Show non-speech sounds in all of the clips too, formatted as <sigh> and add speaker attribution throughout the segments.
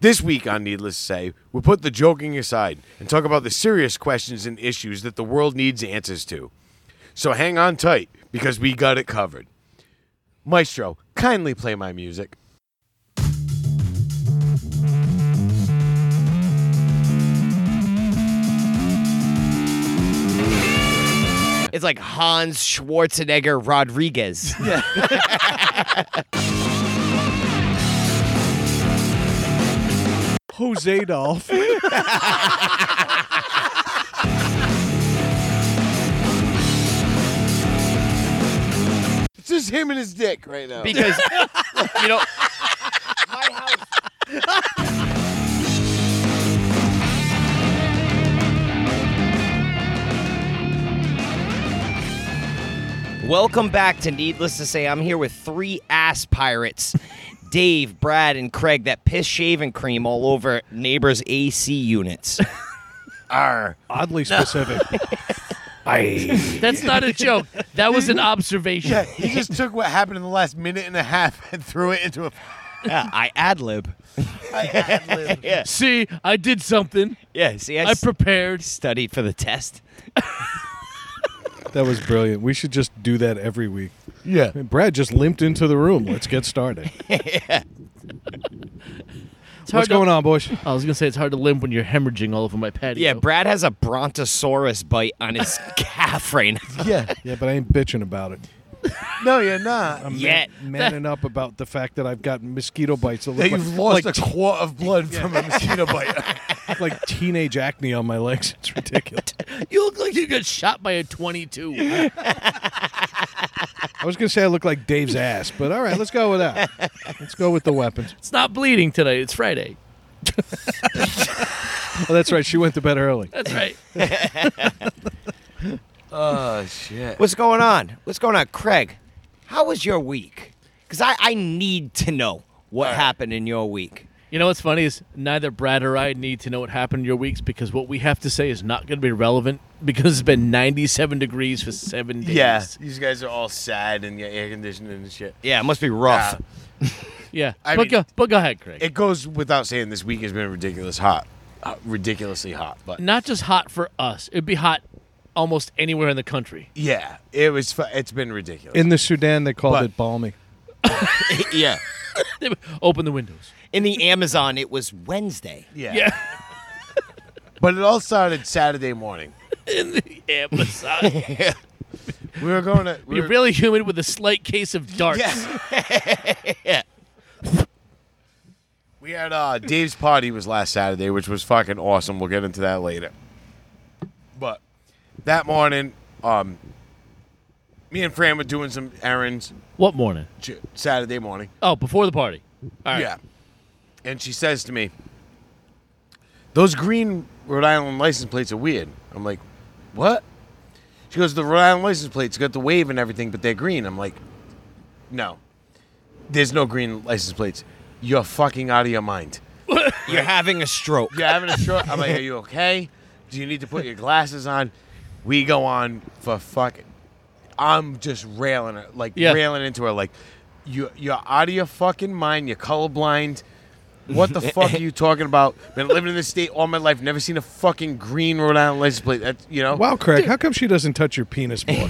Speaker 1: This week on Needless to Say, we'll put the joking aside and talk about the serious questions and issues that the world needs answers to. So hang on tight because we got it covered. Maestro, kindly play my music.
Speaker 2: It's like Hans Schwarzenegger Rodriguez.
Speaker 3: Jose Dolph.
Speaker 1: It's just him and his dick right now.
Speaker 2: because you know my house Welcome back to Needless to Say. I'm here with three ass pirates Dave, Brad, and Craig that piss shaving cream all over neighbors' AC units.
Speaker 3: <laughs> Oddly specific.
Speaker 4: That's not a joke. That was an observation.
Speaker 1: yeah, <laughs> he just took what happened in the last minute and a half <laughs> and threw it into a.
Speaker 2: yeah, I ad lib. yeah.
Speaker 4: See, I did something.
Speaker 2: Yeah, see, I,
Speaker 4: I
Speaker 2: s-
Speaker 4: prepared.
Speaker 2: studied for the test.
Speaker 3: that was brilliant. We should just do that every week.
Speaker 1: Yeah.
Speaker 3: Brad just limped into the room. Let's get
Speaker 4: <laughs>
Speaker 3: started.
Speaker 4: It's hard
Speaker 3: What's
Speaker 4: to-
Speaker 3: going on, boys?
Speaker 4: I was gonna say it's hard to limp when you're hemorrhaging all over my patio.
Speaker 2: Yeah, Brad has a Brontosaurus bite on <laughs> his calf right
Speaker 1: <laughs>
Speaker 2: now.
Speaker 1: Yeah.
Speaker 3: Yeah, but I ain't bitching about it.
Speaker 1: No, you're not.
Speaker 3: I'm
Speaker 2: Yet.
Speaker 3: man- manning up about the fact that I've got mosquito bites that
Speaker 1: <laughs> that
Speaker 3: look
Speaker 1: you've lost
Speaker 3: like, like,
Speaker 1: a quart of blood from a mosquito bite.
Speaker 3: <laughs> like teenage acne on my legs. It's ridiculous.
Speaker 4: You look like you got shot by a 22.
Speaker 3: I was gonna say I look like Dave's ass, but all right, let's go with that. Let's go with the weapons.
Speaker 4: it's not bleeding tonight. It's Friday.
Speaker 3: Oh, that's right. She went to bed early.
Speaker 4: That's right.
Speaker 1: oh <laughs> shit.
Speaker 2: What's going on? What's going on, Craig? How was your week? Because I, I need to know what happened in your week.
Speaker 4: You know what's funny is neither Brad or I need to know what happened in your weeks because what we have to say is not going to be relevant because it's been 97 degrees for seven days.
Speaker 1: Yeah, these guys are all sad and yeah, air conditioning and shit.
Speaker 2: Yeah, it must be rough.
Speaker 1: Yeah.
Speaker 4: yeah.
Speaker 1: I
Speaker 4: but,
Speaker 1: mean-
Speaker 4: go, but go ahead, Craig.
Speaker 1: It goes without saying this week has been ridiculous hot, uh, ridiculously hot. But
Speaker 4: not just hot for us. It'd be hot almost anywhere in the country. <laughs>
Speaker 1: yeah, it was. Fu- it's been ridiculous.
Speaker 3: In the Sudan, they called
Speaker 1: But-
Speaker 3: it balmy.
Speaker 1: yeah,
Speaker 4: They would Open the windows.
Speaker 2: In the Amazon, it was Wednesday.
Speaker 1: yeah,
Speaker 4: Yeah.
Speaker 1: <laughs> But it all started Saturday morning. <laughs>
Speaker 4: in the Amazon. <laughs>
Speaker 1: We were going to. We
Speaker 4: Be
Speaker 1: were, <laughs>
Speaker 4: really humid with a slight case of darts.
Speaker 1: Yeah. <laughs> we had uh, Dave's party was last Saturday, which was fucking awesome. We'll get into that later. But that morning, um, me and Fran were doing some errands
Speaker 4: What morning?
Speaker 1: ch- Saturday morning.
Speaker 4: Oh, before the party. All right.
Speaker 1: Yeah. And she says to me, Those green Rhode Island license plates are weird. I'm like, What? She goes, The Rhode Island license plates got the wave and everything, but they're green. I'm like, No. There's no green license plates. You're fucking out of your mind.
Speaker 2: You're having a stroke.
Speaker 1: You're having a short. I'm like, Are you okay? Do you need to put your glasses on? We go on for fucking. I'm just railing her, like
Speaker 4: Yeah.
Speaker 1: railing into her, like, you, you're out of your fucking mind. You're colorblind. What the fuck are you talking about? Been living in this state all my life, never seen a fucking green Rhode Island license plate. That's you know.
Speaker 3: Wow, Craig, how come she doesn't touch your penis more?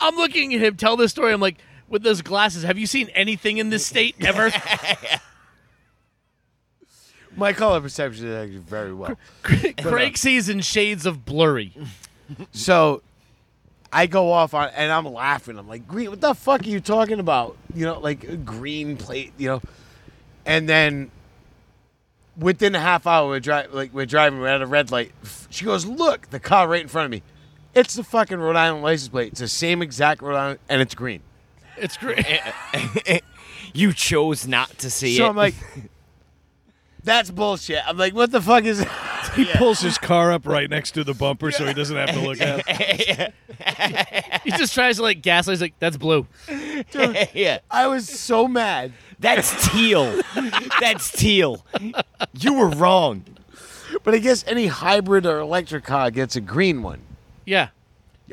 Speaker 4: I'm looking at him tell this story. I'm like, with those glasses, have you seen anything in this
Speaker 1: <laughs>
Speaker 4: state ever?
Speaker 1: My color perception is actually very well.
Speaker 4: <laughs> Craig sees in shades of blurry.
Speaker 1: So I go off on and I'm laughing. I'm like, green, what the fuck are you talking about? You know, like a green plate, you know. And then within a half hour we're driving like we're driving, we're at a red light. She goes, Look, the car right in front of me. It's the fucking Rhode Island license plate. It's the same exact Rhode Island and it's green. <laughs>
Speaker 4: It's great.
Speaker 2: you chose not to see
Speaker 1: so
Speaker 2: it.
Speaker 1: I'm like <laughs> That's bullshit. I'm like, what the fuck is <laughs>
Speaker 3: He pulls his car up right next to the bumper so he doesn't have to look at it.
Speaker 4: he just tries to like gaslight. He's like, that's blue.
Speaker 2: <laughs> yeah,
Speaker 1: I was so mad.
Speaker 2: that's <laughs> teal. that's teal. You were wrong.
Speaker 1: But I guess any hybrid or electric car gets a green one.
Speaker 4: Yeah.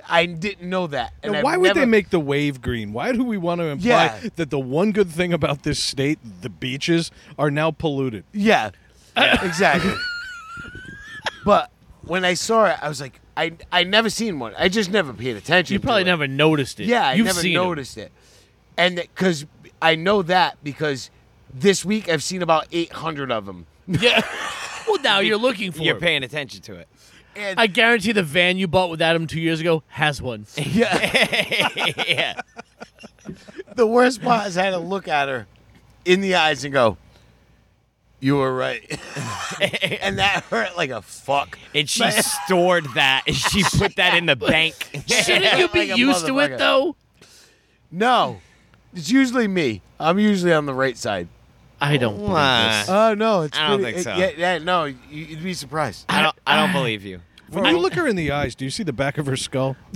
Speaker 1: I didn't know that. And
Speaker 3: Now,
Speaker 1: I've
Speaker 3: why would they
Speaker 1: never-
Speaker 3: make the wave green? Why do we want to imply
Speaker 1: Yeah.
Speaker 3: that the one good thing about this state, the beaches, are now polluted?
Speaker 1: Yeah, <laughs> exactly. but when I saw it, I was like, I I never seen one. I just never paid attention.
Speaker 4: You probably
Speaker 1: to it.
Speaker 4: never noticed it.
Speaker 1: Yeah, I
Speaker 4: You've
Speaker 1: never
Speaker 4: seen 'em.
Speaker 1: noticed it. And because I know that because this week I've seen about 800 of them.
Speaker 4: <laughs> Yeah. well, now you're looking for.
Speaker 2: You're
Speaker 4: it.
Speaker 2: paying attention to it.
Speaker 1: And
Speaker 4: I guarantee the van you bought with Adam two years ago has
Speaker 1: <laughs>
Speaker 4: one.
Speaker 2: <laughs> yeah.
Speaker 1: the worst part is I had to look at her in the eyes and go, "You were right," <laughs> and that hurt like a fuck.
Speaker 2: And she stored that.
Speaker 1: <laughs>
Speaker 2: And she put that in the bank. <laughs>
Speaker 4: Shouldn't you be
Speaker 1: Like a
Speaker 4: used to
Speaker 1: motherfucker.
Speaker 4: it though?
Speaker 1: No, it's usually me. I'm usually on the right side.
Speaker 4: I don't. believe
Speaker 2: Why?
Speaker 4: this.
Speaker 1: Oh no, it's
Speaker 2: I don't
Speaker 1: pretty-
Speaker 2: think
Speaker 1: it-
Speaker 2: so.
Speaker 1: yeah, yeah, no, you- you'd be surprised.
Speaker 2: I don't. I
Speaker 1: uh,
Speaker 2: don't believe you.
Speaker 3: When you look her in the eyes, do you see the back of her skull?
Speaker 1: <laughs>
Speaker 3: <laughs>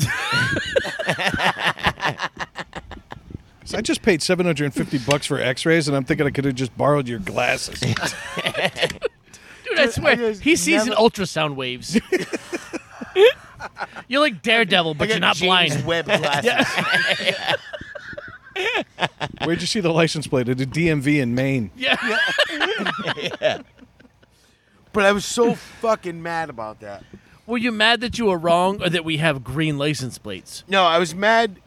Speaker 3: 'Cause I just paid 750 bucks for x-rays and I'm thinking I could have just borrowed your glasses.
Speaker 1: <laughs>
Speaker 4: Dude, I swear,
Speaker 1: just
Speaker 4: he sees in
Speaker 1: never-
Speaker 4: ultrasound waves. <laughs> you're like Daredevil, but
Speaker 1: I
Speaker 4: you're
Speaker 1: got
Speaker 4: not
Speaker 1: James
Speaker 4: blind.
Speaker 1: Webb glasses.
Speaker 3: Where'd you see the license plate? At a DMV in Maine.
Speaker 4: <laughs> Yeah.
Speaker 1: But I was so fucking mad about that.
Speaker 4: Were you mad that you were wrong or that we have green license plates?
Speaker 1: No, I was mad.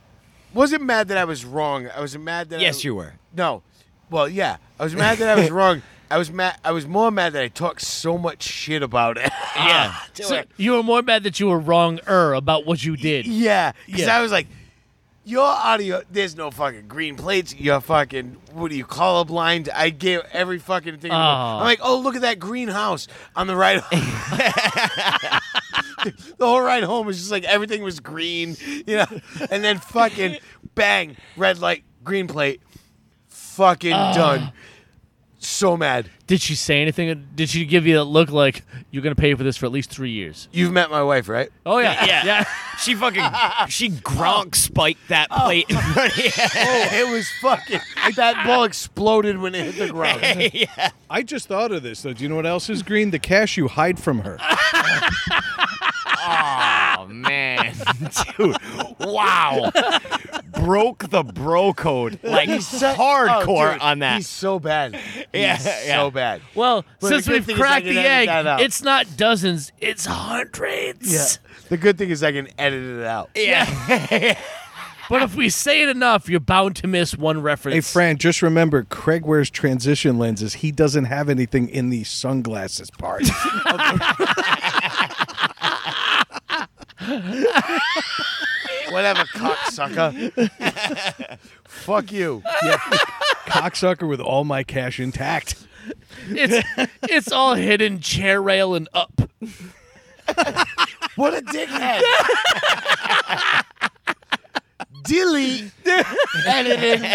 Speaker 1: Wasn't mad that I was wrong. I was mad that I,
Speaker 2: Yes, you were.
Speaker 1: No, well, yeah, I was mad
Speaker 4: <laughs>
Speaker 1: that I was wrong. I was mad. I was more mad that I talked so much shit about it.
Speaker 2: Yeah.
Speaker 1: Ah,
Speaker 4: So you were more mad that you were wrong er about what you did.
Speaker 1: yeah, because
Speaker 4: Yeah.
Speaker 1: I was like, your audio. There's no fucking green plates. You're fucking. What do you call blind? I gave every fucking thing.
Speaker 4: Oh.
Speaker 1: I'm like, oh, look at that greenhouse on the right. <laughs> the whole ride home was just like everything was green, you know. And then fucking bang, red light, green plate, fucking done. So mad.
Speaker 4: Did she say anything? Did she give you a look like you're gonna pay for this for at least three years?
Speaker 1: You've met my wife, right?
Speaker 4: Oh yeah,
Speaker 2: Yeah.
Speaker 1: <laughs>
Speaker 2: She fucking. She Gronk spiked that
Speaker 1: <laughs>
Speaker 2: plate. in front of you.
Speaker 1: Oh, <laughs> it was fucking. That ball exploded when it hit the
Speaker 4: <laughs>
Speaker 1: ground.
Speaker 2: yeah.
Speaker 3: I just thought of this though. Do you know what else is green? The cash you hide from her.
Speaker 2: Oh man, <laughs> dude! Wow, broke the bro code like
Speaker 1: so- oh,
Speaker 2: hardcore
Speaker 1: dude,
Speaker 2: on that.
Speaker 1: He's so bad.
Speaker 2: <laughs> Yeah,
Speaker 1: He's
Speaker 2: yeah.
Speaker 1: so bad.
Speaker 4: <laughs> Well,
Speaker 1: But
Speaker 4: since
Speaker 1: the good
Speaker 4: we've
Speaker 1: thing is I
Speaker 4: cracked
Speaker 1: can
Speaker 4: the
Speaker 1: edit
Speaker 4: egg,
Speaker 1: that uh, out.
Speaker 4: it's not dozens, it's hundreds.
Speaker 1: The good thing is I can edit it out.
Speaker 2: yeah,
Speaker 4: But if we say it enough, you're bound to miss one reference.
Speaker 3: Hey Fran, just remember Craig wears transition lenses. He doesn't have anything in the
Speaker 2: <laughs>
Speaker 3: sunglasses part.
Speaker 1: Whatever, cocksucker.
Speaker 2: <laughs>
Speaker 1: Fuck you.
Speaker 3: Cocksucker with all my cash intact.
Speaker 4: It's
Speaker 1: <laughs>
Speaker 4: it's all hidden chair rail and up.
Speaker 1: What a
Speaker 2: <laughs>
Speaker 1: dickhead. Delete. Editing.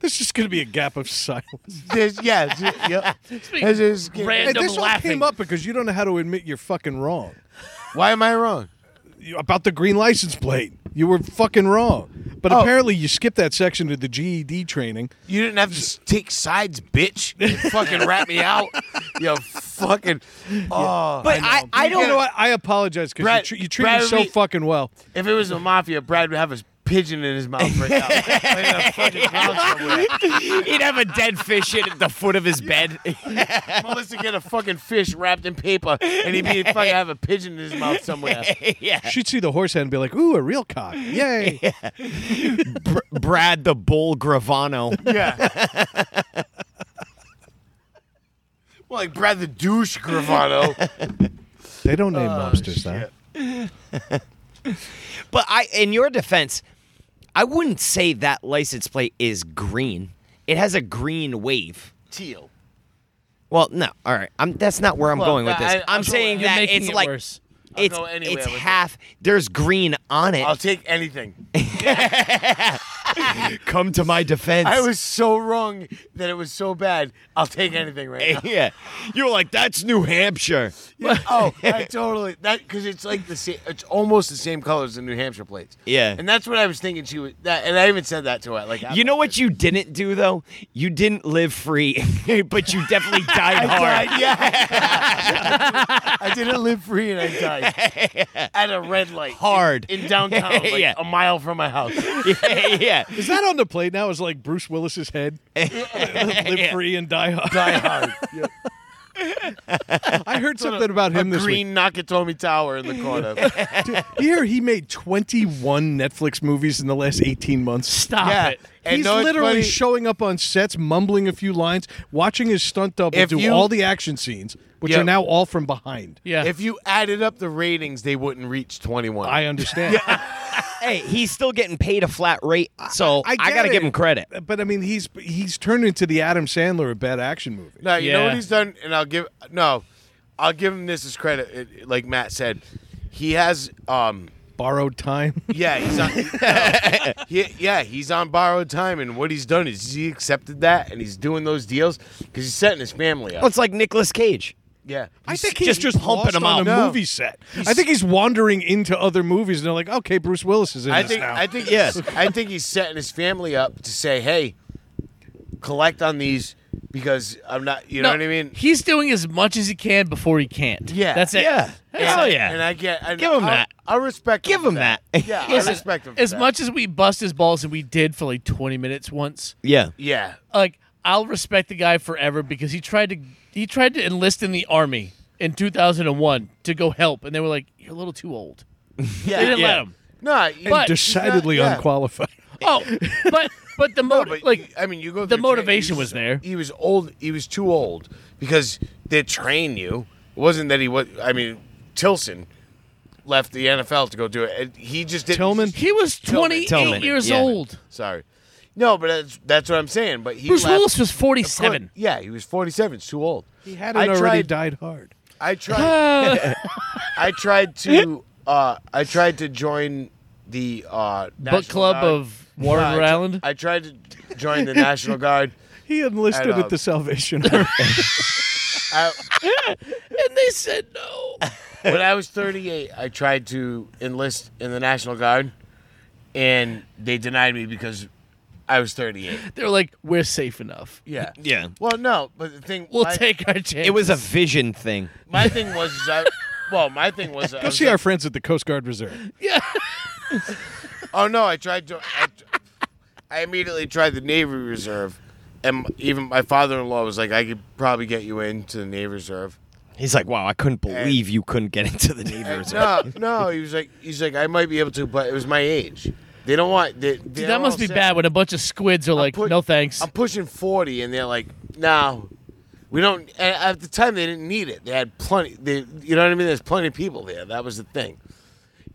Speaker 3: There's just gonna be a gap of silence.
Speaker 1: There's, yeah. j- Yep. This is-
Speaker 4: Random
Speaker 3: this all
Speaker 4: laughing.
Speaker 3: came up because you don't know how to admit you're fucking wrong.
Speaker 1: Why am I wrong?
Speaker 3: You- About the green license plate. You were fucking wrong. But
Speaker 1: Oh.
Speaker 3: apparently you skipped that section to the GED training.
Speaker 1: You didn't have to s- take sides, bitch. and fucking rat me out. You fucking. Oh.
Speaker 2: but I, I,
Speaker 1: You gotta-
Speaker 2: don't
Speaker 3: You know what? I apologize because you,
Speaker 1: Brad-
Speaker 3: tr- you treat
Speaker 1: Brad
Speaker 3: me so
Speaker 1: would be-
Speaker 3: fucking well.
Speaker 1: If it was the mafia, Brad would have his pigeon in his mouth right now.
Speaker 2: <laughs>
Speaker 1: Like in a fucking clown somewhere.
Speaker 2: He'd have a
Speaker 1: <laughs>
Speaker 2: dead fish at the foot of his bed.
Speaker 1: Melissa get a fucking fish wrapped in paper, and he'd
Speaker 2: <laughs>
Speaker 1: be fucking have a pigeon in his mouth somewhere.
Speaker 2: yeah,
Speaker 3: She'd see the horse head and be like, ooh, a real cock.
Speaker 2: <laughs>
Speaker 3: Yay.
Speaker 2: Br- Brad the Bull Gravano.
Speaker 1: Yeah. Well, like Brad the douche
Speaker 2: <laughs>
Speaker 1: Gravano.
Speaker 3: They don't name
Speaker 2: Oh,
Speaker 3: monsters that.
Speaker 2: But I, in your defense, I wouldn't say that license plate is green. It has a green wave.
Speaker 1: Teal.
Speaker 2: Well, no, all right. I'm that's not where I'm
Speaker 1: Well,
Speaker 2: going with
Speaker 1: I-
Speaker 2: this.
Speaker 1: I-
Speaker 2: I'm
Speaker 1: I'm
Speaker 2: saying
Speaker 1: going-
Speaker 4: You're
Speaker 2: that
Speaker 4: making
Speaker 2: it's
Speaker 4: it
Speaker 2: like
Speaker 4: worse.
Speaker 1: I'll
Speaker 2: it's
Speaker 1: go anywhere
Speaker 2: it's
Speaker 1: with it.
Speaker 2: <laughs> half. There's green on it.
Speaker 1: I'll take anything.
Speaker 2: Come to my
Speaker 1: <laughs>
Speaker 2: defense.
Speaker 1: I was so wrong that it was so bad. I'll take anything
Speaker 2: <laughs>
Speaker 1: right now.
Speaker 2: yeah. You were like, that's New Hampshire.
Speaker 1: Yeah, oh, I totally that because it's like the same. It's almost the same color as the New Hampshire plates.
Speaker 2: Yeah.
Speaker 1: and that's what I was thinking. She was that, and I even said that to her. Like,
Speaker 2: You know what you didn't do though? You didn't live free, <laughs> but you definitely died
Speaker 1: I
Speaker 2: hard.
Speaker 1: died. Yeah, I didn't live free, and I died at a red light in-
Speaker 2: Hard.
Speaker 1: in, downtown, like
Speaker 2: Yeah.
Speaker 1: a mile from my house.
Speaker 2: yeah, <laughs> yeah.
Speaker 3: Is that on the plate now? Is like Bruce Willis's head? Live free and die
Speaker 1: <laughs>
Speaker 3: hard.
Speaker 1: Die hard.
Speaker 3: I
Speaker 1: <laughs>
Speaker 3: heard <laughs> something about him
Speaker 1: a
Speaker 3: this
Speaker 1: green Nakatomi Tower in the corner.
Speaker 3: week. <laughs> Dude, Here he made 21 Netflix movies in the last 18 months.
Speaker 4: Stop
Speaker 1: yeah,
Speaker 4: it.
Speaker 1: and
Speaker 3: He's
Speaker 1: no, it's
Speaker 3: literally
Speaker 1: funny-
Speaker 3: showing up on sets, mumbling a few lines, watching his stunt double
Speaker 1: If
Speaker 3: do
Speaker 1: you-
Speaker 3: all the action scenes, which
Speaker 1: Yeah.
Speaker 3: are now all from behind.
Speaker 4: Yeah.
Speaker 1: If you added up the ratings, they wouldn't reach 21.
Speaker 3: I understand.
Speaker 2: Hey, he's still getting paid a flat rate, so I,
Speaker 3: get
Speaker 2: gotta
Speaker 3: it.
Speaker 2: give him credit.
Speaker 3: But I mean, he's he's turned into the Adam Sandler of bad action movies.
Speaker 1: no, you know what
Speaker 4: Yeah.
Speaker 1: he's done, and I'll give no, I'll give him this as credit. It, like Matt said, he has um.
Speaker 3: Borrowed time.
Speaker 1: Yeah, he's
Speaker 2: <laughs>
Speaker 1: on. no. He- yeah, he's on borrowed time, and what he's done is he accepted that, and he's doing those deals because he's setting his family up.
Speaker 2: Well, it's like Nicolas Cage.
Speaker 1: yeah,
Speaker 3: Oh, I think
Speaker 2: just- just pumping
Speaker 3: lost
Speaker 2: him out.
Speaker 3: on a
Speaker 1: No.
Speaker 3: movie set. I think he's wandering into other movies, and they're like, "Okay, Bruce Willis is in
Speaker 1: I
Speaker 3: this
Speaker 1: think
Speaker 3: now."
Speaker 1: I think
Speaker 2: Yes.
Speaker 1: yes, I think he's setting his family up to say, hey, collect on these because I'm not. You know what I mean?
Speaker 4: He's doing as much as he can before he can't.
Speaker 1: Yeah.
Speaker 4: That's it.
Speaker 2: Yeah.
Speaker 4: That's
Speaker 2: Hell
Speaker 4: it.
Speaker 2: yeah.
Speaker 1: And I get and
Speaker 2: Give him
Speaker 1: I'll-
Speaker 2: that.
Speaker 1: I'll respect.
Speaker 2: Give
Speaker 1: for
Speaker 2: him that. <laughs>
Speaker 1: Yeah, I
Speaker 2: Listen,
Speaker 1: respect him. for
Speaker 4: As
Speaker 1: that.
Speaker 4: much as we bust his balls and we did for like 20 minutes once,
Speaker 2: Yeah.
Speaker 1: Yeah.
Speaker 4: like I'll respect the guy forever because he tried to he tried to enlist in the army in 2001 to go help and they were like you're a little
Speaker 1: <laughs>
Speaker 4: too old.
Speaker 1: Yeah.
Speaker 4: They didn't
Speaker 2: Yeah.
Speaker 4: let him.
Speaker 1: No,
Speaker 4: But-
Speaker 3: decidedly
Speaker 1: unqualified.
Speaker 3: unqualified.
Speaker 4: Oh, but but
Speaker 1: <laughs>
Speaker 4: the
Speaker 1: No,
Speaker 4: motive
Speaker 1: but
Speaker 4: like
Speaker 1: I mean, you go.
Speaker 4: the
Speaker 1: through tra-
Speaker 4: motivation
Speaker 1: he
Speaker 4: was there.
Speaker 1: He was old. He was too old because they train you. It wasn't that he was. I mean, Tilson left the NFL to go do it. and He just didn't.
Speaker 3: Tillman?
Speaker 4: he was 28
Speaker 2: Tillman,
Speaker 4: years
Speaker 2: yeah.
Speaker 4: old.
Speaker 1: <laughs> Sorry, no, but that's that's what I'm saying. But he
Speaker 4: Bruce
Speaker 1: left,
Speaker 4: Willis was
Speaker 1: Of course-
Speaker 4: 47.
Speaker 1: Yeah, he was 47. It's too old.
Speaker 3: He hadn't
Speaker 1: I
Speaker 3: already
Speaker 1: tried,
Speaker 3: died hard.
Speaker 1: I tried.
Speaker 4: <laughs>
Speaker 1: <laughs> I tried to. Uh, I tried to join the uh, National
Speaker 4: Book club
Speaker 1: Guard.
Speaker 4: of Warren
Speaker 1: No, I
Speaker 4: Rhode
Speaker 1: tr-
Speaker 4: Island.
Speaker 1: I tried to join the National
Speaker 4: <laughs>
Speaker 1: Guard.
Speaker 3: He enlisted
Speaker 1: And, uh,
Speaker 3: at
Speaker 1: <laughs>
Speaker 3: the Salvation Army.
Speaker 1: I,
Speaker 4: and they said no.
Speaker 1: when I was 38, I tried to enlist in the National Guard, and they denied me because I was
Speaker 4: <laughs>
Speaker 1: 38.
Speaker 4: they were like we're safe enough.
Speaker 1: Yeah.
Speaker 2: Yeah.
Speaker 1: <laughs> Well, no, but the thing
Speaker 4: We'll
Speaker 1: my,
Speaker 4: take our chance.
Speaker 2: It was a vision thing.
Speaker 1: my thing was is I, well, my thing
Speaker 4: <laughs>
Speaker 1: was I
Speaker 3: Go
Speaker 1: was
Speaker 3: see
Speaker 1: like,
Speaker 3: our friends at the Coast Guard Reserve.
Speaker 1: oh no, I tried to. I, I immediately tried the Navy Reserve, and even my father-in-law was like, "I could probably get you into the Navy
Speaker 4: <laughs>
Speaker 1: Reserve."
Speaker 2: He's like, wow, I couldn't believe you couldn't get into the Navy
Speaker 1: And
Speaker 2: Reserve.
Speaker 1: no, no, he was like, he's like, I might be able to, but it was my age. They don't want. They, they
Speaker 4: Dude,
Speaker 1: don't
Speaker 4: that must be
Speaker 1: say-
Speaker 4: bad when a bunch of squids are like
Speaker 1: put-
Speaker 4: no thanks.
Speaker 1: I'm pushing 40, and they're like, no, we don't. And at the time, they didn't need it. They had plenty. They, you know what I mean? There's plenty of people there. That was the thing.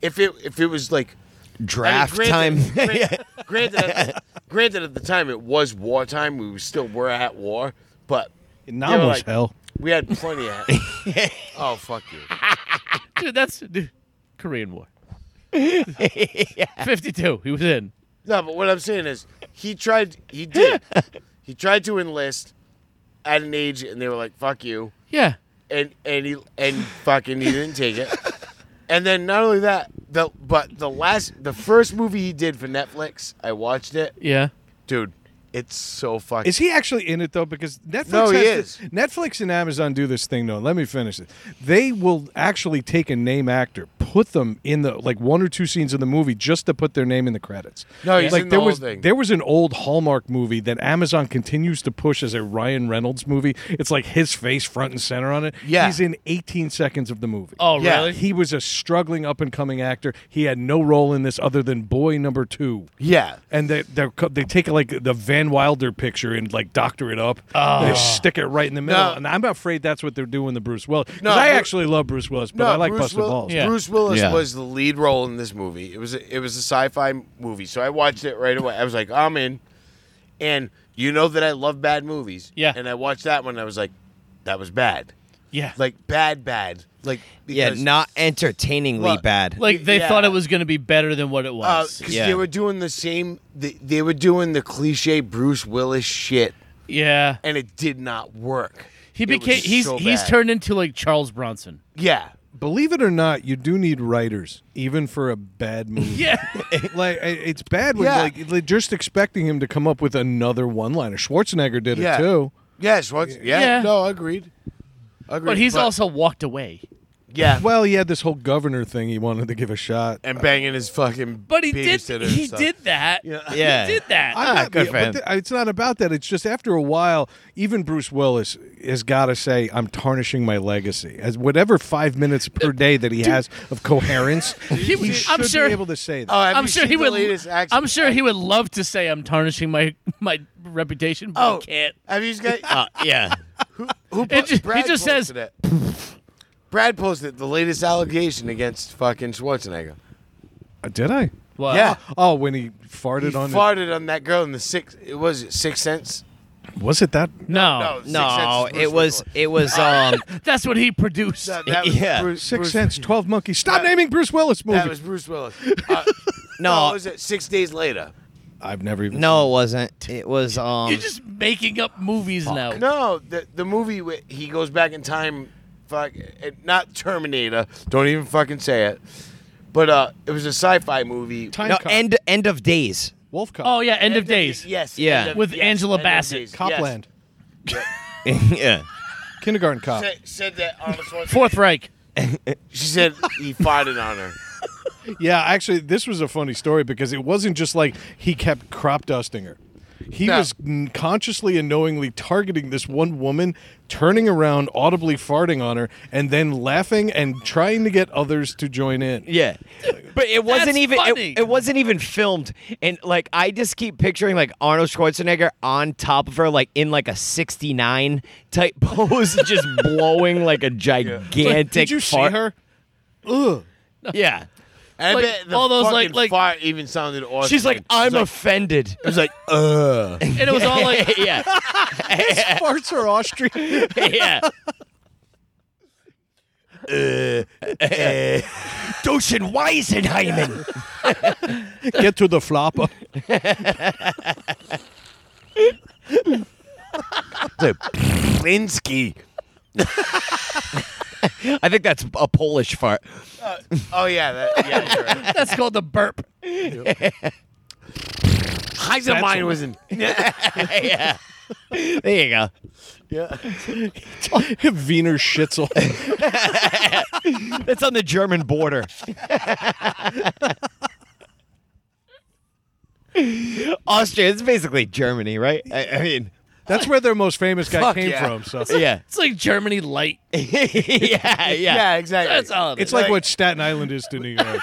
Speaker 1: If it if it was like I
Speaker 2: Draft
Speaker 1: mean,
Speaker 2: time.
Speaker 1: granted, time, granted, at the, granted at the time it was wartime. We were still were at war, but
Speaker 3: Nam
Speaker 1: They were
Speaker 3: was
Speaker 1: like-
Speaker 3: hell.
Speaker 1: we had plenty of. <laughs> oh fuck you!
Speaker 4: Dude, that's dude, Korean War. 52. He was in.
Speaker 1: No, but what I'm saying is he tried. He did. he tried to enlist at an age, and they were like, "Fuck you."
Speaker 4: Yeah.
Speaker 1: and and he and fucking he didn't take it. And then not only that, the but the last the first movie he did for Netflix, I watched it,
Speaker 4: Yeah.
Speaker 1: dude. It's so fucking.
Speaker 3: Is he actually in it though? Because Netflix
Speaker 1: No, he
Speaker 3: has
Speaker 1: is.
Speaker 3: thi- Netflix and Amazon do this thing though. Let me finish it. They will actually take a name actor, put them in the like one or two scenes of the movie just to put their name in the credits.
Speaker 1: No, he's
Speaker 3: like
Speaker 1: in the
Speaker 3: there
Speaker 1: whole
Speaker 3: was
Speaker 1: thing.
Speaker 3: there was an old Hallmark movie that Amazon continues to push as a Ryan Reynolds movie. It's like his face front and center on it.
Speaker 1: Yeah.
Speaker 3: he's in 18 seconds of the movie.
Speaker 4: Oh,
Speaker 1: Yeah.
Speaker 4: really?
Speaker 3: He was a struggling up and coming actor. He had no role in this other than boy number two
Speaker 1: yeah.
Speaker 3: and they they they take like the Van Wilder picture and like doctor it up.
Speaker 1: Ah.
Speaker 3: They stick it right in the middle,
Speaker 1: No.
Speaker 3: and I'm afraid that's what they're doing to Bruce Willis. 'Cause
Speaker 1: No,
Speaker 3: I
Speaker 1: Bru-
Speaker 3: actually love Bruce Willis, but I like
Speaker 1: Bruce
Speaker 3: Buster
Speaker 1: Will-
Speaker 3: Balls.
Speaker 4: Yeah.
Speaker 1: Bruce Willis
Speaker 2: Yeah.
Speaker 1: was the lead role in this movie. It was a, it was a sci-fi movie, so I watched it right away. I was like, I'm in. And you know that I love bad movies.
Speaker 4: Yeah.
Speaker 1: And I watched that one. and I was like, that was bad.
Speaker 4: Yeah.
Speaker 1: like bad, bad, like
Speaker 2: Yeah,
Speaker 1: because-
Speaker 2: not entertainingly
Speaker 1: Well,
Speaker 2: bad.
Speaker 4: Like they
Speaker 1: Yeah. Uh,
Speaker 4: thought it was going to be better than what it was.
Speaker 1: because
Speaker 2: Yeah.
Speaker 1: they were doing the same. They, they were doing the cliche Bruce Willis shit,
Speaker 4: yeah.
Speaker 1: and it did not work.
Speaker 4: He
Speaker 1: It was
Speaker 4: became he's
Speaker 1: so
Speaker 4: he's
Speaker 1: bad.
Speaker 4: turned into like Charles Bronson.
Speaker 1: Yeah,
Speaker 3: Believe it or not, you do need writers, even for a <laughs> bad movie.
Speaker 4: Yeah.
Speaker 3: like i- it's bad when
Speaker 1: Yeah.
Speaker 3: like like, just expecting him to come up with another one-liner. Schwarzenegger did
Speaker 1: Yeah.
Speaker 3: it too.
Speaker 1: yes, once, yeah,
Speaker 4: Yeah.
Speaker 1: No, agreed. Agreed.
Speaker 4: but he's also walked away.
Speaker 1: yeah,
Speaker 3: Well, he had this whole governor thing he wanted to give a shot.
Speaker 1: and banging his fucking.
Speaker 4: But he did
Speaker 1: babysitter and
Speaker 4: he
Speaker 1: stuff.
Speaker 4: did that.
Speaker 1: Yeah.
Speaker 2: Yeah.
Speaker 4: He did that.
Speaker 3: I'm
Speaker 2: Ah,
Speaker 3: not-
Speaker 2: good
Speaker 3: but
Speaker 2: for him.
Speaker 3: th- it's not about that. It's just after a while, even Bruce Willis has got to say, "I'm tarnishing my legacy." As whatever five minutes per day that he has of coherence, he,
Speaker 4: I'm
Speaker 3: should
Speaker 4: sure-
Speaker 3: be able to say that.
Speaker 1: Oh, have
Speaker 4: I'm
Speaker 1: you
Speaker 4: sure
Speaker 1: seen
Speaker 4: he
Speaker 1: the
Speaker 4: would.
Speaker 1: latest action-
Speaker 4: I'm sure he would love to say I'm tarnishing my my reputation, but
Speaker 1: Oh,
Speaker 4: he can't.
Speaker 1: Have you
Speaker 4: <laughs>
Speaker 1: guys?
Speaker 2: Uh, yeah.
Speaker 1: Who
Speaker 4: It ju- he
Speaker 1: Brad
Speaker 4: just
Speaker 1: posted
Speaker 4: says-
Speaker 1: it. Brad posted the latest allegation against fucking Schwarzenegger.
Speaker 3: Uh, Did I?
Speaker 4: Well,
Speaker 1: yeah.
Speaker 3: Oh, when he
Speaker 1: He
Speaker 3: farted on. the-
Speaker 1: farted on that girl in the six. It was it six cents.
Speaker 3: was it that?
Speaker 4: Oh, No,
Speaker 1: No. Six
Speaker 2: No,
Speaker 1: Sense is
Speaker 2: it
Speaker 1: Bruce
Speaker 2: was
Speaker 1: Willis.
Speaker 2: it was um
Speaker 4: that's what he produced.
Speaker 1: That, that was
Speaker 2: Yeah.
Speaker 1: Bruce,
Speaker 3: Six
Speaker 1: Bruce,
Speaker 3: Sense, Twelve Monkeys. Stop naming Bruce Willis movies.
Speaker 1: That was Bruce <laughs> Willis. Uh,
Speaker 2: No.
Speaker 1: it was it six days later?
Speaker 3: I've never even.
Speaker 2: no, it wasn't. It was um
Speaker 4: You're just making up movies now.
Speaker 1: No, the the movie where he goes back in time. Fuck, eh, not Terminator. Don't even fucking say it. But uh, it was a sci-fi movie.
Speaker 3: Time
Speaker 2: no,
Speaker 3: Cop.
Speaker 2: end end of days. <laughs>
Speaker 3: Wolf Cop.
Speaker 4: Oh yeah, End, of Days.
Speaker 1: Yes.
Speaker 2: Yeah.
Speaker 1: End of-
Speaker 4: With
Speaker 1: yes,
Speaker 4: Angela
Speaker 1: End of
Speaker 4: Bassett.
Speaker 1: Days, yes.
Speaker 3: Copland.
Speaker 2: yeah.
Speaker 3: Kindergarten Cop.
Speaker 1: Said, said that Arnold Schwarzenegger-
Speaker 4: Fourth Reich.
Speaker 1: She said he farted on her.
Speaker 3: Yeah, actually, this was a funny story because it wasn't just like he kept crop dusting her. He
Speaker 1: No.
Speaker 3: was n- consciously and knowingly targeting this one woman, turning around, audibly farting on her, and then laughing and trying to get others to join in.
Speaker 2: Yeah. But it wasn't
Speaker 4: That's
Speaker 2: even
Speaker 4: funny.
Speaker 2: it, it wasn't even filmed. And like I just keep picturing like Arnold Schwarzenegger on top of her like in like a 69 type <laughs> pose just blowing like a gigantic
Speaker 3: Did you
Speaker 2: fart.
Speaker 3: see her? Ugh.
Speaker 2: Yeah.
Speaker 1: And
Speaker 4: <laughs> Like,
Speaker 1: I bet the
Speaker 4: all those, like-
Speaker 1: fucking
Speaker 4: like-
Speaker 1: fart even sounded awesome.
Speaker 2: She's like I'm offended. It's like
Speaker 4: And it was all
Speaker 1: <laughs>
Speaker 4: like, <laughs>
Speaker 2: yeah. <laughs>
Speaker 3: Farts are Austrian.
Speaker 2: yeah. Dosen Weisenheimen.
Speaker 3: <laughs> get to the
Speaker 2: <laughs>
Speaker 3: flopper.
Speaker 4: <laughs>
Speaker 1: Blinsky.
Speaker 2: I think that's a Polish fart.
Speaker 1: Oh yeah, that, yeah. You're right.
Speaker 4: that's called the burp.
Speaker 1: Heisenmine was in.
Speaker 2: <laughs> yeah. There you go.
Speaker 1: Yeah.
Speaker 3: Wiener Schnitzel.
Speaker 2: That's on the German
Speaker 4: <laughs>
Speaker 2: border. Austria, it's basically Germany, right? I, I
Speaker 4: <laughs>
Speaker 2: mean,
Speaker 3: <laughs> That's where their most famous guy
Speaker 1: Fuck
Speaker 3: came
Speaker 1: yeah.
Speaker 3: from. So
Speaker 2: yeah. <laughs>
Speaker 4: It's like Germany light.
Speaker 2: yeah, yeah,
Speaker 1: <laughs>
Speaker 2: yeah,
Speaker 1: Yeah, exactly.
Speaker 4: That's all. It
Speaker 3: it's
Speaker 4: is.
Speaker 3: like what Staten Island is to New York.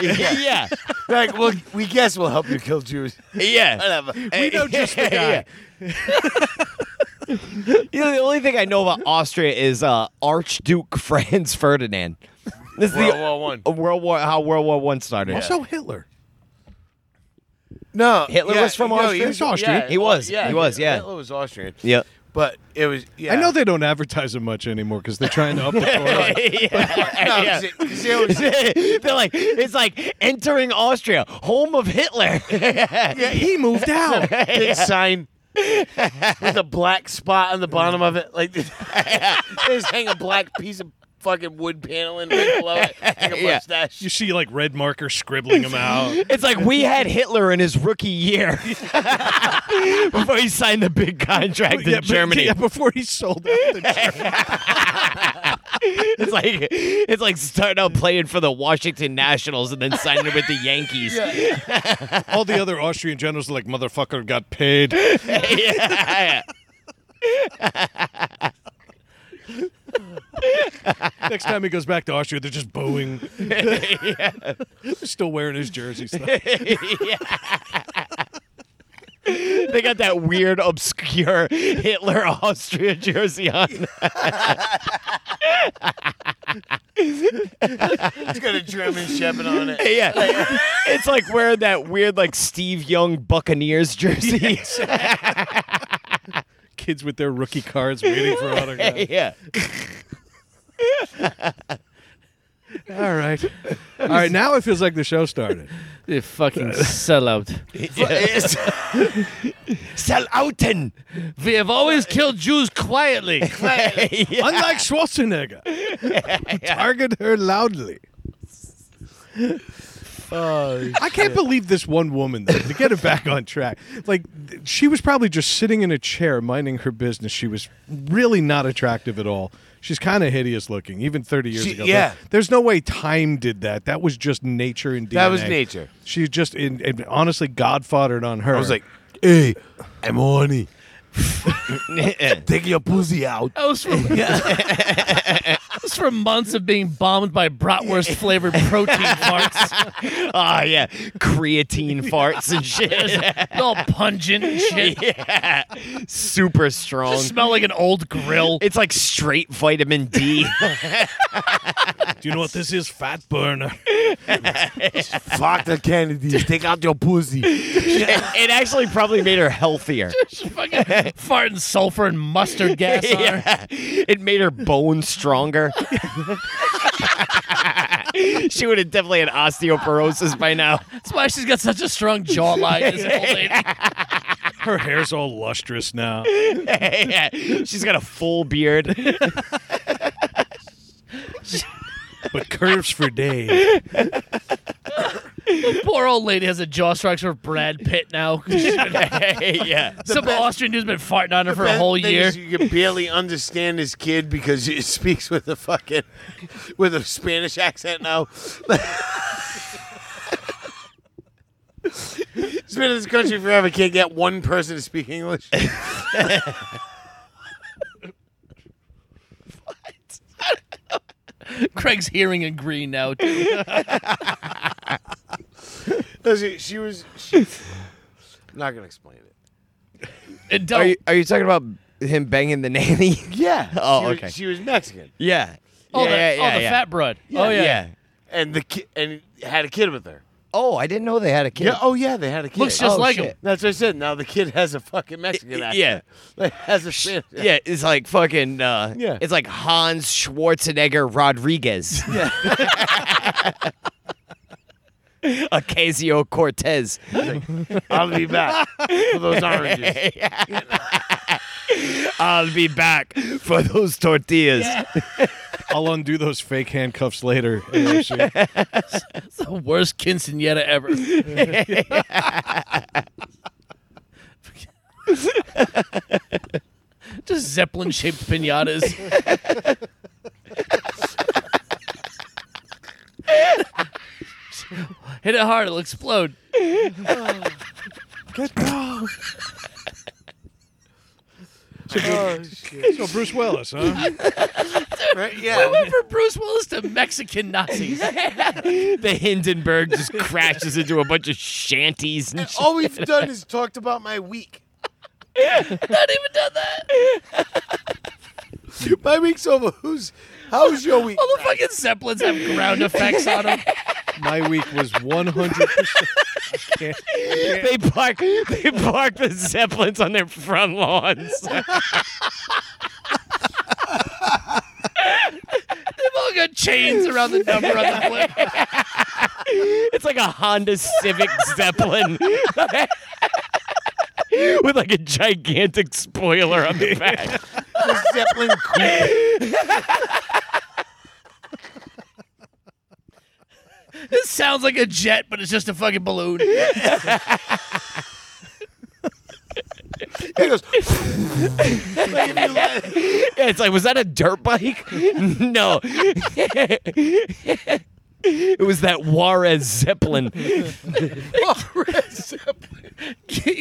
Speaker 2: yeah,
Speaker 1: <laughs> Like, well, we guess we'll help you kill Jews. <laughs>
Speaker 2: yeah.
Speaker 1: Whatever.
Speaker 2: We know just <laughs> the guy. You know, the only thing I know about Austria is uh, Archduke <laughs> Franz Ferdinand. This is
Speaker 1: World
Speaker 2: the
Speaker 1: War One.
Speaker 2: uh, World War how World War One started.
Speaker 3: Also Hitler.
Speaker 1: No,
Speaker 2: Hitler was from Austria? He was
Speaker 3: Austrian.
Speaker 2: He was, he was, yeah.
Speaker 1: Hitler was Austrian.
Speaker 2: Yep.
Speaker 1: But it was. Yeah.
Speaker 3: I know they don't advertise him much anymore because they're trying to up the quota.
Speaker 1: <laughs> <laughs> No,
Speaker 2: yeah.
Speaker 1: 'cause it- 'cause it was-
Speaker 2: <laughs> They're like, it's like entering Austria, home of Hitler. <laughs>
Speaker 3: Yeah, he moved out.
Speaker 1: big sign with a black spot on the bottom of it. Like <laughs> they just hang a black piece of fucking wood paneling right below it. Hang a <laughs>
Speaker 2: Yeah.
Speaker 1: mustache.
Speaker 3: You see, like red marker scribbling him out.
Speaker 2: It's like we had Hitler in his rookie year <laughs> before he signed the big contract in
Speaker 3: Yeah, but-
Speaker 2: Germany.
Speaker 3: yeah, before he sold out. to Germany.
Speaker 2: <laughs> It's like it's like starting out playing for the Washington Nationals and then signing with the Yankees.
Speaker 3: All the other Austrian generals are like, motherfucker got paid.
Speaker 2: Yeah. <laughs>
Speaker 3: Next time he goes back to Austria, they're just booing. They're still wearing his jersey stuff.
Speaker 2: <laughs> They got that weird, obscure Hitler Austria jersey on.
Speaker 1: It's got a German <laughs> shepherd on it.
Speaker 2: yeah. <laughs> It's like wearing that weird, like Steve Young Buccaneers jersey. <laughs>
Speaker 3: Kids with their rookie cards waiting for autographs.
Speaker 2: yeah.
Speaker 3: All right. All right. Now it feels like the show started.
Speaker 4: You fucking sellout.
Speaker 2: Sell outen.
Speaker 4: We have always killed Jews
Speaker 1: <laughs>
Speaker 3: <laughs>
Speaker 4: quietly.
Speaker 3: Unlike
Speaker 1: <laughs>
Speaker 3: Schwarzenegger, target her loudly.
Speaker 1: Oh,
Speaker 3: I can't believe this one woman though, to get her back on track. Like th- she was probably just sitting in a chair minding her business. She was really not attractive at all. She's kind of hideous looking, even thirty years
Speaker 1: She-
Speaker 3: ago.
Speaker 1: yeah.
Speaker 3: There- there's no way time did that. That was just nature and DNA.
Speaker 1: That was nature.
Speaker 3: She just in, and honestly God foddered on her.
Speaker 1: I was like, hey, I'm horny. <laughs> Take your pussy out.
Speaker 4: That was
Speaker 1: <laughs>
Speaker 4: from, <laughs> That was from months of being bombed by bratwurst flavored
Speaker 1: <laughs>
Speaker 4: protein farts.
Speaker 2: Ah, yeah. Creatine farts and shit.
Speaker 4: It's all pungent and shit.
Speaker 2: <laughs> yeah. Super strong.
Speaker 4: Smell like an old grill.
Speaker 2: It's like straight vitamin <laughs> D.
Speaker 3: Do you know what
Speaker 2: <laughs>
Speaker 3: this is? Fat burner.
Speaker 1: Fuck <laughs> the Kennedys. Take out your pussy.
Speaker 2: it, it actually probably made her healthier.
Speaker 4: fucking farting sulfur and mustard gas on her.
Speaker 2: Yeah. It made her bone <laughs> stronger. she would have definitely had osteoporosis by now. <laughs>
Speaker 4: That's why she's got such a strong jawline. This old lady.
Speaker 3: Her hair's all
Speaker 1: <laughs>
Speaker 3: lustrous now.
Speaker 2: Yeah. She's got a full beard.
Speaker 3: but curves for days.
Speaker 4: Poor old lady has a jaw structure of Brad Pitt now. <laughs>
Speaker 2: <laughs> yeah.
Speaker 4: Some Austrian dude's been farting on her <laughs> for a whole
Speaker 1: Thing
Speaker 4: year.
Speaker 1: is You can barely understand this kid because he speaks with a fucking with a Spanish accent now. <laughs> He's been in this country forever. Can't get one person to speak English.
Speaker 4: Craig's hearing in green now. Too.
Speaker 1: No, she, she was. She, I'm not gonna explain it.
Speaker 4: And
Speaker 2: <laughs> Are you,
Speaker 4: don't.
Speaker 2: are you talking about him banging the <laughs> nanny?
Speaker 1: Yeah.
Speaker 2: Oh,
Speaker 1: she was-
Speaker 2: okay.
Speaker 1: she was Mexican
Speaker 2: yeah.
Speaker 4: Oh,
Speaker 2: yeah,
Speaker 4: the,
Speaker 2: yeah, yeah,
Speaker 4: oh, the
Speaker 2: yeah.
Speaker 4: fat broad. oh, yeah.
Speaker 1: and the ki- and had a kid with her.
Speaker 2: Oh, I didn't know they had a kid.
Speaker 1: Yeah. Oh yeah, they had a kid.
Speaker 4: Looks just
Speaker 2: Oh,
Speaker 4: like
Speaker 2: shit.
Speaker 4: him.
Speaker 1: That's what I said. Now the kid has a fucking
Speaker 4: <laughs>
Speaker 1: Mexican accent. <laughs>
Speaker 2: Yeah.
Speaker 1: Like, has a Spanish.
Speaker 2: Yeah, it's like fucking. Uh,
Speaker 1: Yeah.
Speaker 2: it's like Hans Schwarzenegger Rodriguez, <laughs>
Speaker 1: Yeah.
Speaker 2: Ocasio Cortez.
Speaker 1: I'll be back for
Speaker 4: <laughs>
Speaker 1: those oranges.
Speaker 2: <laughs> I'll be back for those tortillas.
Speaker 3: I'll undo those fake handcuffs later. AOC.
Speaker 4: It's the <laughs> worst quinceanera ever. <laughs> Just zeppelin shaped pinatas. <laughs> Hit it hard, it'll explode.
Speaker 1: <laughs> oh, shit.
Speaker 3: <laughs> so Bruce Willis, huh?
Speaker 4: <laughs>
Speaker 1: Right? Yeah.
Speaker 4: Went from Bruce Willis to Mexican Nazis.
Speaker 2: The Hindenburg <laughs> just crashes into a bunch of shanties and shit.
Speaker 1: All we've done is talked about my week. <laughs>
Speaker 4: Not even done that. <laughs>
Speaker 1: My week's over. Who's? How's your week?
Speaker 4: All the fucking zeppelins have ground effects on them.
Speaker 3: My week was 100%.
Speaker 2: They park, they park the zeppelins on their front lawns.
Speaker 4: They've all got chains around the number on the flip.
Speaker 2: It's like a Honda Civic Zeppelin <laughs> with like a gigantic spoiler on the back.
Speaker 1: The Zeppelin coupe.
Speaker 4: It sounds like a jet, but it's just a fucking balloon.
Speaker 1: He goes. Like, if you let-
Speaker 2: Yeah, it's like, was that a dirt bike? <laughs> No. It was that Juarez Zeppelin.
Speaker 4: <laughs> it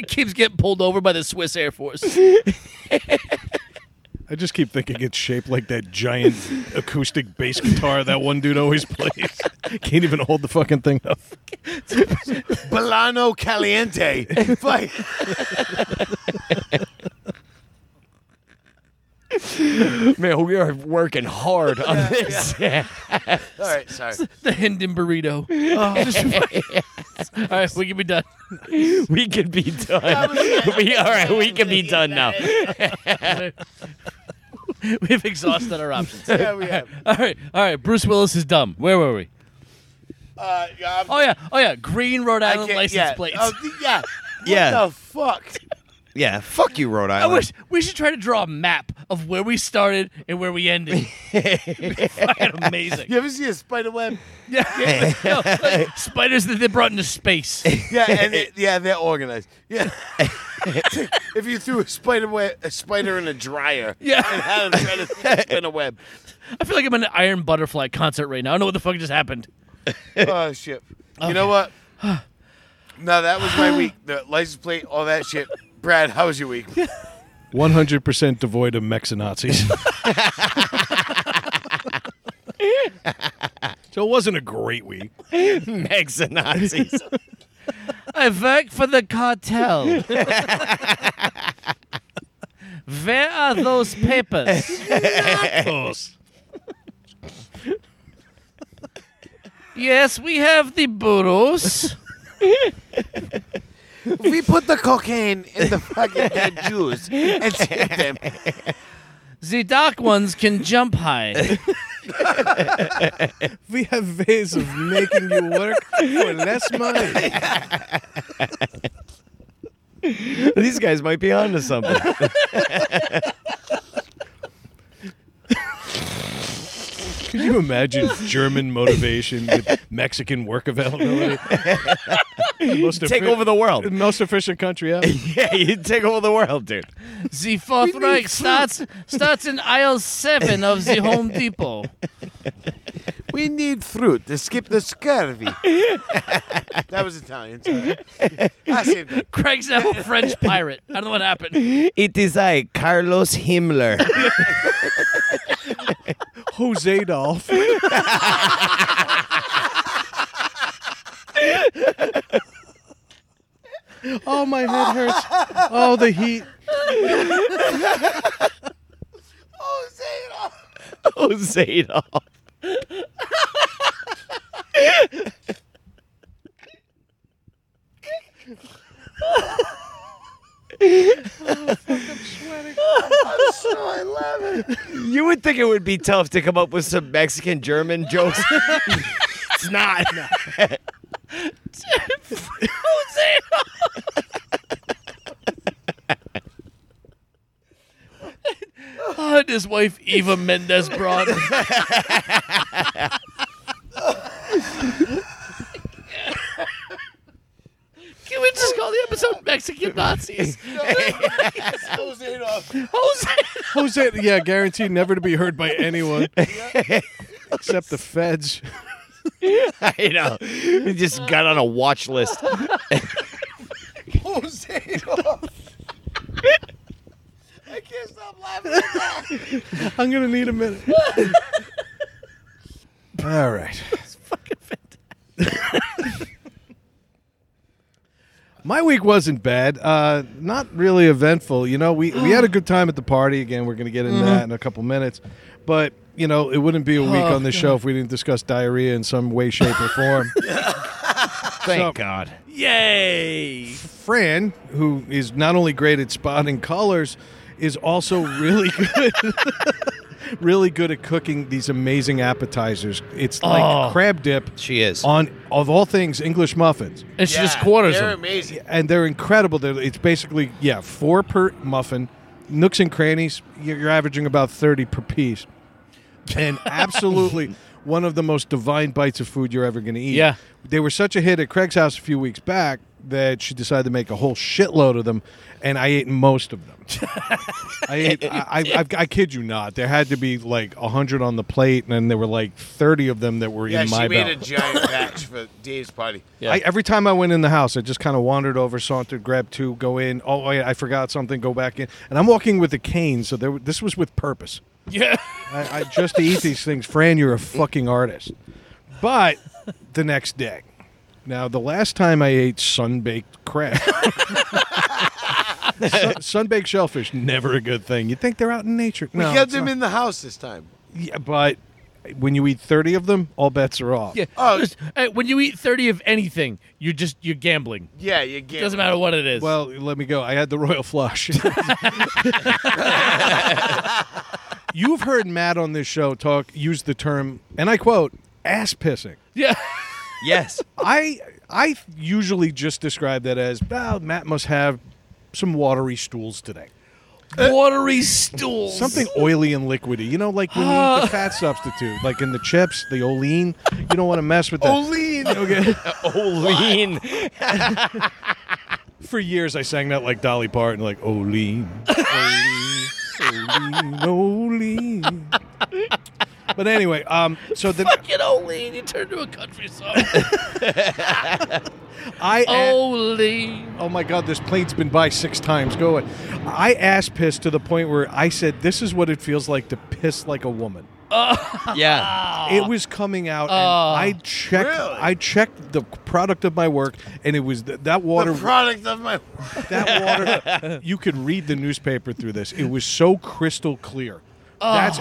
Speaker 4: keeps getting pulled over by the Swiss Air <laughs> Force.
Speaker 3: I just keep thinking it's shaped like that giant acoustic bass guitar that one dude always plays. Can't even hold the fucking thing up.
Speaker 1: Bolano
Speaker 4: <laughs>
Speaker 1: Caliente. Like,
Speaker 2: Man, we are working hard on this.
Speaker 1: all right,
Speaker 4: <laughs>
Speaker 1: sorry.
Speaker 4: The Hinden burrito. <laughs> Oh. All right, we can be done.
Speaker 2: <laughs> We could <laughs> be done. We, all right, we can be done now.
Speaker 4: <laughs> We've exhausted our options.
Speaker 1: yeah, we have.
Speaker 4: <laughs> All right, all right. Bruce Willis is dumb. Where were we?
Speaker 1: Uh, yeah, I'm-
Speaker 4: Oh yeah, oh yeah. Green Rhode
Speaker 1: I
Speaker 4: Island
Speaker 1: can't-
Speaker 4: license
Speaker 1: yeah.
Speaker 4: plates.
Speaker 1: Oh, th-
Speaker 4: <laughs>
Speaker 1: yeah.
Speaker 2: Yeah.
Speaker 1: What the fuck?
Speaker 2: Yeah, fuck you, Rhode
Speaker 4: I
Speaker 2: Island.
Speaker 4: wish we should try to draw a map of where we started and where we ended. <laughs> It'd be fucking amazing.
Speaker 1: You ever see a spider web?
Speaker 4: Yeah. No, like spiders that they brought into <laughs> space.
Speaker 1: Yeah, and it, yeah, they're organized.
Speaker 4: <laughs>
Speaker 1: Yeah. <laughs> if you threw a spider web, a spider in a dryer,
Speaker 4: Yeah.
Speaker 1: and had them try
Speaker 4: <laughs>
Speaker 1: to spin a web.
Speaker 4: I feel like I'm in an Iron Butterfly concert right now. I don't know what the fuck just happened.
Speaker 1: <laughs> Oh shit! You know what? No, that was my week. The license plate, all that shit. Brad, how was your week?
Speaker 3: One hundred percent devoid of <laughs> Mexinazis. so it wasn't a great week.
Speaker 2: <laughs> Megs and <laughs> Nazis.
Speaker 4: I work for the cartel. Where are those papers? Yes, we have the burros.
Speaker 1: we put the cocaine in the fucking dead Jews and scared them.
Speaker 4: The dark ones can jump high.
Speaker 3: We have ways of making you work for less money.
Speaker 2: These guys might be onto something.
Speaker 3: Could you imagine German motivation with Mexican work <laughs> availability? The most
Speaker 2: Take
Speaker 3: effi-
Speaker 2: over the world. <laughs>
Speaker 3: most efficient country ever.
Speaker 2: yeah, you take over the world, dude.
Speaker 4: The Fourth Reich starts starts in aisle seven of the Home Depot.
Speaker 1: We need fruit to skip the scurvy. that was Italian. Sorry. Ah, same thing.
Speaker 4: Craig's now a French pirate. I don't know what happened.
Speaker 2: It is I, Carlos Himmler.
Speaker 3: Jose Dolph. oh, my head hurts. Oh, the heat.
Speaker 1: Oh, say it all.
Speaker 2: Jose Dolph.
Speaker 1: Oh, I love it.
Speaker 2: You would think it would be tough to come up with some Mexican German jokes. <laughs> it's not.
Speaker 4: Oh, and his wife Eva Mendez brought. Can we just call the episode Mexican Nazis?
Speaker 1: Close it off.
Speaker 4: Jose-
Speaker 3: Jose, yeah, guaranteed never to be heard by anyone except the feds.
Speaker 2: I know. We just got on a watch list.
Speaker 1: Jose Adolf. I can't stop laughing. at that.
Speaker 3: I'm going to need a minute. All right. My week wasn't bad. Uh, not really eventful. You know, we, we had a good time at the party. Again, we're going to get into that in a couple minutes. But, you know, it wouldn't be a week
Speaker 4: Oh,
Speaker 3: on the show if we didn't discuss diarrhea in some way, shape, or <laughs> form.
Speaker 2: Thank God.
Speaker 4: Yay!
Speaker 3: Fran, who is not only great at spotting colors, is also really <laughs> good. really good at cooking these amazing appetizers. It's like
Speaker 4: Oh.
Speaker 3: crab dip
Speaker 2: She is.
Speaker 3: on of all things English muffins.
Speaker 4: And she just
Speaker 1: Yeah,
Speaker 4: quarters
Speaker 1: They're
Speaker 4: him.
Speaker 1: amazing.
Speaker 3: And they're incredible. They're, it's basically yeah, four per muffin, nooks and crannies. You're you're averaging about 30 per piece. And absolutely one of the most divine bites of food you're ever going to eat.
Speaker 4: Yeah.
Speaker 3: They were such a hit at Craig's house a few weeks back that she decided to make a whole shitload of them, and I ate most of them. I, ate, I, I, I, I kid you not. There had to be like 100 on the plate, and then there were like 30 of them that were
Speaker 1: Yeah,
Speaker 3: in
Speaker 1: she
Speaker 3: my
Speaker 1: made
Speaker 3: belly.
Speaker 1: a giant batch for Dave's party.
Speaker 4: Yeah.
Speaker 3: I, every time I went in the house, I just kind of wandered over, sauntered, grabbed two, go in. Oh, yeah, I forgot something, go back in. And I'm walking with a cane, so there, this was with purpose.
Speaker 4: Yeah.
Speaker 3: I, I just to eat these things. Fran, you're a fucking artist. But the next day. Now, the last time I ate sunbaked crab, Sun, sunbaked shellfish, never a good thing. You think they're out in nature.
Speaker 1: We
Speaker 3: no,
Speaker 1: kept
Speaker 3: it's
Speaker 1: them
Speaker 3: not.
Speaker 1: in the house this time.
Speaker 3: Yeah, but when you eat 30 of them, all bets are off.
Speaker 4: Yeah.
Speaker 1: Oh.
Speaker 4: <laughs> Just- hey, when you eat 30 of anything, you're just you're gambling.
Speaker 1: Yeah, you get.
Speaker 4: It doesn't matter what it is.
Speaker 3: Well, let me go. I had the royal flush. <laughs> You've heard Matt on this show talk use the term, and I quote, ass pissing.
Speaker 4: Yeah.
Speaker 2: yes.
Speaker 3: I I usually just describe that as, well, Matt must have some watery stools today.
Speaker 4: Uh, Watery stool.
Speaker 3: Something oily and liquidy. You know, like when you eat the fat substitute, like in the chips, the olean. You don't want to mess with that.
Speaker 1: Olean.
Speaker 3: Okay.
Speaker 2: Olean.
Speaker 3: For years, I sang that like Dolly Parton, like Olean, Olean, Olean, Olean. But anyway, um, so the
Speaker 4: <laughs> Fucking Olean. You turned to a country song.
Speaker 3: I oh.
Speaker 4: Olean.
Speaker 3: oh my god, this plane's been by six times. Go away. I ass pissed to the point where I said, "This is what it feels like to piss like a woman."
Speaker 2: Yeah.
Speaker 3: It was coming out, and I checked.
Speaker 1: Really?
Speaker 3: I checked the product of my work, and it was th- that water.
Speaker 1: The product of my. <laughs>
Speaker 3: that water you could read the newspaper through this it was so crystal clear that's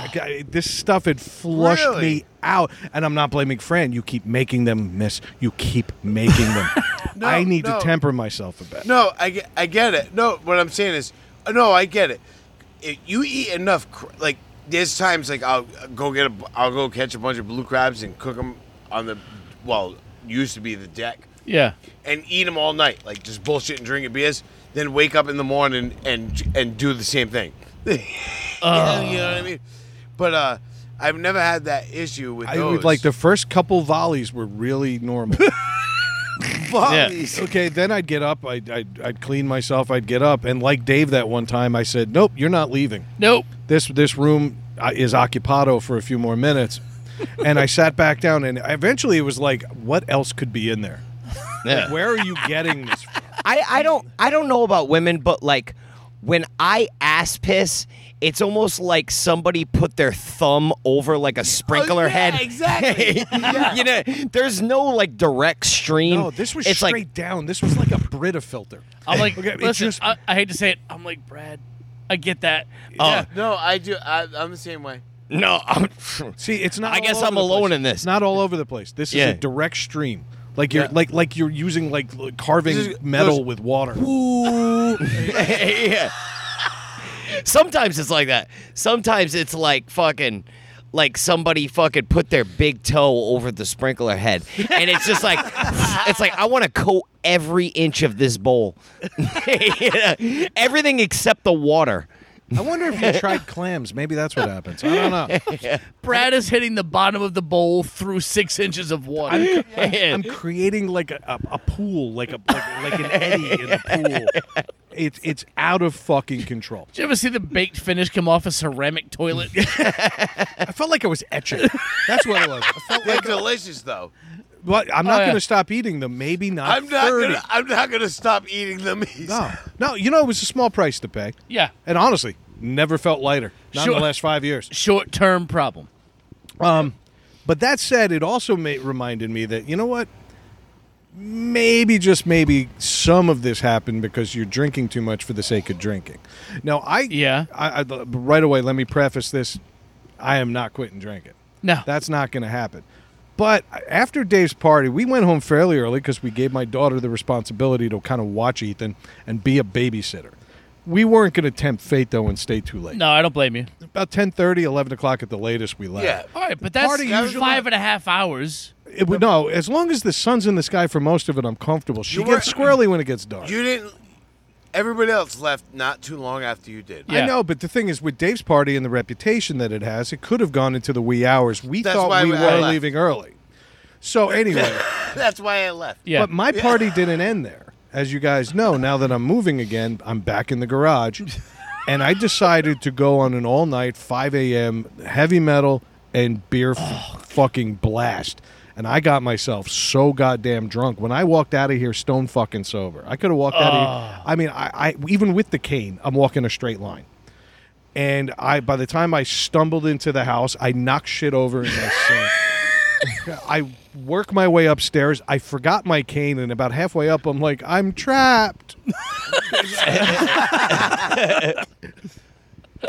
Speaker 3: this stuff had flushed me
Speaker 1: Really?
Speaker 3: out and i'm not blaming fran you keep making them miss you keep making them
Speaker 1: <laughs> No,
Speaker 3: i need
Speaker 1: no.
Speaker 3: to temper myself a bit
Speaker 1: No, I get, I get it. No, what I'm saying is, uh, no, I get it. If you eat enough, cr- like there's times like I'll uh, go get a, I'll go catch a bunch of blue crabs and cook them on the, well, used to be the deck,
Speaker 4: Yeah.
Speaker 1: and eat them all night, like just bullshit and drinking beers. Then wake up in the morning and and do the same thing. <laughs> you, know, you know what I mean? But uh, I've never had that issue with
Speaker 3: I
Speaker 1: those.
Speaker 3: would like the first couple volleys were really normal.
Speaker 1: <laughs>
Speaker 3: <laughs>
Speaker 1: volleys.
Speaker 3: okay, then I'd get up, I'd, I'd, I'd clean myself, I'd get up, and like Dave that one time, I said, "Nope, you're not leaving."
Speaker 4: Nope.
Speaker 3: this this room uh, is occupado for a few more minutes and i sat back down and eventually it was like what else could be in there
Speaker 2: Yeah.
Speaker 3: where are you getting this
Speaker 2: <laughs>
Speaker 3: from?
Speaker 2: I, I don't I don't know about women, but like when I ass piss, it's almost like somebody put their thumb over
Speaker 3: <laughs> Oh,
Speaker 2: like a sprinkler
Speaker 1: yeah,
Speaker 2: head.
Speaker 1: exactly.
Speaker 2: <laughs> you know, there's no like direct stream.
Speaker 3: no Oh, this was
Speaker 2: it's
Speaker 3: straight
Speaker 2: like
Speaker 3: down this was like a brita filter
Speaker 4: I'm like,
Speaker 3: Okay, it
Speaker 4: listen,
Speaker 3: just-
Speaker 4: I, I hate to say it. I'm like, Brad, I get that.
Speaker 2: oh
Speaker 1: No, I do. I, I'm the same way.
Speaker 2: no, I'm, <laughs>
Speaker 3: see it's not
Speaker 2: I
Speaker 3: all
Speaker 2: guess
Speaker 3: over
Speaker 2: I'm
Speaker 3: the
Speaker 2: alone
Speaker 3: place.
Speaker 2: in this.
Speaker 3: it's not all over the place this
Speaker 2: Yeah.
Speaker 3: is a direct stream like you're
Speaker 1: Yeah.
Speaker 3: like like you're using like l- carving
Speaker 1: This is-
Speaker 3: metal
Speaker 1: those-
Speaker 3: with water
Speaker 2: <laughs> yeah. Sometimes it's like that. Sometimes it's like fucking like somebody fucking put their big toe over the sprinkler head. And it's just like <laughs> it's like I want to coat every inch of this bowl. <laughs> Yeah. Everything except the water.
Speaker 3: i wonder
Speaker 2: <laughs>
Speaker 3: if you tried clams maybe that's what happens i don't know
Speaker 4: Brad is hitting the bottom of the bowl through six inches of water.
Speaker 3: I'm creating like a, a, a pool, like a like, like an eddy in a pool. It's it's out of fucking control.
Speaker 4: Did you ever see the baked finish come off a ceramic toilet?
Speaker 3: I felt like I was etching. That's what it was. I felt
Speaker 1: They're
Speaker 3: like,
Speaker 1: delicious though.
Speaker 3: but I'm not
Speaker 4: yeah.
Speaker 3: going to stop eating them. Maybe not.
Speaker 1: I'm not
Speaker 3: 30.
Speaker 1: gonna. I'm not gonna stop eating them.
Speaker 3: No, no. You know, it was a small price to pay,
Speaker 4: yeah.
Speaker 3: and honestly, never felt lighter. Not in
Speaker 4: Sure.
Speaker 3: the last five years.
Speaker 4: Short term problem.
Speaker 3: But that said, it also ma- reminded me that you know what? Maybe just maybe some of this happened because you're drinking too much for the sake of drinking. Now I
Speaker 4: Yeah.
Speaker 3: I, I right away. Let me preface this: I am not quitting drinking.
Speaker 4: No.
Speaker 3: That's not going to happen. But after Dave's party, we went home fairly early because we gave my daughter the responsibility to kind of watch Ethan and be a babysitter. We weren't going to tempt fate though and stay too late.
Speaker 4: no, I don't blame you.
Speaker 3: About 10:30, 11 o'clock at the latest, we left.
Speaker 1: Yeah.
Speaker 4: All right, but that's
Speaker 3: party usually-
Speaker 4: five and a half hours.
Speaker 3: It would, no, as long as the sun's in the sky for most of it, I'm comfortable. She
Speaker 1: You
Speaker 3: gets
Speaker 1: were-
Speaker 3: squirrely when it gets dark.
Speaker 1: You didn't. Everybody else left not too long after you did.
Speaker 4: Yeah.
Speaker 3: I know, but the thing is, with Dave's party and the reputation that it has, it could have gone into the wee hours. We
Speaker 1: That's
Speaker 3: thought
Speaker 1: why
Speaker 3: we
Speaker 1: I
Speaker 3: were
Speaker 1: left.
Speaker 3: leaving early.
Speaker 1: <laughs>
Speaker 3: So anyway,
Speaker 1: That's why I left.
Speaker 4: Yeah.
Speaker 3: but my party didn't end there, as you guys know. Now that I'm moving again, I'm back in the garage, and I decided to go on an all-night 5 a.m. heavy metal and beer f- fucking blast. And I got myself so goddamn drunk when I walked out of here stone fucking sober. I could have walked out of here. I mean, I, I even with the cane, I'm walking a straight line. And I, by the time I stumbled into the house, I knocked shit over in my sink. I work my way upstairs. I forgot my cane, and about halfway up, I'm like, I'm trapped.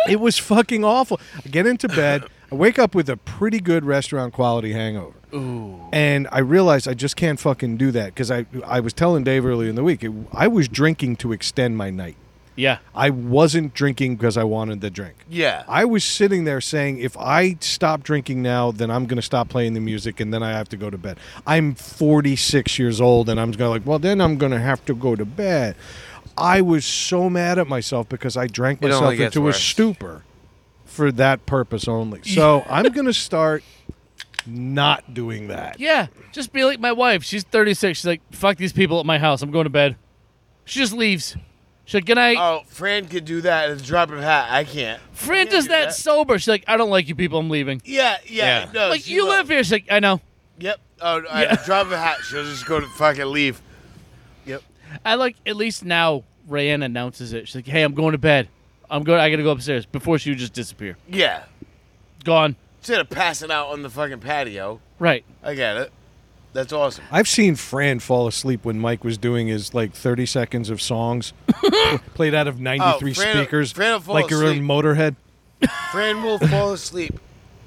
Speaker 3: it was fucking awful. I get into bed. I wake up with a pretty good restaurant quality hangover. Ooh. And I realized I just can't fucking do that because I, I was telling Dave earlier in the week, it, I was drinking to extend my night.
Speaker 4: Yeah.
Speaker 3: I wasn't drinking because I wanted the drink.
Speaker 1: Yeah.
Speaker 3: I was sitting there saying, if I stop drinking now, then I'm going to stop playing the music and then I have to go to bed. I'm 46 years old and I'm going like, well, then I'm going to have to go to bed. I was so mad at myself because I drank
Speaker 1: only
Speaker 3: myself
Speaker 1: gets
Speaker 3: into
Speaker 1: worse.
Speaker 3: a stupor for that
Speaker 1: <laughs>
Speaker 3: purpose only. So I'm going to start not doing that.
Speaker 4: Yeah. Just be like my wife. She's 36. She's like, fuck these people at my house. I'm going to bed. She just leaves. She's like, good night.
Speaker 1: Oh, Fran could do that at the drop of a hat. I can't.
Speaker 4: Fran
Speaker 1: can't
Speaker 4: does
Speaker 1: do
Speaker 4: that,
Speaker 1: that.
Speaker 4: sober. She's like, I don't like you people. I'm leaving.
Speaker 1: Yeah, yeah.
Speaker 2: Yeah.
Speaker 1: No,
Speaker 4: like,
Speaker 1: she
Speaker 4: you
Speaker 1: will.
Speaker 4: live here. She's like, I know.
Speaker 1: Yep. Oh, no,
Speaker 4: Yeah.
Speaker 1: at the drop of a hat, she'll just go to fucking leave. Yep.
Speaker 4: I like, at least now, Rayanne announces it. She's like, hey, I'm going to bed. I'm going. I got to go upstairs. Before she would just disappear.
Speaker 1: Yeah.
Speaker 4: Gone.
Speaker 1: Instead of passing out on the fucking patio, <laughs>
Speaker 4: Right.
Speaker 1: I get it. That's awesome.
Speaker 3: I've seen Fran fall asleep when Mike was doing his like 30 seconds
Speaker 1: <coughs>
Speaker 3: of songs played out of 93
Speaker 1: Oh, Fran-
Speaker 3: speakers
Speaker 1: Fran will fall
Speaker 3: like your own
Speaker 1: asleep.
Speaker 3: Motorhead.
Speaker 1: Fran will fall asleep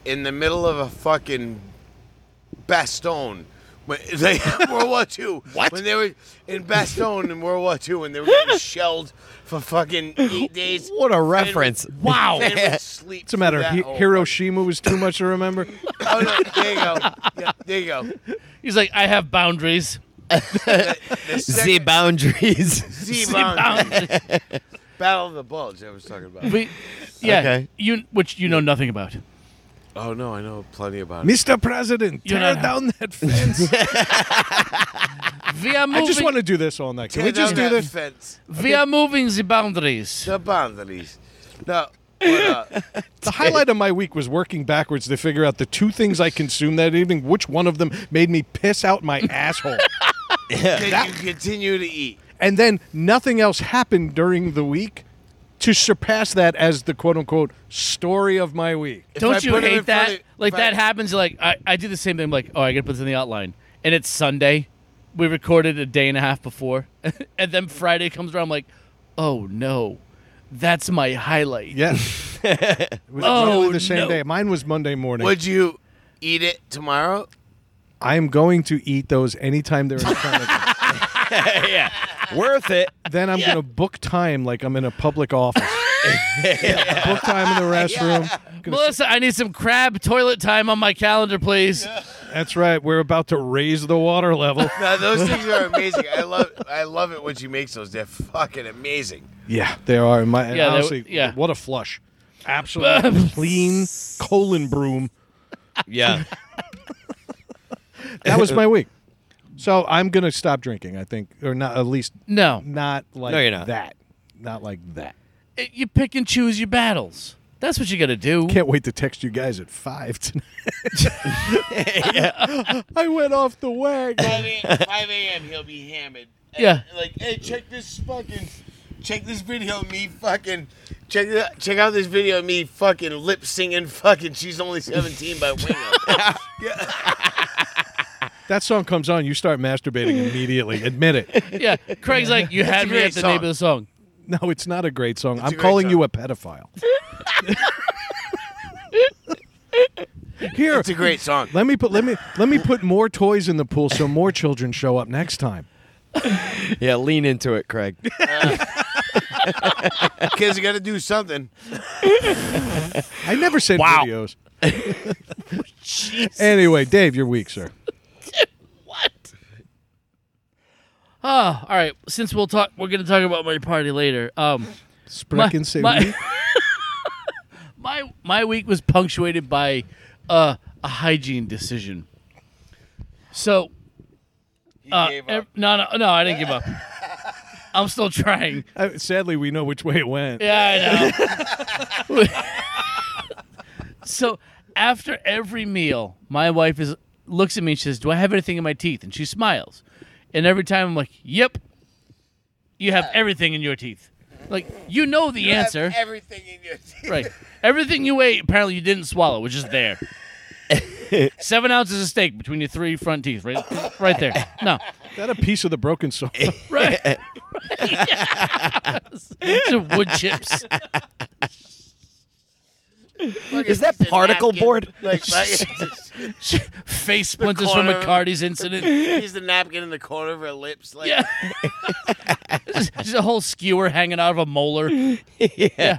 Speaker 1: in the middle of a fucking Bastogne. When, <laughs> like, World War II.
Speaker 2: What?
Speaker 1: When they were in Bastogne in World War II, when they were <laughs> getting shelled for fucking eight days.
Speaker 2: What a reference. Wow.
Speaker 1: Fran would sleep
Speaker 3: It's a matter.
Speaker 1: through that
Speaker 3: Hi-
Speaker 1: whole
Speaker 3: Hiroshima was too much
Speaker 1: <laughs>
Speaker 3: to remember.
Speaker 1: fucking- Oh no! There you go. Yeah, there you go.
Speaker 4: He's like, I have boundaries.
Speaker 1: <laughs> The
Speaker 2: <laughs> The
Speaker 1: second-
Speaker 2: boundaries.
Speaker 1: Z-Bound. <laughs> Battle of the Bulge. I was talking about.
Speaker 4: But, yeah.
Speaker 2: Okay.
Speaker 4: You, which you know nothing about.
Speaker 1: Oh no, I know plenty about it.
Speaker 3: Mr. President,
Speaker 4: You're
Speaker 3: tear
Speaker 4: not-
Speaker 3: down that fence.
Speaker 4: We are moving,
Speaker 3: I just want to do this all night. Can
Speaker 1: Tear
Speaker 3: we just do
Speaker 1: down that
Speaker 3: this?
Speaker 1: fence.
Speaker 4: we are moving the boundaries.
Speaker 1: The boundaries. No. but, <laughs> uh,
Speaker 3: The highlight of my week was working backwards to figure out the two things I consumed that evening, which one of them made me piss
Speaker 1: <laughs>
Speaker 3: out my asshole.
Speaker 1: did you continue to eat?
Speaker 3: And then nothing else happened during the week to surpass that as the quote unquote story of my week.
Speaker 1: If I
Speaker 4: Don't you
Speaker 1: put it in
Speaker 4: hate
Speaker 1: front
Speaker 4: that?
Speaker 1: of-
Speaker 4: like
Speaker 1: if
Speaker 4: that
Speaker 1: I-
Speaker 4: happens. Like I, I do the same thing. Like oh, I gotta put this in the outline, and it's Sunday. We recorded a day and a half before, <laughs> and then Friday comes around. I'm like, oh no, that's my highlight.
Speaker 3: Yeah. it was
Speaker 4: <laughs> Oh,
Speaker 3: literally the same
Speaker 4: no.
Speaker 3: day. Mine was Monday morning.
Speaker 1: Would you eat it tomorrow?
Speaker 3: I am going to eat those anytime they're in front of me.
Speaker 2: yeah. Worth it.
Speaker 3: then I'm gonna book time like I'm in a
Speaker 2: <laughs>
Speaker 3: public office. Book time in the restroom. Gonna-
Speaker 4: Melissa, I need some crab toilet time on my calendar, please.
Speaker 3: That's right. We're about to raise the water level.
Speaker 1: No, those things are amazing. I love I love it when she makes those. They're fucking amazing.
Speaker 3: yeah, they are. My and
Speaker 4: Yeah, they-
Speaker 3: honestly,
Speaker 4: yeah.
Speaker 3: what a flush! Absolutely <laughs> clean colon broom.
Speaker 2: Yeah.
Speaker 3: That was my week. So I'm gonna stop drinking. I think, or not at least
Speaker 4: No,
Speaker 3: not like
Speaker 2: No, you're not.
Speaker 3: that. Not like that.
Speaker 4: It- Eh, you pick and choose your battles. That's what you gotta do.
Speaker 3: Can't wait to text you guys at five
Speaker 2: <laughs>
Speaker 3: tonight. <laughs> I went off the wagon.
Speaker 1: 5 a.m. 5 a.m. He'll be hammered. And,
Speaker 4: Yeah.
Speaker 1: Like, hey, check this fucking, check this video of me fucking, check it out- check out this video of me fucking lip singing fucking. She's only 17 by <laughs> Wingo.
Speaker 3: That song comes on, you start masturbating immediately. Admit it.
Speaker 4: Yeah, Craig's like, you had me
Speaker 1: great
Speaker 4: at the
Speaker 1: song.
Speaker 4: name of the song.
Speaker 3: <laughs> No, it's not a great song. I'm
Speaker 1: great
Speaker 3: calling
Speaker 1: song.
Speaker 3: you a pedophile. Here,
Speaker 1: it's a great song.
Speaker 3: let me put let me let me put more toys in the pool so more children show up next time.
Speaker 2: Yeah, lean into it, Craig.
Speaker 1: Kids got to do something.
Speaker 3: I never said
Speaker 2: Wow.
Speaker 3: videos. Anyway, Dave, your week, sir.
Speaker 4: What? Oh, all right. Since we'll talk, we're gonna talk about my party later. Um,
Speaker 3: Sprecken say
Speaker 4: my, <laughs> my my week was punctuated by uh, a hygiene decision. So
Speaker 1: He
Speaker 4: uh,
Speaker 1: gave
Speaker 4: ev-
Speaker 1: up.
Speaker 4: no, no, no, I didn't
Speaker 1: <laughs>
Speaker 4: give up. I'm still trying.
Speaker 3: Uh, sadly, we know which way it went.
Speaker 4: Yeah, I know.
Speaker 1: <laughs>
Speaker 4: so after every meal, my wife is looks at me and she says, "Do I have anything in my teeth?" And she smiles. And every time I'm like, "Yep, you have everything in your teeth." Like you know the
Speaker 1: You have
Speaker 4: answer,
Speaker 1: everything in your <laughs> teeth.
Speaker 4: right? Everything you ate, apparently you didn't swallow, which is
Speaker 1: <laughs>
Speaker 4: there. Seven ounces of steak between your three front teeth, right, right there. No,
Speaker 3: Is that a piece of the broken <laughs> song?
Speaker 4: right.
Speaker 1: <laughs>
Speaker 4: right. <laughs> It's a wood chips.
Speaker 1: Look, it's
Speaker 2: Is that
Speaker 1: just a
Speaker 2: particle
Speaker 1: napkin.
Speaker 2: board?
Speaker 4: <laughs>
Speaker 1: Like, <laughs> like, it's just-
Speaker 4: Face splinters from
Speaker 1: corner.
Speaker 4: McCarty's
Speaker 1: <laughs>
Speaker 4: incident.
Speaker 1: He's the napkin in the corner of her lips. Like,
Speaker 4: Yeah. Just a whole skewer hanging out of a molar. Yeah.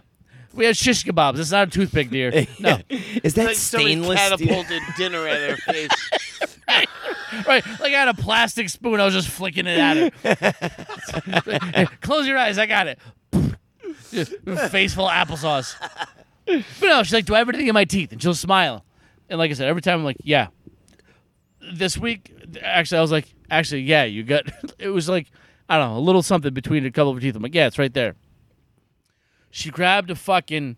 Speaker 4: We had shish kebabs. It's not a toothpick, dear. No.
Speaker 2: Is that
Speaker 1: like
Speaker 2: stainless
Speaker 1: somebody
Speaker 2: steel?
Speaker 1: catapulted dinner at her face.
Speaker 2: <laughs>
Speaker 4: Right. Like I had a plastic spoon. I was just flicking it at her. Close your eyes. I got it. Just Face full of applesauce. But no, she's like, do I have anything in my teeth? And she'll smile. And like I said, every time I'm like, yeah. This week, actually, I was like, actually, yeah, you got. <laughs> It was like, I don't know, a little something between a couple of her teeth. I'm like, yeah, it's right there. She grabbed a fucking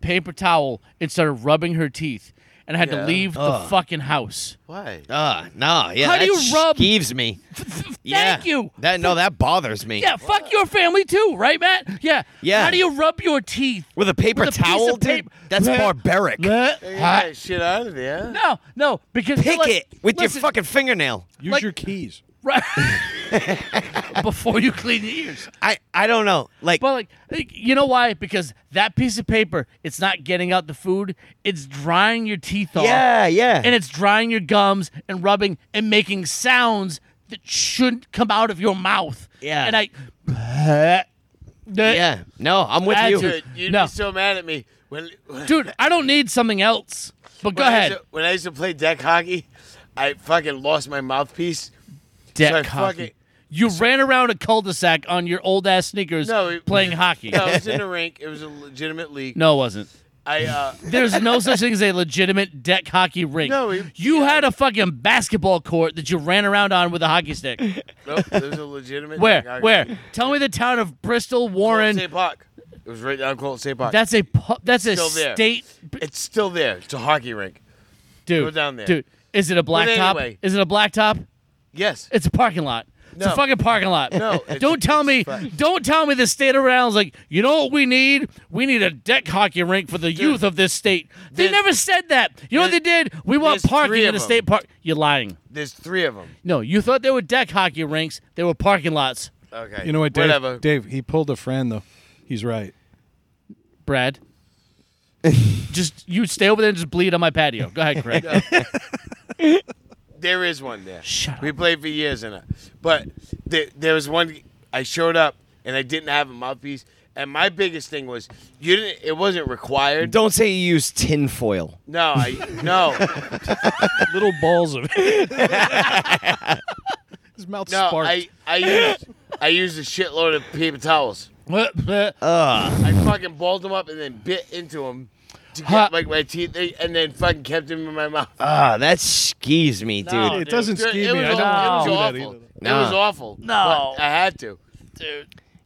Speaker 4: paper towel and started rubbing her teeth, and I had
Speaker 1: Yeah.
Speaker 4: to leave the
Speaker 2: Ugh.
Speaker 4: fucking house.
Speaker 1: Why?
Speaker 2: Ah, no, yeah.
Speaker 4: How
Speaker 2: that
Speaker 4: do you rub-
Speaker 2: skeeves me.
Speaker 4: <laughs> Thank
Speaker 2: Yeah.
Speaker 4: you.
Speaker 2: That no, that bothers me.
Speaker 4: Yeah, fuck your family too, right, Matt? Yeah.
Speaker 2: Yeah.
Speaker 4: How do you rub your teeth?
Speaker 2: With a paper
Speaker 4: With a piece
Speaker 2: towel,
Speaker 4: of
Speaker 2: dude?
Speaker 4: paper-
Speaker 2: That's barbaric.
Speaker 1: Get
Speaker 4: Hi.
Speaker 1: that shit out of there.
Speaker 4: No, no, because
Speaker 2: Pick
Speaker 4: like,
Speaker 2: it with
Speaker 4: listen,
Speaker 2: your fucking fingernail.
Speaker 3: Use
Speaker 4: Like-
Speaker 3: your keys.
Speaker 4: right
Speaker 2: <laughs>
Speaker 4: before you clean your ears.
Speaker 2: I I don't know. Like
Speaker 4: But like, like, you know why? Because that piece of paper, it's not getting out the food; it's drying your teeth off,
Speaker 2: yeah, yeah.
Speaker 4: and it's drying your gums and rubbing and making sounds that shouldn't come out of your mouth.
Speaker 2: Yeah.
Speaker 4: and I.
Speaker 2: yeah. No, I'm with
Speaker 4: Add
Speaker 2: you.
Speaker 4: to
Speaker 1: Dude, you'd
Speaker 4: No.
Speaker 1: be so mad at me. When, when
Speaker 4: dude, I don't need something else. But go
Speaker 1: I
Speaker 4: ahead.
Speaker 1: used to- when I used to play deck hockey, I fucking lost my mouthpiece.
Speaker 4: deck
Speaker 1: So I
Speaker 4: hockey.
Speaker 1: fucking-
Speaker 4: you ran around a cul-de-sac on your old ass sneakers
Speaker 1: No, it-
Speaker 4: playing hockey.
Speaker 1: No, it was
Speaker 4: <laughs>
Speaker 1: in the rink. It was a legitimate league.
Speaker 4: No, it wasn't.
Speaker 1: I uh,
Speaker 4: There's no such thing as a legitimate deck hockey rink.
Speaker 1: No, it-
Speaker 4: you had a fucking basketball court that you ran around on with a
Speaker 1: <laughs>
Speaker 4: hockey stick.
Speaker 1: nope, it
Speaker 4: <laughs>
Speaker 1: was a legitimate. deck
Speaker 4: Where?
Speaker 1: hockey.
Speaker 4: Where? Tell me the town of Bristol Warren.
Speaker 1: State Park. It was right down Colton State Park.
Speaker 4: That's a pu- that's a
Speaker 1: Still there.
Speaker 4: state
Speaker 1: it's still there. It's a hockey rink.
Speaker 4: dude.
Speaker 1: Go down there.
Speaker 4: Dude, is it a blacktop?
Speaker 1: anyway.
Speaker 4: Is it a blacktop?
Speaker 1: Yes.
Speaker 4: It's a parking lot. It's a
Speaker 1: No.
Speaker 4: fucking parking lot.
Speaker 1: No, it's-
Speaker 4: don't tell
Speaker 1: it's
Speaker 4: me.
Speaker 1: fine.
Speaker 4: Don't tell me the state of Rhode Island's like. You know what we need? We need a deck hockey rink for the youth of this state. They
Speaker 1: there's-
Speaker 4: never said that. You know what they did? We want
Speaker 1: there's
Speaker 4: parking
Speaker 1: three
Speaker 4: in
Speaker 1: of
Speaker 4: a
Speaker 1: them.
Speaker 4: state park. You're lying.
Speaker 1: There's three of them.
Speaker 4: No, you thought they were deck hockey rinks. They were parking lots.
Speaker 1: Okay.
Speaker 3: You know what, Dave?
Speaker 1: Whatever.
Speaker 3: Dave, he pulled a friend though. He's right.
Speaker 4: Brad, just you stay over there and just bleed on my patio. Go ahead, Craig.
Speaker 1: There is one there.
Speaker 4: Shut
Speaker 1: We played for years in it. But there, there was one. I showed up and I didn't have a mouthpiece. And my biggest thing was you didn't. It wasn't required.
Speaker 2: Don't say you use tinfoil.
Speaker 1: No, I
Speaker 3: <laughs>
Speaker 1: no
Speaker 3: Little balls
Speaker 4: <laughs>
Speaker 3: of it. His mouth
Speaker 1: no.
Speaker 3: sparked.
Speaker 1: I I used I used a shitload of paper towels.
Speaker 4: Up.
Speaker 1: I fucking balled them up and then bit into them to get
Speaker 4: Huh.
Speaker 1: like my teeth, they- and then fucking kept them in my mouth.
Speaker 2: Ah, that skeeves me, dude.
Speaker 4: No.
Speaker 3: it doesn't
Speaker 1: Dude,
Speaker 3: ski
Speaker 1: It
Speaker 3: me.
Speaker 1: was,
Speaker 3: I don't
Speaker 1: aw- it
Speaker 3: want to do
Speaker 1: was
Speaker 3: that
Speaker 1: awful.
Speaker 3: either.
Speaker 1: It
Speaker 2: No.
Speaker 1: was awful.
Speaker 4: No.
Speaker 1: but I had to.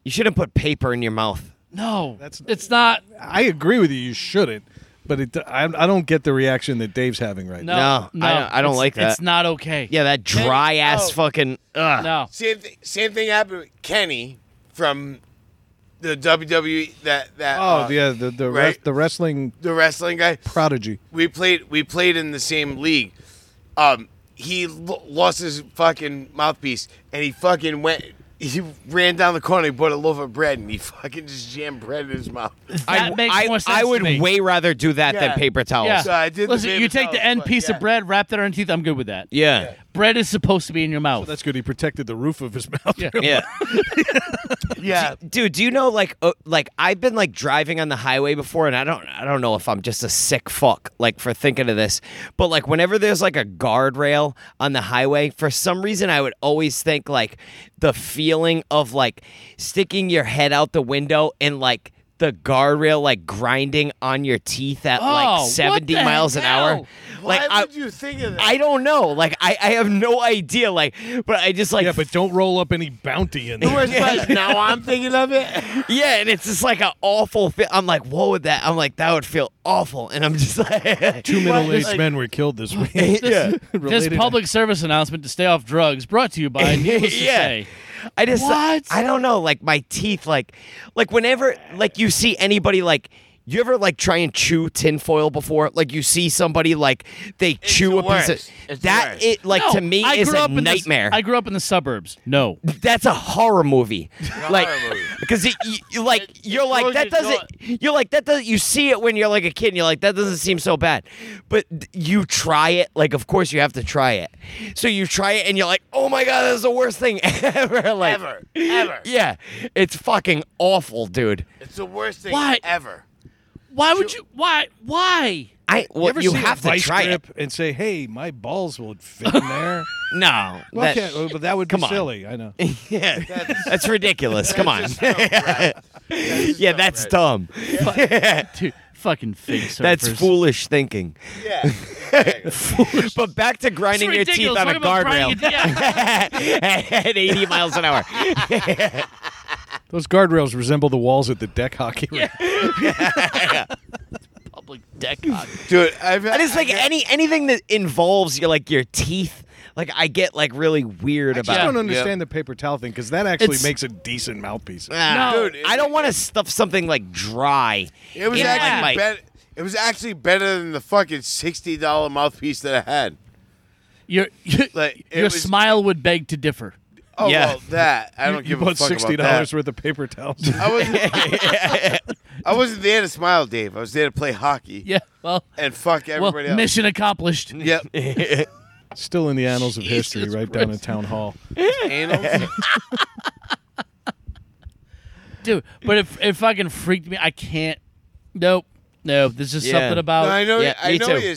Speaker 2: You shouldn't put paper in your mouth.
Speaker 4: no,
Speaker 3: That's-
Speaker 4: it's not.
Speaker 3: I agree with you. You shouldn't. But it, I, I don't get the reaction that Dave's having right
Speaker 4: No,
Speaker 2: No, I don't- I don't
Speaker 4: it's-
Speaker 2: like that.
Speaker 4: It's not okay.
Speaker 2: Yeah, that dry ass
Speaker 1: oh.
Speaker 2: fucking. Ugh.
Speaker 4: No.
Speaker 1: Same thing. Same thing happened with Kenny from the WWE. That that.
Speaker 3: now.
Speaker 1: uh,
Speaker 3: Oh yeah, the the,
Speaker 1: right.
Speaker 3: res- the wrestling
Speaker 1: the wrestling guy.
Speaker 3: prodigy.
Speaker 1: We played. We played in the same league. Um, he lo- lost his fucking mouthpiece, and he fucking went. He ran down the corner. He bought a loaf of bread, and he fucking just jammed bread in his
Speaker 2: <laughs>
Speaker 1: mouth.
Speaker 4: That
Speaker 2: I,
Speaker 4: makes
Speaker 2: I,
Speaker 4: more sense
Speaker 2: I would
Speaker 4: to me.
Speaker 2: way rather do that
Speaker 1: Yeah.
Speaker 2: than paper towels.
Speaker 4: Yeah.
Speaker 1: So I did the
Speaker 4: Listen,
Speaker 1: baby
Speaker 4: you take the
Speaker 1: towels,
Speaker 4: end
Speaker 1: but
Speaker 4: piece
Speaker 1: yeah.
Speaker 4: of bread, wrap that on your teeth. I'm good with that.
Speaker 2: Yeah.
Speaker 4: Bread is supposed to be in your mouth.
Speaker 3: That's good. He protected the roof of his <laughs> mouth.
Speaker 4: Yeah.
Speaker 2: Yeah.
Speaker 1: Yeah,
Speaker 2: Uh, Dude, do you know like uh, like I've been like driving on the highway before and I don't I don't know if I'm just a sick fuck like for thinking of this. But like whenever there's like a guardrail on the highway, for some reason I would always think like the feeling of like sticking your head out the window and like the guardrail like grinding on your teeth at
Speaker 4: Oh, what
Speaker 2: like 70
Speaker 4: the
Speaker 2: miles an hour.
Speaker 4: hell?
Speaker 1: <laughs> Why
Speaker 2: Like I,
Speaker 1: would you think of that?
Speaker 2: I don't know. Like I, I have no idea. Like but I just like <laughs>
Speaker 3: Yeah, but don't roll up any bounty in there.
Speaker 1: <laughs> Where's Buzz? now I'm thinking of
Speaker 2: <laughs>
Speaker 1: it.
Speaker 2: Yeah, and it's just like an awful. Fi- I'm like, what would that? I'm like, that would feel awful. And I'm just <laughs> like,
Speaker 3: Two middle-aged
Speaker 1: like-
Speaker 3: men were killed this week.
Speaker 2: yeah,
Speaker 4: <laughs> <laughs> this
Speaker 3: <laughs> Related-
Speaker 4: public service announcement to stay off drugs brought to
Speaker 2: <laughs>
Speaker 4: you by Needless to
Speaker 2: Yeah.
Speaker 4: Say.
Speaker 2: I just,
Speaker 4: What?
Speaker 2: I don't know. Like my teeth, like, like whenever, like you see anybody like You ever like try and chew tinfoil before? Like you see somebody like they chew
Speaker 1: the
Speaker 2: a piece
Speaker 1: worst.
Speaker 2: of
Speaker 1: It's the
Speaker 2: that.
Speaker 1: worst.
Speaker 2: It like
Speaker 4: No,
Speaker 2: to me
Speaker 4: I
Speaker 2: is
Speaker 4: grew
Speaker 2: a
Speaker 4: up in the-
Speaker 2: nightmare.
Speaker 4: I grew up in the suburbs. No.
Speaker 2: That's a horror movie. like
Speaker 1: horror movie.
Speaker 2: because it, you, you like
Speaker 1: It- it
Speaker 2: you're like
Speaker 1: throws
Speaker 2: that
Speaker 1: you
Speaker 2: doesn't you're like that doesn't you see it when you're like a kid and you're like that doesn't seem so bad. But th- you try it like of course you have to try it. So you try it and you're like, "Oh my god, that's the worst thing <laughs> ever." like
Speaker 1: Ever. Ever.
Speaker 2: Yeah. It's fucking awful, dude.
Speaker 1: It's the worst thing
Speaker 4: Why?
Speaker 2: <laughs>
Speaker 1: ever.
Speaker 4: Why would you? Why? Why?
Speaker 2: I well,
Speaker 3: ever
Speaker 2: you,
Speaker 3: see a
Speaker 2: have to
Speaker 3: vice
Speaker 2: try
Speaker 3: grip
Speaker 2: it.
Speaker 3: and say, "Hey, my balls will fit in there."
Speaker 2: No.
Speaker 3: well,
Speaker 2: that-
Speaker 3: okay, well, but that would
Speaker 2: come
Speaker 3: be
Speaker 2: on.
Speaker 3: silly. I know.
Speaker 2: <laughs> yeah. That's, ridiculous. Come on.
Speaker 1: That's
Speaker 2: <laughs>
Speaker 1: just dumb, right? That's just
Speaker 2: yeah,
Speaker 1: dumb,
Speaker 2: that's
Speaker 1: right?
Speaker 2: dumb.
Speaker 4: Dude, fucking fake
Speaker 2: <laughs>
Speaker 4: surfers.
Speaker 2: That's foolish thinking.
Speaker 1: Yeah. exactly.
Speaker 2: But back to
Speaker 4: It's
Speaker 2: grinding your teeth
Speaker 4: ridiculous.
Speaker 2: on a
Speaker 4: Talking about grinding
Speaker 2: guardrail
Speaker 4: your- yeah.
Speaker 2: <laughs> at 80 miles an hour.
Speaker 3: Those guardrails resemble the walls at the deck hockey rink.
Speaker 4: Public deck.
Speaker 2: <laughs>
Speaker 4: hockey.
Speaker 1: Dude, I've,
Speaker 2: I just like
Speaker 1: I've-
Speaker 2: any anything that involves your like your teeth. Like I get like really weird
Speaker 3: I
Speaker 2: about.
Speaker 3: just don't
Speaker 2: it.
Speaker 3: understand the paper towel thing because that actually
Speaker 4: It's-
Speaker 3: makes a decent mouthpiece.
Speaker 2: Ah,
Speaker 4: No.
Speaker 1: Dude,
Speaker 2: I don't want to stuff something like dry.
Speaker 1: It was
Speaker 2: in, like,
Speaker 1: actually
Speaker 2: my-
Speaker 1: better. It was actually better than the fucking sixty dollar mouthpiece that I had.
Speaker 4: Your your,
Speaker 1: Like, it
Speaker 4: your
Speaker 1: was-
Speaker 4: smile would beg to differ.
Speaker 1: Oh
Speaker 2: Yeah.
Speaker 1: well, that I don't
Speaker 3: you
Speaker 1: give a
Speaker 3: bought
Speaker 1: fuck
Speaker 3: sixty
Speaker 1: about
Speaker 3: dollars
Speaker 1: that. Oh,
Speaker 3: worth of
Speaker 1: <laughs>
Speaker 3: paper towels.
Speaker 1: I wasn't. I wasn't there to smile, Dave. I was there to play hockey
Speaker 4: Yeah. Well.
Speaker 1: and fuck
Speaker 4: Well,
Speaker 1: everybody else.
Speaker 4: mission accomplished.
Speaker 1: Yep.
Speaker 3: Still in the annals of history,
Speaker 4: Jesus
Speaker 3: right down in town hall.
Speaker 1: Anals?
Speaker 4: Dude, but it, it fucking freaked me. I can't. Nope. No, there's just
Speaker 2: Yeah.
Speaker 4: something about.
Speaker 1: No, I know.
Speaker 2: Yeah,
Speaker 1: I
Speaker 2: me
Speaker 1: know.
Speaker 2: too.
Speaker 1: What you're,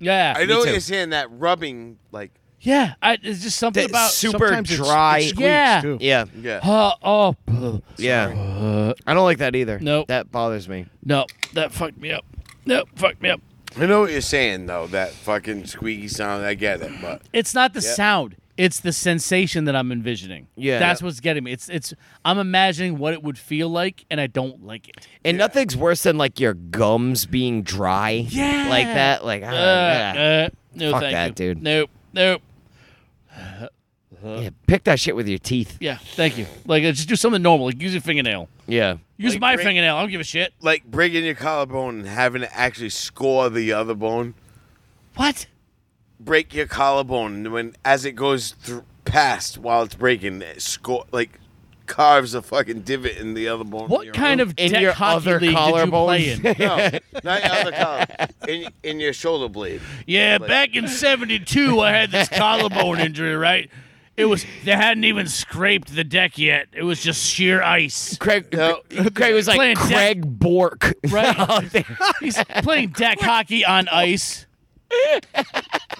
Speaker 4: yeah.
Speaker 1: I know what
Speaker 2: too.
Speaker 1: you're saying. That rubbing, like,
Speaker 4: yeah. I, it's just something
Speaker 2: That's
Speaker 4: about.
Speaker 2: super
Speaker 3: Sometimes it's-
Speaker 2: dry.
Speaker 3: it squeaks,
Speaker 4: Yeah.
Speaker 3: too.
Speaker 2: yeah,
Speaker 1: yeah.
Speaker 4: Uh, oh. ugh.
Speaker 2: yeah. I don't like that either.
Speaker 4: Uh, Nope.
Speaker 2: that bothers me.
Speaker 4: No, that fucked me up. No, fucked me up.
Speaker 1: I know what you're saying, though. That fucking squeaky sound. I get it, but
Speaker 4: It's not the
Speaker 1: Yeah.
Speaker 4: sound. It's the sensation that I'm envisioning.
Speaker 2: Yeah.
Speaker 4: That's what's getting me. It's it's I'm imagining what it would feel like and I don't like it.
Speaker 2: And nothing's worse than like your gums being dry.
Speaker 4: Yeah.
Speaker 2: like that. Like ah,
Speaker 4: Uh,
Speaker 2: yeah.
Speaker 4: uh, no
Speaker 2: Fuck
Speaker 4: thank
Speaker 2: that,
Speaker 4: you.
Speaker 2: dude.
Speaker 4: Nope. Nope. uh.
Speaker 2: Yeah, pick that shit with your teeth.
Speaker 4: Yeah, thank you. Like uh, just do something normal. Like use your fingernail.
Speaker 2: Yeah.
Speaker 4: Use
Speaker 1: Like,
Speaker 4: my
Speaker 1: break-
Speaker 4: fingernail. I don't give a shit.
Speaker 1: like breaking your collarbone and having to actually score the other bone.
Speaker 4: What?
Speaker 1: break your collarbone when as it goes thr past while it's breaking, it score like carves a fucking divot in the other bone.
Speaker 4: What kind of
Speaker 2: In
Speaker 4: deck
Speaker 2: your
Speaker 4: hockey
Speaker 2: other
Speaker 4: league
Speaker 2: collarbone?
Speaker 4: did you play in?
Speaker 1: <laughs> No, not your other collarbone. In, in your shoulder blade.
Speaker 4: Yeah, back in '72, I had this collarbone injury. Right? It was they hadn't even scraped the deck yet. It was just sheer ice.
Speaker 2: Craig, Craig was like
Speaker 4: Playing deck-
Speaker 2: Craig Bork. <laughs> Oh,
Speaker 4: Right.
Speaker 2: out
Speaker 3: <laughs>
Speaker 2: there.
Speaker 4: He's playing deck hockey on ice.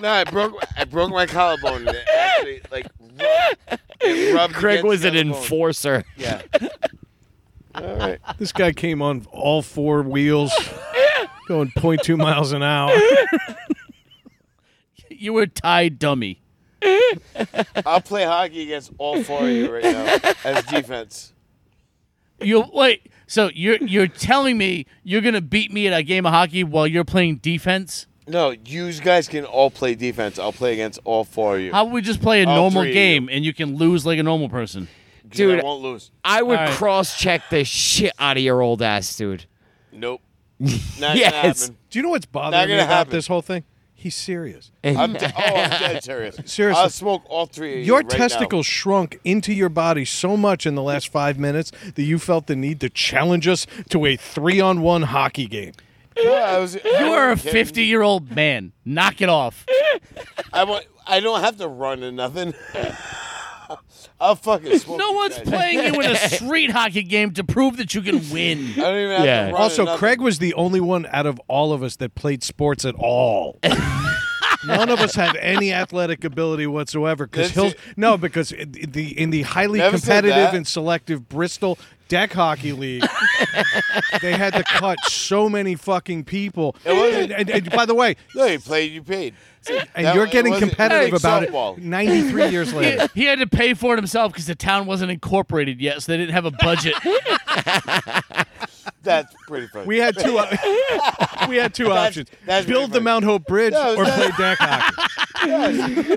Speaker 1: No, I broke I broke my collarbone. And it actually, like rubbed, it rubbed
Speaker 2: Craig
Speaker 1: against
Speaker 2: was
Speaker 1: the
Speaker 2: an
Speaker 1: other bone.
Speaker 2: enforcer.
Speaker 1: Yeah. <laughs> All right.
Speaker 3: This guy came on all four wheels,
Speaker 1: <laughs>
Speaker 3: going 0.2 miles an hour.
Speaker 4: You were tied dummy.
Speaker 1: I'll play hockey against all four of you right now as defense.
Speaker 4: You wait. So you're you're telling me you're gonna beat me at a game of hockey while you're playing defense?
Speaker 1: No, you guys can all play defense. I'll play against all four of you.
Speaker 4: How about we just play a
Speaker 1: All
Speaker 4: normal
Speaker 1: three of
Speaker 4: game and you can lose like a normal person?
Speaker 1: dude?
Speaker 2: dude.
Speaker 1: I won't lose.
Speaker 2: I would
Speaker 4: All right.
Speaker 2: cross check the shit out of your old ass, dude. <laughs>
Speaker 1: Nope. Not
Speaker 2: Yes.
Speaker 1: gonna happen.
Speaker 3: Do you know what's
Speaker 1: Not
Speaker 3: bothering me
Speaker 1: gonna
Speaker 3: about
Speaker 1: happen.
Speaker 3: this whole thing? He's serious.
Speaker 1: I'm de- oh,
Speaker 2: <laughs>
Speaker 1: I'm dead serious.
Speaker 3: Seriously.
Speaker 1: I'll smoke all three of
Speaker 3: Your
Speaker 1: you right
Speaker 3: testicles shrunk into your body so much in the last five minutes that you felt the need to challenge us to a three-on-one hockey game.
Speaker 1: Now. Yeah, I
Speaker 3: <laughs>
Speaker 1: was,
Speaker 4: You are a 50 year old man. Knock it off.
Speaker 1: I want. I don't have to run or nothing. <laughs> I'll fucking smoke.
Speaker 4: No
Speaker 1: you
Speaker 4: one's
Speaker 1: guys.
Speaker 4: playing
Speaker 1: <laughs>
Speaker 4: you in a street hockey game to prove that you can
Speaker 1: I <laughs>
Speaker 4: win.
Speaker 1: don't even have to
Speaker 2: Yeah.
Speaker 1: run. or
Speaker 3: Also,
Speaker 1: nothing.
Speaker 3: Craig was the only one out of all of us that played sports at all. None of us have any athletic ability whatsoever. Because
Speaker 1: That's
Speaker 3: he'll
Speaker 1: it.
Speaker 3: no, because in the in the highly
Speaker 1: Never said
Speaker 3: competitive
Speaker 1: that.
Speaker 3: and selective Bristol deck hockey league, they had to cut so many fucking people.
Speaker 1: wasn't-
Speaker 3: And, and- and by the way,
Speaker 1: No, you played. You paid.
Speaker 3: and
Speaker 1: That
Speaker 3: you're
Speaker 1: one
Speaker 3: getting
Speaker 1: wasn't-
Speaker 3: competitive
Speaker 1: Like
Speaker 3: about
Speaker 1: softball.
Speaker 3: it. Ninety three years
Speaker 4: He,
Speaker 3: later,
Speaker 4: he had to pay for it himself because the town wasn't incorporated yet, so they didn't have
Speaker 1: <laughs>
Speaker 4: a budget.
Speaker 1: That's pretty funny.
Speaker 3: we had two. o- <laughs> we had two options:
Speaker 1: that's
Speaker 3: build the
Speaker 1: different.
Speaker 3: Mount Hope Bridge
Speaker 1: No,
Speaker 3: or
Speaker 1: that-
Speaker 3: play deck hockey.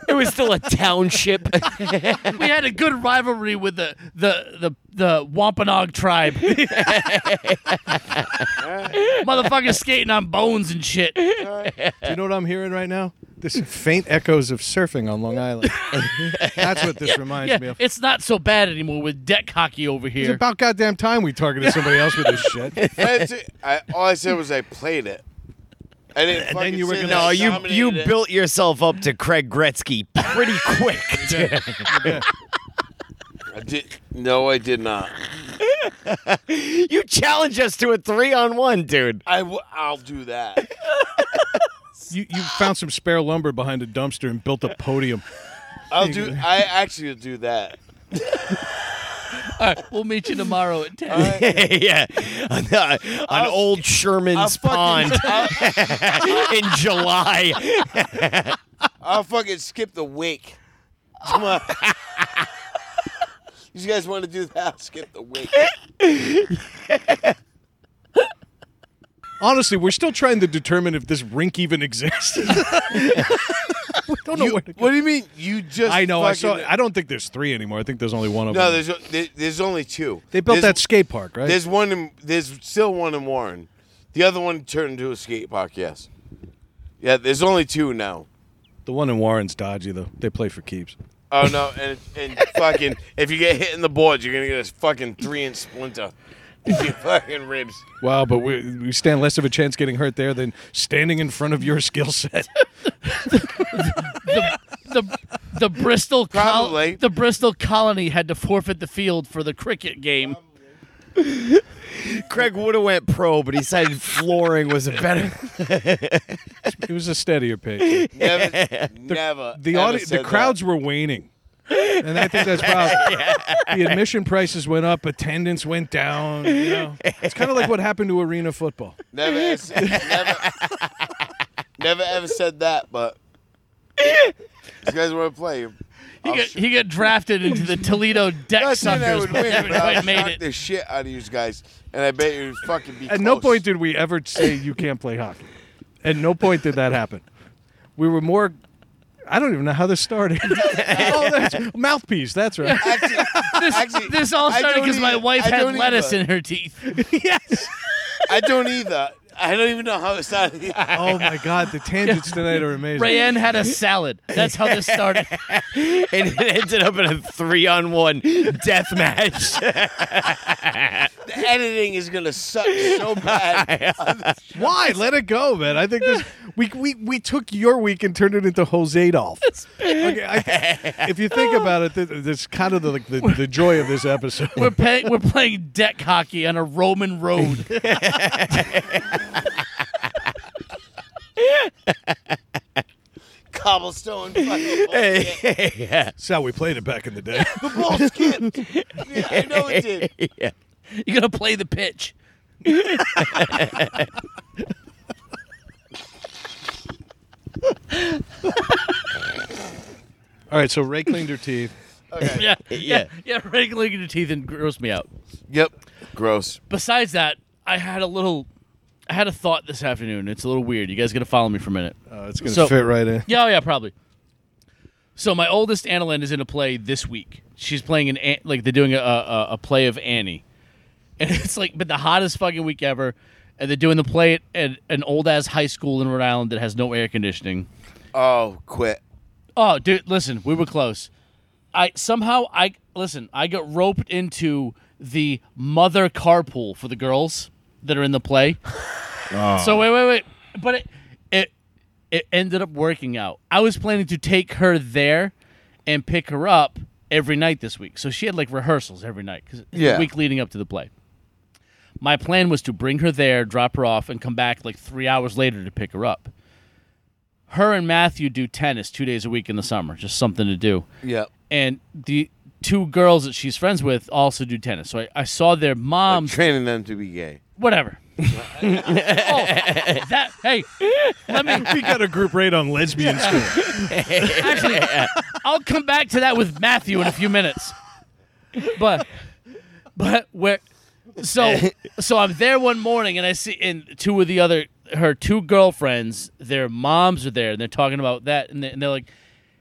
Speaker 2: It was still <laughs> a township.
Speaker 4: we had a good rivalry with the the the, the Wampanoag
Speaker 1: <laughs>
Speaker 4: tribe. Motherfuckers skating on bones and shit.
Speaker 3: Do you know what I'm hearing right now?
Speaker 1: <laughs>
Speaker 3: This faint echoes of surfing on Long Island. That's what this reminds me
Speaker 4: Yeah,
Speaker 3: of.
Speaker 4: it's not so bad anymore with deck hockey over
Speaker 3: It's
Speaker 4: here.
Speaker 3: about goddamn time we targeted somebody else with this shit.
Speaker 1: <laughs> That's it. I, all I said was I played it. I didn't.
Speaker 3: And <laughs> then you were gonna-
Speaker 2: no, you you
Speaker 1: built.
Speaker 2: built yourself up to Craig Gretzky pretty <laughs> quick. dude.
Speaker 1: I did. No, I did not.
Speaker 2: you challenged us to a three on one, dude. <laughs>
Speaker 1: I w- I'll do that.
Speaker 3: You, you found some spare lumber behind a dumpster and built a
Speaker 1: <laughs>
Speaker 3: podium.
Speaker 1: I'll do. I actually will do <laughs> that.
Speaker 4: All right, we'll meet you tomorrow at ten.
Speaker 2: yeah, on, uh, on old Sherman's
Speaker 1: fucking-
Speaker 2: pond <laughs> in July.
Speaker 1: I'll fucking skip the <laughs> wake. Come on. you guys want to do that? I'll skip the wake.
Speaker 3: Honestly, we're still trying to determine if this rink
Speaker 1: <laughs>
Speaker 3: even exists. <laughs> we don't know where to
Speaker 1: <laughs>
Speaker 3: go.
Speaker 1: What do you mean? You just.
Speaker 3: I know. I saw.
Speaker 1: fucking-
Speaker 3: I don't think there's three anymore. I think there's only one of
Speaker 1: no,
Speaker 3: them.
Speaker 1: there's there- there's only two.
Speaker 3: They built
Speaker 1: there's,
Speaker 3: that skate park, right?
Speaker 1: There's one. In, there's still one in Warren. The other one turned into a skate park. Yes. Yeah. There's only two now.
Speaker 3: the one in Warren's dodgy though. They play for keeps.
Speaker 1: Oh no! And <laughs> and fucking, if you get hit in the boards, you're gonna get a fucking three inch splinter. in Your fucking ribs.
Speaker 3: Wow, but we, we stand less of a chance getting hurt there than standing in front of your skill set. <laughs>
Speaker 4: the the, the Bristol col-
Speaker 1: Probably.
Speaker 4: the Bristol colony had to forfeit the field for the cricket game.
Speaker 2: Craig would have went pro, but he decided flooring was a better.
Speaker 3: it was a steadier
Speaker 1: <laughs>
Speaker 3: pace.
Speaker 1: Never, never.
Speaker 3: <laughs> The
Speaker 1: ever
Speaker 3: audi-
Speaker 1: said
Speaker 3: the crowds were waning. And I
Speaker 1: <laughs>
Speaker 3: think that's probably the admission prices went up, attendance went down. You know, it's kind of like what happened to arena football.
Speaker 1: that. Never, ever said- never,
Speaker 3: <laughs>
Speaker 1: never ever said that. But you guys want to play?
Speaker 4: He got, he got drafted into the Toledo deck
Speaker 1: Not saying I
Speaker 4: suckers.
Speaker 1: would
Speaker 4: but
Speaker 1: win, but I
Speaker 4: everybody
Speaker 1: would
Speaker 4: made
Speaker 1: knock
Speaker 4: it.
Speaker 1: the shit out of you guys, and I bet you'd fucking be.
Speaker 3: At no
Speaker 1: close.
Speaker 3: point did we ever say you can't play hockey. At no point did that happen. We were more. I don't even know how this started. <laughs> oh, that's mouthpiece. That's
Speaker 1: <laughs>
Speaker 3: right.
Speaker 1: Actually,
Speaker 3: <laughs>
Speaker 4: This,
Speaker 1: Actually,
Speaker 4: this all
Speaker 1: I
Speaker 4: started
Speaker 1: don't
Speaker 4: because my
Speaker 1: either.
Speaker 4: wife
Speaker 1: I
Speaker 4: had
Speaker 1: don't
Speaker 4: lettuce
Speaker 1: either.
Speaker 4: in her teeth.
Speaker 3: yes.
Speaker 1: I don't either. I don't even know how it started.
Speaker 3: Oh my God, the tangents tonight are amazing.
Speaker 4: Rayanne had a salad. That's how this
Speaker 1: <laughs>
Speaker 4: started.
Speaker 2: and it ended up in a three on one death match. <laughs>
Speaker 3: <laughs>
Speaker 1: The editing is gonna suck so bad.
Speaker 3: Why? Let it go, man. I think this we we, we took your week and turned it into Jose Dolph. Okay, I, if you think about it, th- that's kind of the, like, the the joy of this episode.
Speaker 4: We're, pay- we're playing deck hockey on a Roman road.
Speaker 1: <laughs> Cobblestone. Fucking bullshit.
Speaker 2: yeah.
Speaker 3: That's how we played it back in the day.
Speaker 1: The ball skipped. Yeah, I know it did.
Speaker 3: <laughs>
Speaker 4: You're gonna play the pitch.
Speaker 3: All right, so Ray cleaned her teeth.
Speaker 4: Yeah, yeah, yeah. Wriggling your teeth and grossed me out.
Speaker 1: Yep. Gross.
Speaker 4: Besides that, I had a little, I had a thought this afternoon. It's a little weird. You guys gotta follow me for a minute.
Speaker 3: Oh, it's gonna
Speaker 4: So-
Speaker 3: fit right in.
Speaker 4: <laughs> Yeah, oh, yeah, probably. So my oldest Annalyn is in a play this week. She's playing an An- like they're doing a, a a play of Annie, <laughs> and it's like been the hottest fucking week ever. And they're doing the play at, at an old ass high school in Rhode Island that has no air conditioning.
Speaker 1: Oh, quit.
Speaker 4: Oh, dude, listen, we were close. I somehow I listen, I got roped into the mother carpool for the girls that are in the play. So wait, wait, wait. But it it it ended up working out. I was planning to take her there and pick her up every night this week. So she had like rehearsals every night cuz
Speaker 1: Yeah.
Speaker 4: the week leading up to the play. My plan was to bring her there, drop her off and come back like 3 hours later to pick her up her and Matthew do tennis two days a week in the summer, just something to do.
Speaker 1: Yep.
Speaker 4: And the two girls that she's friends with also do tennis. So I, I saw their moms,
Speaker 1: training them to be gay.
Speaker 4: whatever. oh, that, hey, let me,
Speaker 3: We got a group rate on lesbian school.
Speaker 4: actually, I'll come back to that with Matthew in a few minutes. But, but where, So so I'm there one morning and I see and two of the other her two girlfriends, their moms are there and they're talking about that and, they, and they're like,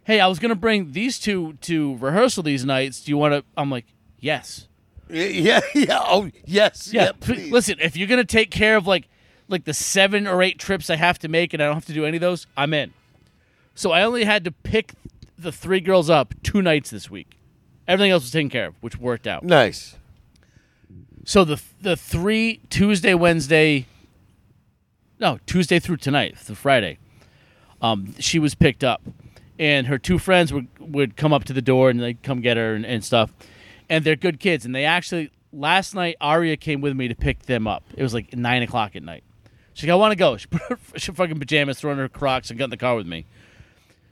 Speaker 4: "Hey, I was gonna bring these two to rehearsal these nights. Do you want to?" I'm like, "Yes,
Speaker 1: Yeah, yeah. Oh, yes.
Speaker 4: yeah.
Speaker 1: Yeah.
Speaker 4: p-
Speaker 1: please.
Speaker 4: listen, if you're gonna take care of like like the seven or eight trips I have to make and I don't have to do any of those, I'm in." So I only had to pick the three girls up two nights this week. Everything else was taken care of, which worked out.
Speaker 1: Nice.
Speaker 4: So the the three Tuesday, Wednesday, no Tuesday through tonight, the Friday, um, she was picked up, and her two friends would would come up to the door and they'd come get her and, and stuff, and they're good kids, and they actually last night Aria came with me to pick them up. It was like nine o'clock at night. She's like, I want to go. She put her, <laughs> she fucking pajamas, threw on her Crocs, and got in the car with me.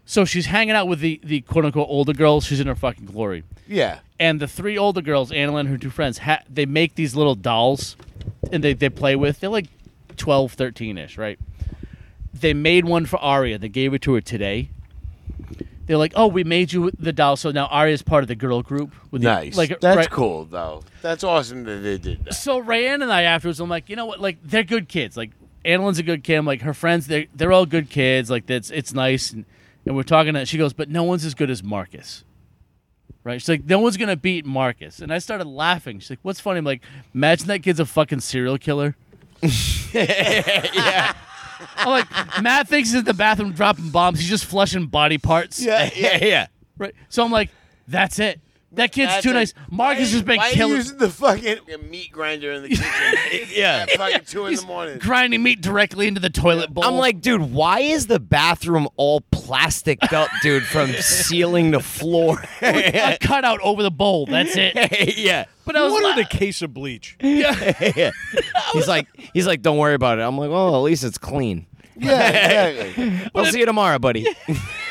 Speaker 4: So she's hanging out with the the quote unquote older girls. She's in her fucking glory
Speaker 1: Yeah.
Speaker 4: and the three older girls, Annalyn and her two friends, ha- they make these little dolls and they, they play with. They're like 12, 13 ish, right? They made one for Aria. They gave it to her today. They're like, oh, we made you the doll. So now Aria's part of the girl group. With the-
Speaker 1: Nice.
Speaker 4: like,
Speaker 1: That's
Speaker 4: right-
Speaker 1: cool though. That's awesome that they did that.
Speaker 4: So Rayanne and I afterwards, I'm like, you know what? Like, they're good kids. Like, Annalyn's a good kid. I'm like, her friends, they're, they're all good kids. Like, that's it's nice. And, and we're talking, and she goes, but no one's as good as Marcus. Right? She's like, no one's going to beat Marcus. And I started laughing. She's like, what's funny? I'm like, imagine that kid's a fucking serial killer. yeah. I'm like, Matt thinks he's in the bathroom dropping bombs. He's just flushing body parts.
Speaker 5: Yeah,
Speaker 2: <laughs> yeah, yeah.
Speaker 4: Right. So I'm like, that's it. That kid's
Speaker 5: That's
Speaker 4: too
Speaker 5: it.
Speaker 4: nice. Marcus has been
Speaker 1: Why are you
Speaker 4: killing.
Speaker 1: using the fucking meat grinder in the <laughs> kitchen?
Speaker 2: Yeah.
Speaker 1: At fucking two in the morning.
Speaker 4: grinding meat directly into the toilet bowl.
Speaker 2: I'm like, dude, why is the bathroom all plasticked up, dude, from ceiling to floor? <laughs>
Speaker 4: a cutout over the bowl. That's
Speaker 1: <laughs>
Speaker 4: it.
Speaker 2: yeah.
Speaker 4: But I was
Speaker 3: Wanted a
Speaker 4: like,
Speaker 3: case of bleach.
Speaker 2: He's like, he's like, don't worry about it. I'm like, well, at least it's clean.
Speaker 4: <laughs>
Speaker 1: yeah, exactly.
Speaker 2: I'll see you tomorrow, buddy.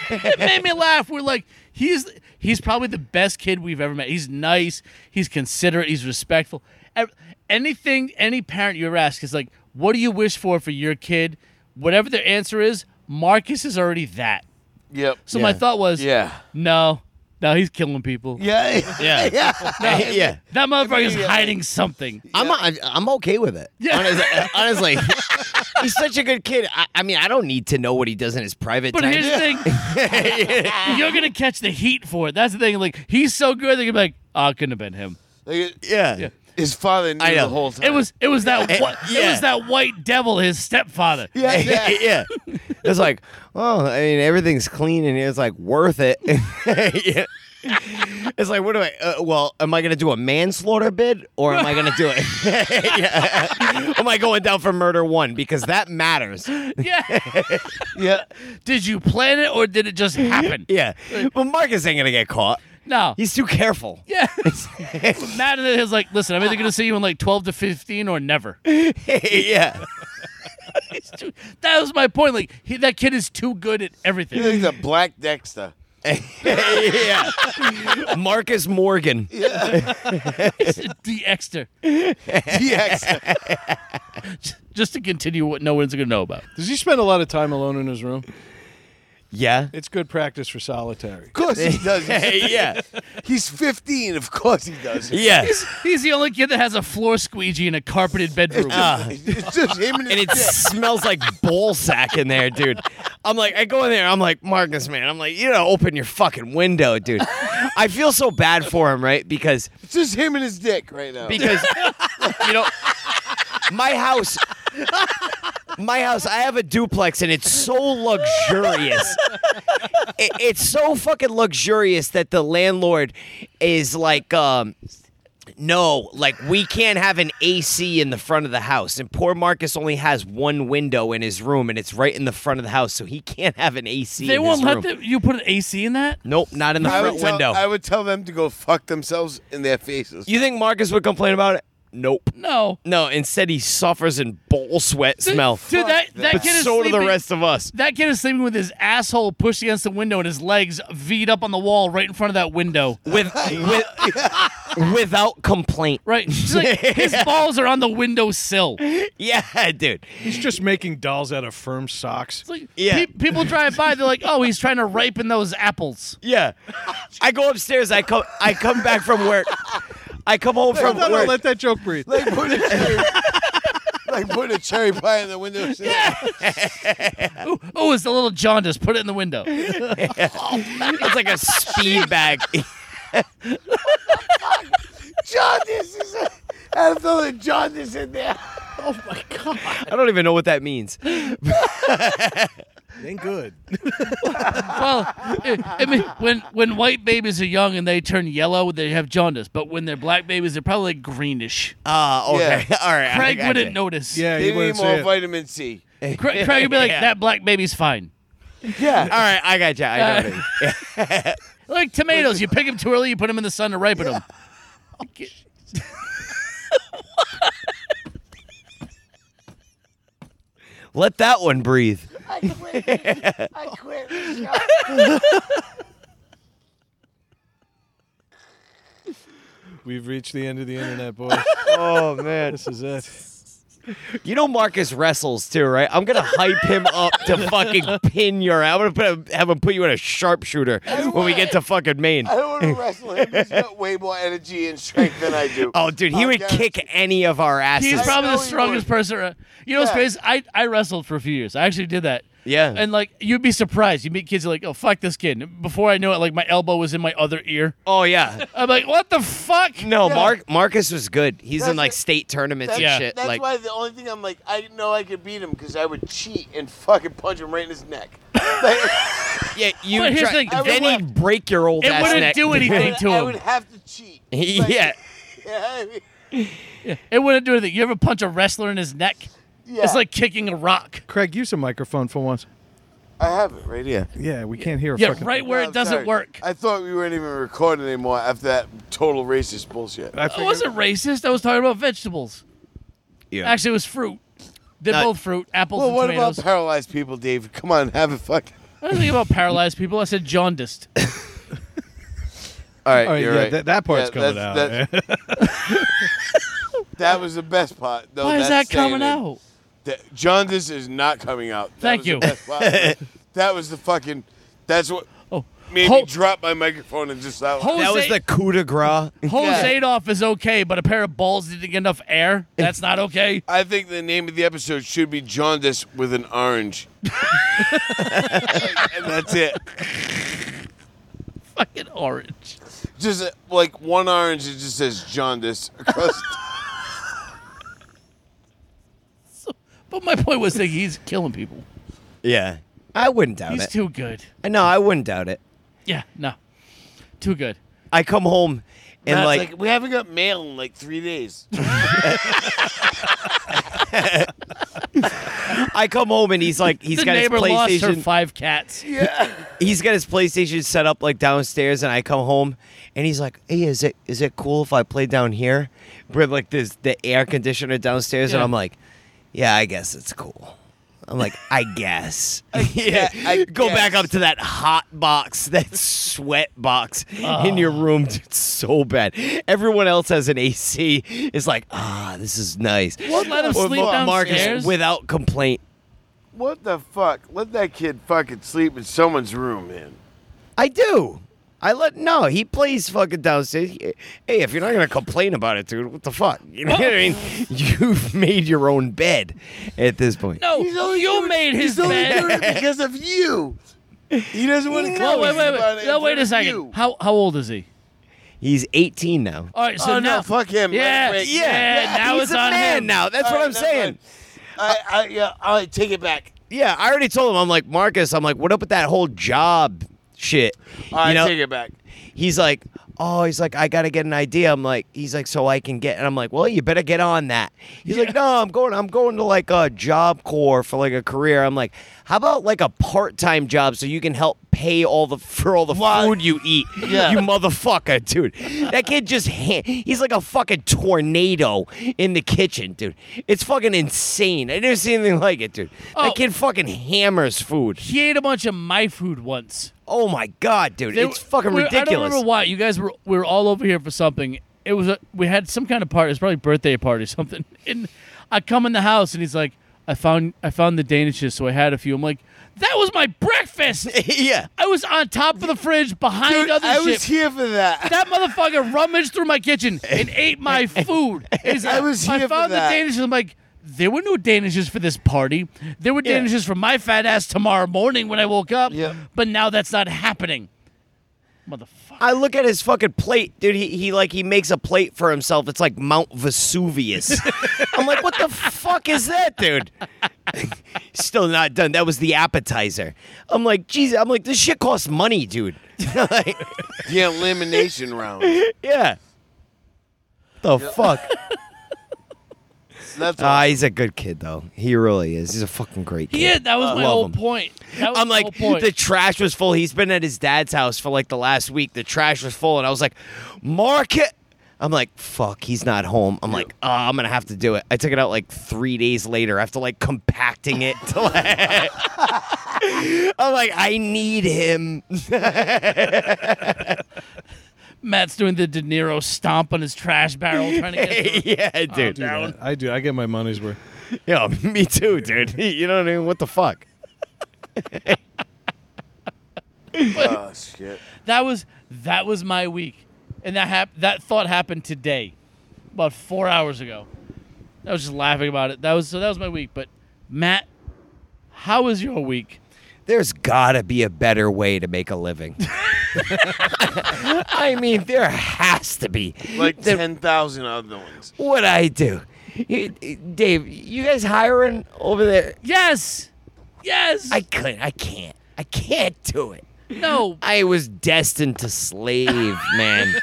Speaker 4: it made me laugh. We're like, he's he's probably the best kid we've ever met. He's nice. He's considerate. He's respectful. Ev- Anything any parent you ever ask is like, what do you wish for for your kid? Whatever their answer is, Marcus is already that.
Speaker 1: Yep.
Speaker 4: So my thought was,
Speaker 1: Yeah.
Speaker 4: no, no, he's killing people. <laughs>
Speaker 1: Yeah.
Speaker 2: Yeah.
Speaker 1: yeah.
Speaker 2: <laughs> yeah.
Speaker 4: That motherfucker is hiding something.
Speaker 2: I'm I- I'm okay with it.
Speaker 4: Yeah.
Speaker 2: Honestly, honestly. he's such a good kid. I, I mean, I don't need to know what he does in his private
Speaker 4: But
Speaker 2: time.
Speaker 4: here's
Speaker 1: <laughs>
Speaker 4: the
Speaker 2: <laughs>
Speaker 4: thing: you're gonna catch the heat for it. That's the thing. Like he's so good, they're gonna be like, "Ah, couldn't have been him."
Speaker 1: <laughs> Like,
Speaker 2: yeah.
Speaker 1: His father knew
Speaker 2: I know.
Speaker 1: the whole time.
Speaker 4: It was it was that whi- it
Speaker 2: Eh, yeah.
Speaker 4: was that white devil, his stepfather.
Speaker 1: Yeah.
Speaker 2: <laughs> yeah.
Speaker 1: yeah.
Speaker 2: It's like, well, I mean, everything's clean and it's like worth it. <laughs> Yeah. It's like, what do I? Uh, well, am I gonna do a manslaughter bid or am I gonna do it? <laughs> Yeah. Am I going down for murder one because that matters?
Speaker 4: <laughs> Yeah.
Speaker 2: <laughs>
Speaker 1: yeah.
Speaker 4: did you plan it or did it just happen?
Speaker 2: Yeah, but Marcus ain't gonna get caught.
Speaker 4: No.
Speaker 2: He's too careful.
Speaker 4: <laughs>
Speaker 2: <laughs>
Speaker 4: yeah. Matt and his like, listen, I'm either gonna see you in like 12 to 15 or never.
Speaker 2: yeah,
Speaker 4: It's too- that was my point. Like he, that kid is too good at
Speaker 1: He's
Speaker 4: everything.
Speaker 1: like the Black Dexter.
Speaker 2: yeah. Marcus Morgan.
Speaker 4: D Exter.
Speaker 1: DX.
Speaker 4: Just to continue what no one's gonna know
Speaker 2: <laughs>
Speaker 4: about.
Speaker 3: Does he spend a lot of time alone in his room?
Speaker 2: Yeah.
Speaker 3: It's good practice for solitary.
Speaker 1: Of course
Speaker 4: <laughs>
Speaker 1: he does. He's,
Speaker 2: <laughs> yeah.
Speaker 1: he's 15. Of course he does.
Speaker 2: Yes.
Speaker 4: He's the only kid that has a floor squeegee in a carpeted bedroom. <laughs>
Speaker 1: <laughs> It's just him and his
Speaker 2: and it
Speaker 1: dick.
Speaker 2: smells like ball sack in there, dude. I'm like, I go in there, I'm like, Marcus, man, I'm like, you know, open your fucking window, dude. I feel so bad for him, right? Because
Speaker 1: It's just him and his dick right
Speaker 4: <laughs>
Speaker 1: now.
Speaker 2: because you <laughs> know my house my house i have a duplex and it's so luxurious It- it's so fucking luxurious that the landlord is like um no, like we can't have an AC in the front of the house. And poor Marcus only has one window in his room and it's right in the front of the house, so he can't have an AC
Speaker 4: they
Speaker 2: in
Speaker 4: won't
Speaker 2: his
Speaker 4: let
Speaker 2: room.
Speaker 4: the, you put an AC in that.
Speaker 2: Nope, not in the
Speaker 1: I
Speaker 2: front
Speaker 1: would, tell,
Speaker 2: window.
Speaker 1: I would tell them to go fuck themselves in their faces.
Speaker 2: you think Marcus would complain about it? Nope.
Speaker 4: No.
Speaker 2: No, instead he suffers in ball sweat smell.
Speaker 4: Dude, that, that
Speaker 2: But
Speaker 4: kid is
Speaker 2: so do the
Speaker 4: sleeping-
Speaker 2: rest of us.
Speaker 4: That kid is sleeping with his asshole pushed against the window and his legs V'd up on the wall right in front of that window.
Speaker 2: <laughs> With, with without complaint. <laughs>
Speaker 4: Right? It's like, his balls are on the windowsill. It's
Speaker 2: Yeah, dude.
Speaker 3: He's just making dolls out of firm socks.
Speaker 4: like,
Speaker 2: Yeah.
Speaker 4: pe- people drive by, they're like, oh, he's trying to ripen those apples.
Speaker 2: Yeah. I go upstairs, I come I come back from work. I come home from
Speaker 3: no, no,
Speaker 2: work.
Speaker 3: let that joke breathe.
Speaker 1: Like put <laughs> a cherry, like put a cherry pie in the window.
Speaker 4: Oh, oh, it's the little jaundice. Put it in the window.
Speaker 2: it's like a
Speaker 1: <laughs>
Speaker 2: speed bag.
Speaker 1: Jaundice is. I had to throw the jaundice in there.
Speaker 4: <laughs> oh my god!
Speaker 2: I don't even know what that means.
Speaker 3: Ain't good.
Speaker 4: Well, it, I mean, when when white babies are young and they turn yellow, they have jaundice. But when they're black babies, they're probably greenish.
Speaker 2: <laughs> Ah, okay.
Speaker 1: Yeah.
Speaker 2: All right. I
Speaker 4: Craig
Speaker 2: gotcha.
Speaker 4: wouldn't notice.
Speaker 3: Yeah,
Speaker 1: They
Speaker 3: you
Speaker 1: need
Speaker 3: wouldn't
Speaker 1: more
Speaker 3: say it.
Speaker 1: vitamin C.
Speaker 4: Cra- Craig would be
Speaker 2: <laughs>
Speaker 4: like,
Speaker 2: Yeah.
Speaker 4: "That black baby's fine."
Speaker 1: Yeah.
Speaker 2: All right. I got you.
Speaker 1: <laughs>
Speaker 2: I know. what it is.
Speaker 4: Uh,
Speaker 2: <laughs>
Speaker 4: Like tomatoes, you pick them too early, you put them in the sun to ripen them.
Speaker 2: Oh, Let that one breathe.
Speaker 1: I quit. I quit.
Speaker 3: We've reached the end of the <laughs> internet, boys.
Speaker 2: Oh man.
Speaker 3: this is it.
Speaker 2: You know Marcus wrestles too, right? I'm gonna hype him up to
Speaker 4: <laughs>
Speaker 2: fucking pin your. I'm gonna put a, have him put you in a sharpshooter when we get to fucking Maine.
Speaker 1: I don't want to wrestle him. He's got way more energy and strength than I do.
Speaker 2: Oh, dude, he
Speaker 1: I'll
Speaker 2: would
Speaker 1: guarantee-
Speaker 2: kick any of our asses.
Speaker 4: He's
Speaker 1: I
Speaker 4: probably the
Speaker 1: know he
Speaker 4: strongest
Speaker 1: would.
Speaker 4: person. ar- You know, what's
Speaker 1: Yeah.
Speaker 4: crazy? I I wrestled for a few years. I actually did that.
Speaker 2: Yeah.
Speaker 4: And like, you'd be surprised. You meet kids, you're like, "Oh fuck this kid." And Before I knew it, like my elbow was in my other ear.
Speaker 2: oh yeah.
Speaker 4: I'm like, "What the fuck?"
Speaker 2: No, Mark Marcus was good. He's in
Speaker 1: That's
Speaker 2: like
Speaker 1: it.
Speaker 2: state tournaments
Speaker 1: That's,
Speaker 2: and
Speaker 4: Yeah.
Speaker 2: shit.
Speaker 1: that's
Speaker 2: like
Speaker 1: why the only thing I'm like, I didn't know I could beat him because I would cheat and fucking punch him right in his neck. <laughs> Like,
Speaker 2: yeah, you
Speaker 4: But here's
Speaker 2: try,
Speaker 4: the thing,
Speaker 2: then
Speaker 1: it
Speaker 2: he'd break your old
Speaker 4: It
Speaker 2: ass <laughs>
Speaker 4: wouldn't
Speaker 2: neck.
Speaker 4: do
Speaker 1: I,
Speaker 4: anything. Thing
Speaker 1: would,
Speaker 4: to
Speaker 1: I
Speaker 4: him.
Speaker 1: would have to cheat. Like, <laughs>
Speaker 2: yeah.
Speaker 1: yeah, I mean,
Speaker 4: It wouldn't do anything. You ever punch a wrestler in his neck?
Speaker 1: yeah.
Speaker 4: It's like kicking a rock.
Speaker 3: Craig, use a microphone for once.
Speaker 1: I have it right here.
Speaker 3: Yeah, we can't hear. a
Speaker 4: Yeah,
Speaker 3: fucking-
Speaker 4: right where
Speaker 1: No,
Speaker 4: it doesn't
Speaker 1: sorry.
Speaker 4: work.
Speaker 1: I thought we weren't even recording anymore after that total racist bullshit.
Speaker 3: I
Speaker 4: I
Speaker 3: figured-
Speaker 4: wasn't racist. I was talking about vegetables.
Speaker 2: Yeah.
Speaker 4: Actually, it was fruit. They're
Speaker 2: Now-
Speaker 4: both fruit, apples
Speaker 1: Well,
Speaker 4: and
Speaker 1: what about
Speaker 4: tomatoes.
Speaker 1: paralyzed people, Dave? Come on, have a fucking.
Speaker 4: I didn't think about paralyzed people. I
Speaker 1: <laughs>
Speaker 4: said jaundiced.
Speaker 1: All right,
Speaker 3: All right,
Speaker 1: you're
Speaker 3: Oh, yeah,
Speaker 1: right.
Speaker 3: that, that part's
Speaker 1: Yeah,
Speaker 3: coming
Speaker 1: that's-
Speaker 3: out. <laughs>
Speaker 1: that's- that was the best part. Though,
Speaker 4: Why is that
Speaker 1: that's
Speaker 4: coming
Speaker 1: saying it.
Speaker 4: out?
Speaker 1: That, John, this is not coming out. That
Speaker 4: Thank
Speaker 1: was the
Speaker 4: you.
Speaker 1: best
Speaker 3: <laughs>
Speaker 1: part. that was the fucking. That's what
Speaker 4: Oh,
Speaker 1: made
Speaker 4: Ho-
Speaker 1: me drop my microphone and just that.
Speaker 4: Ho-
Speaker 1: Ho-
Speaker 2: That was
Speaker 4: Jose-
Speaker 2: the coup de
Speaker 4: <laughs>
Speaker 2: grace.
Speaker 4: Hose Adolf is okay, but a pair of balls didn't get enough air. That's not okay. <laughs>
Speaker 1: I think the name of the episode should be Jaundice with an
Speaker 4: <laughs>
Speaker 1: orange. and that's it.
Speaker 4: Fucking orange.
Speaker 1: Just uh, like one orange, it just says jaundice across.
Speaker 4: So- but my point was that he's
Speaker 1: <laughs>
Speaker 4: killing people.
Speaker 2: Yeah. I wouldn't doubt
Speaker 4: He's
Speaker 2: it.
Speaker 4: too good.
Speaker 2: no, I wouldn't doubt it.
Speaker 4: Yeah, no. Too good.
Speaker 2: I come home and
Speaker 1: Matt's
Speaker 2: like,
Speaker 1: we haven't got mail in like three days.
Speaker 2: I come home and he's like he's
Speaker 4: <laughs> the
Speaker 2: got his
Speaker 4: neighbor lost her
Speaker 2: PlayStation
Speaker 4: five cats.
Speaker 2: he's got his PlayStation set up like downstairs, and I come home, and he's like, "Hey, is it is it cool if I play down here?" With like this the air conditioner downstairs, and
Speaker 4: Yeah.
Speaker 2: I'm like, "Yeah, I guess it's cool." I'm like, "I
Speaker 4: <laughs>
Speaker 2: guess." <laughs> yeah,
Speaker 1: I
Speaker 2: go back
Speaker 1: guess.
Speaker 2: up to that hot box, that sweat box in
Speaker 4: Ah.
Speaker 2: your room. dude, It's so bad. Everyone else has an AC. It's like, ah, this is nice.
Speaker 4: Just let him
Speaker 2: Or
Speaker 4: sleep
Speaker 2: Mar-
Speaker 4: downstairs.
Speaker 2: Marcus without complaint.
Speaker 1: What the fuck? Let that kid fucking sleep in someone's room, man.
Speaker 2: I do. I let no. He plays fucking downstairs. He- Hey, if you're not gonna complain about it, dude, what the fuck? <laughs> You know what I mean?
Speaker 4: Oh.
Speaker 2: You've made your own bed at this point.
Speaker 4: no,
Speaker 1: He's only
Speaker 4: you
Speaker 1: doing-
Speaker 4: made his
Speaker 1: he's only
Speaker 4: bed.
Speaker 1: doing it because of you. He doesn't want to
Speaker 4: No,
Speaker 1: come.
Speaker 4: wait, wait, wait. No, wait a second. How how old is he?
Speaker 2: He's 18 now.
Speaker 4: All right, so
Speaker 1: oh
Speaker 4: now
Speaker 1: no, fuck him.
Speaker 4: Yeah,
Speaker 1: Wait,
Speaker 4: yeah. now
Speaker 2: he's
Speaker 4: it's
Speaker 2: a
Speaker 4: on
Speaker 2: man
Speaker 4: him.
Speaker 2: now. That's
Speaker 1: All
Speaker 2: what
Speaker 1: right,
Speaker 2: I'm
Speaker 1: never
Speaker 2: saying.
Speaker 1: mind. I, I, yeah, I take it back.
Speaker 2: Yeah, I already told him. I'm like Marcus. I'm like, what up with that whole job shit?
Speaker 1: I
Speaker 2: you know,
Speaker 1: take it back.
Speaker 2: he's like, oh, he's like, I gotta get an idea. I'm like, he's like, so I can get, and I'm like, well, you better get on that. He's like, no, I'm going, I'm going to like a job corps for like a career. I'm like, how about like a part time job so you can help pay all the <laughs> for all the food you eat,
Speaker 1: Yeah.
Speaker 2: you motherfucker, dude. That kid just, ha- he's like a fucking tornado in the kitchen, dude. It's fucking insane. I never seen anything like it, dude.
Speaker 4: Oh.
Speaker 2: That kid fucking hammers food.
Speaker 4: he ate a bunch of my food once.
Speaker 2: Oh my god, dude,
Speaker 4: They-
Speaker 2: it's fucking
Speaker 4: we- I don't
Speaker 2: ridiculous.
Speaker 4: remember why. You guys were we were all over here for something. <laughs> It was a, we had some kind of party. It's probably birthday party or something. And I come in the house and he's like, I found I found the danishes, so I had a few. I'm like, that was my breakfast.
Speaker 2: <laughs> yeah.
Speaker 4: I was on top of the fridge behind
Speaker 5: Dude,
Speaker 4: other
Speaker 5: I
Speaker 4: shit.
Speaker 5: was here for
Speaker 4: <laughs>
Speaker 5: that.
Speaker 4: that motherfucker rummaged through my kitchen and ate <laughs> my food. He's
Speaker 5: I
Speaker 4: like-
Speaker 5: was
Speaker 4: I
Speaker 5: here for
Speaker 4: found
Speaker 5: that.
Speaker 4: the Danishes. I'm like, there were no Danishes for this party. There were Danishes for my fat ass tomorrow morning when I woke up.
Speaker 5: Yep.
Speaker 4: But now that's not happening. Motherfucker.
Speaker 2: I look at his fucking plate, dude. He, he like he makes a plate for himself. It's like Mount
Speaker 4: <laughs>
Speaker 2: Vesuvius. I'm like, what the fuck is that, dude? <laughs> Still not done. That was the appetizer. I'm like, Jesus. I'm like, this shit costs money, dude. <laughs> like,
Speaker 5: The elimination round.
Speaker 2: yeah. The fuck.
Speaker 4: <laughs>
Speaker 5: So that's all.
Speaker 2: Ah, he's a good kid though. He really is. He's a fucking great kid.
Speaker 4: Yeah, that was
Speaker 2: love
Speaker 4: my whole
Speaker 2: him.
Speaker 4: point. That was
Speaker 2: I'm
Speaker 4: my
Speaker 2: like,
Speaker 4: whole point.
Speaker 2: the trash was full. He's been at his dad's house for like the last week. The trash was full, and I was like, Mark it. I'm like, fuck, he's not home. I'm like, oh, I'm gonna have to do it. I took it out like three days later after like compacting it. To like <laughs> I'm like, I need
Speaker 4: <laughs>
Speaker 2: him.
Speaker 4: Matt's doing the De Niro stomp on his trash barrel trying to <laughs> get
Speaker 2: <laughs>
Speaker 4: it
Speaker 2: yeah, dude.
Speaker 3: Do that. I do. I get my money's worth.
Speaker 2: Yeah, <laughs> me too, dude. <laughs> You know what I mean? What the fuck?
Speaker 5: oh shit.
Speaker 4: That was that was my week, and that hap- that thought happened today, about four hours ago. I was just laughing about it. That was so that was my week. But Matt, how was your week?
Speaker 2: there's gotta be a better way to make a living. <laughs> I mean, there has to be.
Speaker 5: Like
Speaker 2: There-
Speaker 5: ten thousand other ones.
Speaker 2: what I do. You- Dave, you guys hiring over there?
Speaker 4: Yes, yes.
Speaker 2: I couldn't. I can't. I can't do it.
Speaker 4: no.
Speaker 2: I was destined to slave, man.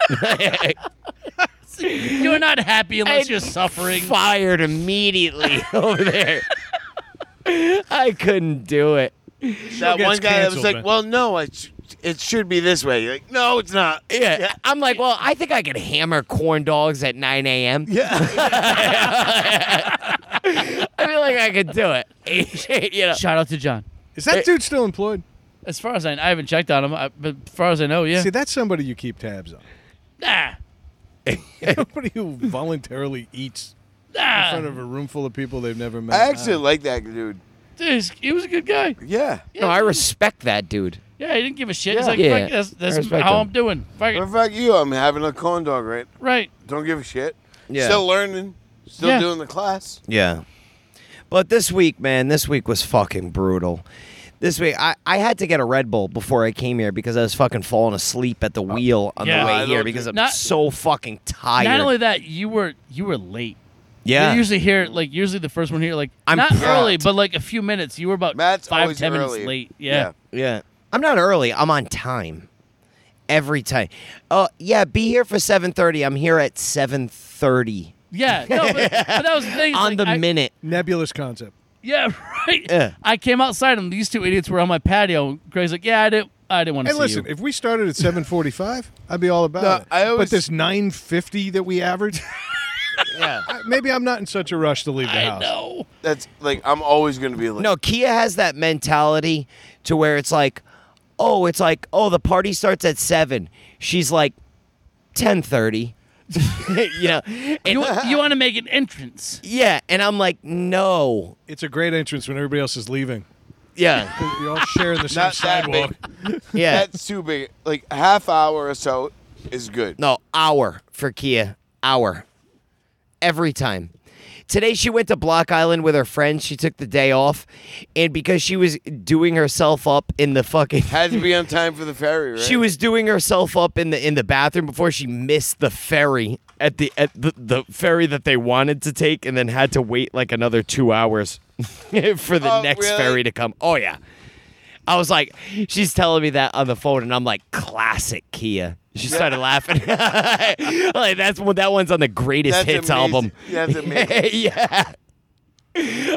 Speaker 2: <laughs>
Speaker 4: You're not happy unless
Speaker 2: I-
Speaker 4: you're suffering.
Speaker 2: Fired immediately <laughs> over there. I couldn't do it.
Speaker 5: That
Speaker 3: gets
Speaker 5: one guy that was
Speaker 3: canceled,
Speaker 5: like,
Speaker 3: man.
Speaker 5: "Well, no, I sh- it should be this way." You're like, "No, it's not."
Speaker 2: Yeah. I'm like, well, I think I could hammer corn dogs at 9 a.m.
Speaker 5: Yeah.
Speaker 2: I feel like I could do it. <laughs> you know.
Speaker 4: Shout out to John.
Speaker 3: <laughs> Is that dude still employed?
Speaker 4: As far as I, I haven't checked on him, I, but as far as I know, yeah.
Speaker 3: See, that's somebody you keep tabs on.
Speaker 4: nah,
Speaker 3: <laughs> Somebody who voluntarily eats in
Speaker 4: nah.
Speaker 3: front of a room full of people they've never met. Ah.
Speaker 5: I actually like that dude.
Speaker 4: Dude, he's- he was a good guy.
Speaker 5: Yeah.
Speaker 4: Uh. Yeah,
Speaker 2: No, I
Speaker 4: dude.
Speaker 2: respect that dude.
Speaker 4: Yeah, he didn't give a shit. He's
Speaker 5: Yeah.
Speaker 4: like,
Speaker 2: Yeah,
Speaker 4: fuck, that's, that's
Speaker 2: respect
Speaker 4: how
Speaker 2: him.
Speaker 4: I'm doing. Fuck
Speaker 5: Well,
Speaker 4: it.
Speaker 5: fuck you. I'm having a corn dog, right?
Speaker 4: Right.
Speaker 5: Don't give a shit.
Speaker 2: Yeah.
Speaker 5: Still learning. Still
Speaker 4: Yeah.
Speaker 5: doing the class.
Speaker 2: Yeah. But this week, man, this week was fucking brutal. This week, I, I had to get a Red Bull before I came here because I was fucking falling asleep at the wheel on
Speaker 4: Oh, Yeah.
Speaker 2: the
Speaker 4: I
Speaker 2: way
Speaker 5: don't
Speaker 2: here
Speaker 5: think-
Speaker 2: because I'm
Speaker 4: Not-
Speaker 2: so fucking tired.
Speaker 4: Not only that, you were you were late.
Speaker 2: yeah.
Speaker 4: You're usually here, like usually the first one here, like
Speaker 2: I'm
Speaker 4: not
Speaker 2: packed.
Speaker 4: early, but like a few minutes. You were about
Speaker 5: Matt's
Speaker 4: five,
Speaker 5: always
Speaker 4: ten
Speaker 5: early.
Speaker 4: minutes late. Yeah.
Speaker 2: yeah. I'm not early. I'm on time. Every time. Oh, yeah, be here for 7:30. I'm here at 7:30
Speaker 4: Yeah. No, but,
Speaker 2: <laughs>
Speaker 4: but that was the thing. it's
Speaker 2: on
Speaker 4: like,
Speaker 2: the
Speaker 4: I-
Speaker 2: minute.
Speaker 3: nebulous concept.
Speaker 4: Yeah, <laughs> right.
Speaker 2: Yeah.
Speaker 4: I came outside and these two idiots were on my patio. Greg's like, Yeah, I didn't I didn't want to
Speaker 3: Hey,
Speaker 4: see
Speaker 3: listen,
Speaker 4: you.
Speaker 3: if we started at 7:45, I'd be all about
Speaker 5: No,
Speaker 3: it.
Speaker 5: I always-
Speaker 3: but this 9:50 that we average,
Speaker 2: Yeah.
Speaker 3: I- <laughs> maybe I'm not in such a rush to leave the
Speaker 4: I
Speaker 3: house.
Speaker 4: know.
Speaker 5: That's like I'm always gonna be late. <laughs>
Speaker 2: No, Kia has that mentality to where it's like, oh, it's like, oh, the party starts at seven. She's like, ten thirty. <laughs> you know, and,
Speaker 4: You, you want to make an entrance.
Speaker 2: yeah, and I'm like, no,
Speaker 3: It's a great entrance when everybody else is leaving. <laughs>
Speaker 2: yeah,
Speaker 3: You all share the same
Speaker 5: Not that
Speaker 3: sidewalk. <laughs>
Speaker 2: yeah,
Speaker 5: That's too big. Like a half hour or so is good. <laughs>
Speaker 2: no, hour for Kia, hour, every time. Today she went to Block Island with her friends. She took the day off, and because she was doing herself up in the fucking
Speaker 5: Had to be
Speaker 2: <laughs>
Speaker 5: on time for the ferry, right?
Speaker 2: She was doing herself up in the in the bathroom before she missed the ferry at the at the, the ferry that they wanted to take and then had to wait like another two hours <laughs> for the
Speaker 5: Oh,
Speaker 2: next
Speaker 5: really?
Speaker 2: ferry to come. Oh yeah. I was like, she's telling me that on the phone, and I'm like, classic Kia. She started laughing. <laughs> like that's one- that one's on the greatest
Speaker 5: That's
Speaker 2: hits
Speaker 5: amazing.
Speaker 2: album.
Speaker 5: <laughs>
Speaker 2: <laughs>
Speaker 5: That's amazing.
Speaker 2: yeah.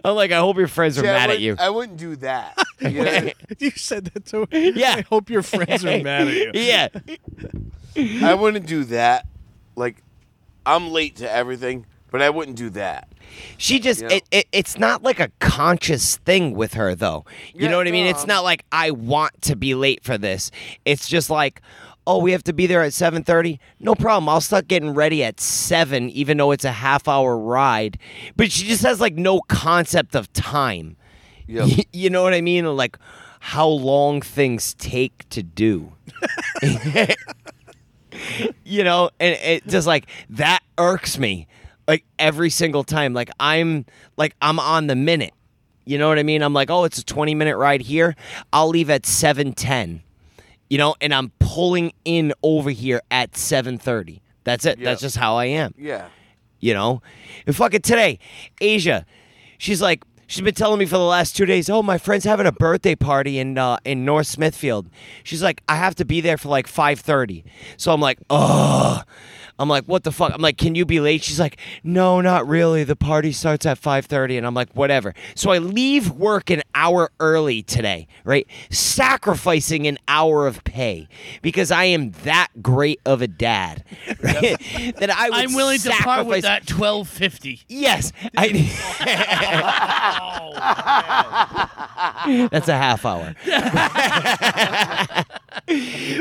Speaker 2: I'm like, I hope your friends are
Speaker 5: See, I
Speaker 2: mad at
Speaker 5: wouldn't-
Speaker 2: you. <laughs>
Speaker 5: I wouldn't do that. You know?
Speaker 3: you said that to her.
Speaker 2: Yeah.
Speaker 3: I hope
Speaker 2: <laughs>
Speaker 3: your friends are mad at you.
Speaker 2: yeah.
Speaker 5: I wouldn't do that. Like, I'm late to everything, but I wouldn't do that.
Speaker 2: She just
Speaker 5: You know?
Speaker 2: it, it, it's not like a conscious thing with her though. You
Speaker 5: Yeah,
Speaker 2: know what I mean?
Speaker 5: no,
Speaker 2: It's
Speaker 5: I'm-
Speaker 2: not like I want to be late for this. It's just like "Oh, we have to be there at 7:30." No problem. I'll start getting ready at 7 even though it's a half hour ride. But she just has like no concept of time. <laughs>
Speaker 5: Yep.
Speaker 2: you know what I mean? Or, Like how long things take to do. <laughs> you know, and it just like that irks me like every single time. Like I'm like I'm on the minute. You know what I mean? I'm like, oh, it's a 20 minute ride here. I'll leave at 7:10. You know, and I'm pulling in over here at 7:30. That's it. That's just how I am
Speaker 5: Yeah.
Speaker 2: you know? And fucking today, Asia, she's like, she's been telling me for the last two days, oh, my friend's having a birthday party in uh, in North Smithfield. She's like, I have to be there for like 5.30. So I'm like, oh. I'm like, what the fuck? I'm like, can you be late? She's like, no, not really. The party starts at 5.30. And I'm like, whatever. So I leave work an hour early today, right? Sacrificing an hour of pay because I am that great of a dad. <laughs> Right? that I would
Speaker 4: I'm willing to part
Speaker 2: sacrifice-
Speaker 4: with that twelve fifty.
Speaker 2: Yes,
Speaker 4: <laughs>
Speaker 2: I. <laughs> That's a half hour.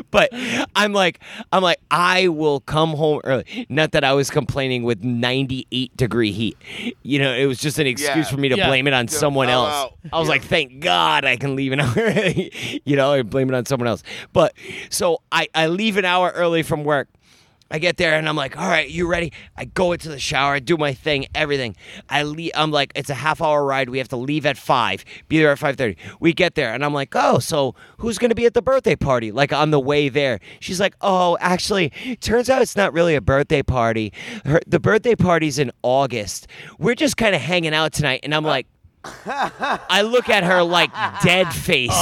Speaker 2: <laughs> but I'm like, I'm like, I will come home early. Not that I was complaining with 98 degree heat. You know, it was just an excuse
Speaker 5: Yeah.
Speaker 2: for me to
Speaker 4: Yeah.
Speaker 2: blame it on someone
Speaker 5: how
Speaker 2: else.
Speaker 5: out.
Speaker 2: I was like, thank God I can leave an <laughs> hour early. you know, I blame it on someone else. But so I, I leave an hour early from work. I get there and I'm like, all right, you ready? I go into the shower, I do my thing, everything. I leave, I'm like, it's a half hour ride. We have to leave at five, be there at 5.30. We get there and I'm like, oh, so who's going to be at the birthday party? Like on the way there. She's like, oh, actually, turns out it's not really a birthday party. Her, the birthday party's in August. We're just kind of hanging out tonight. And I'm like, I look at her like <laughs> dead face.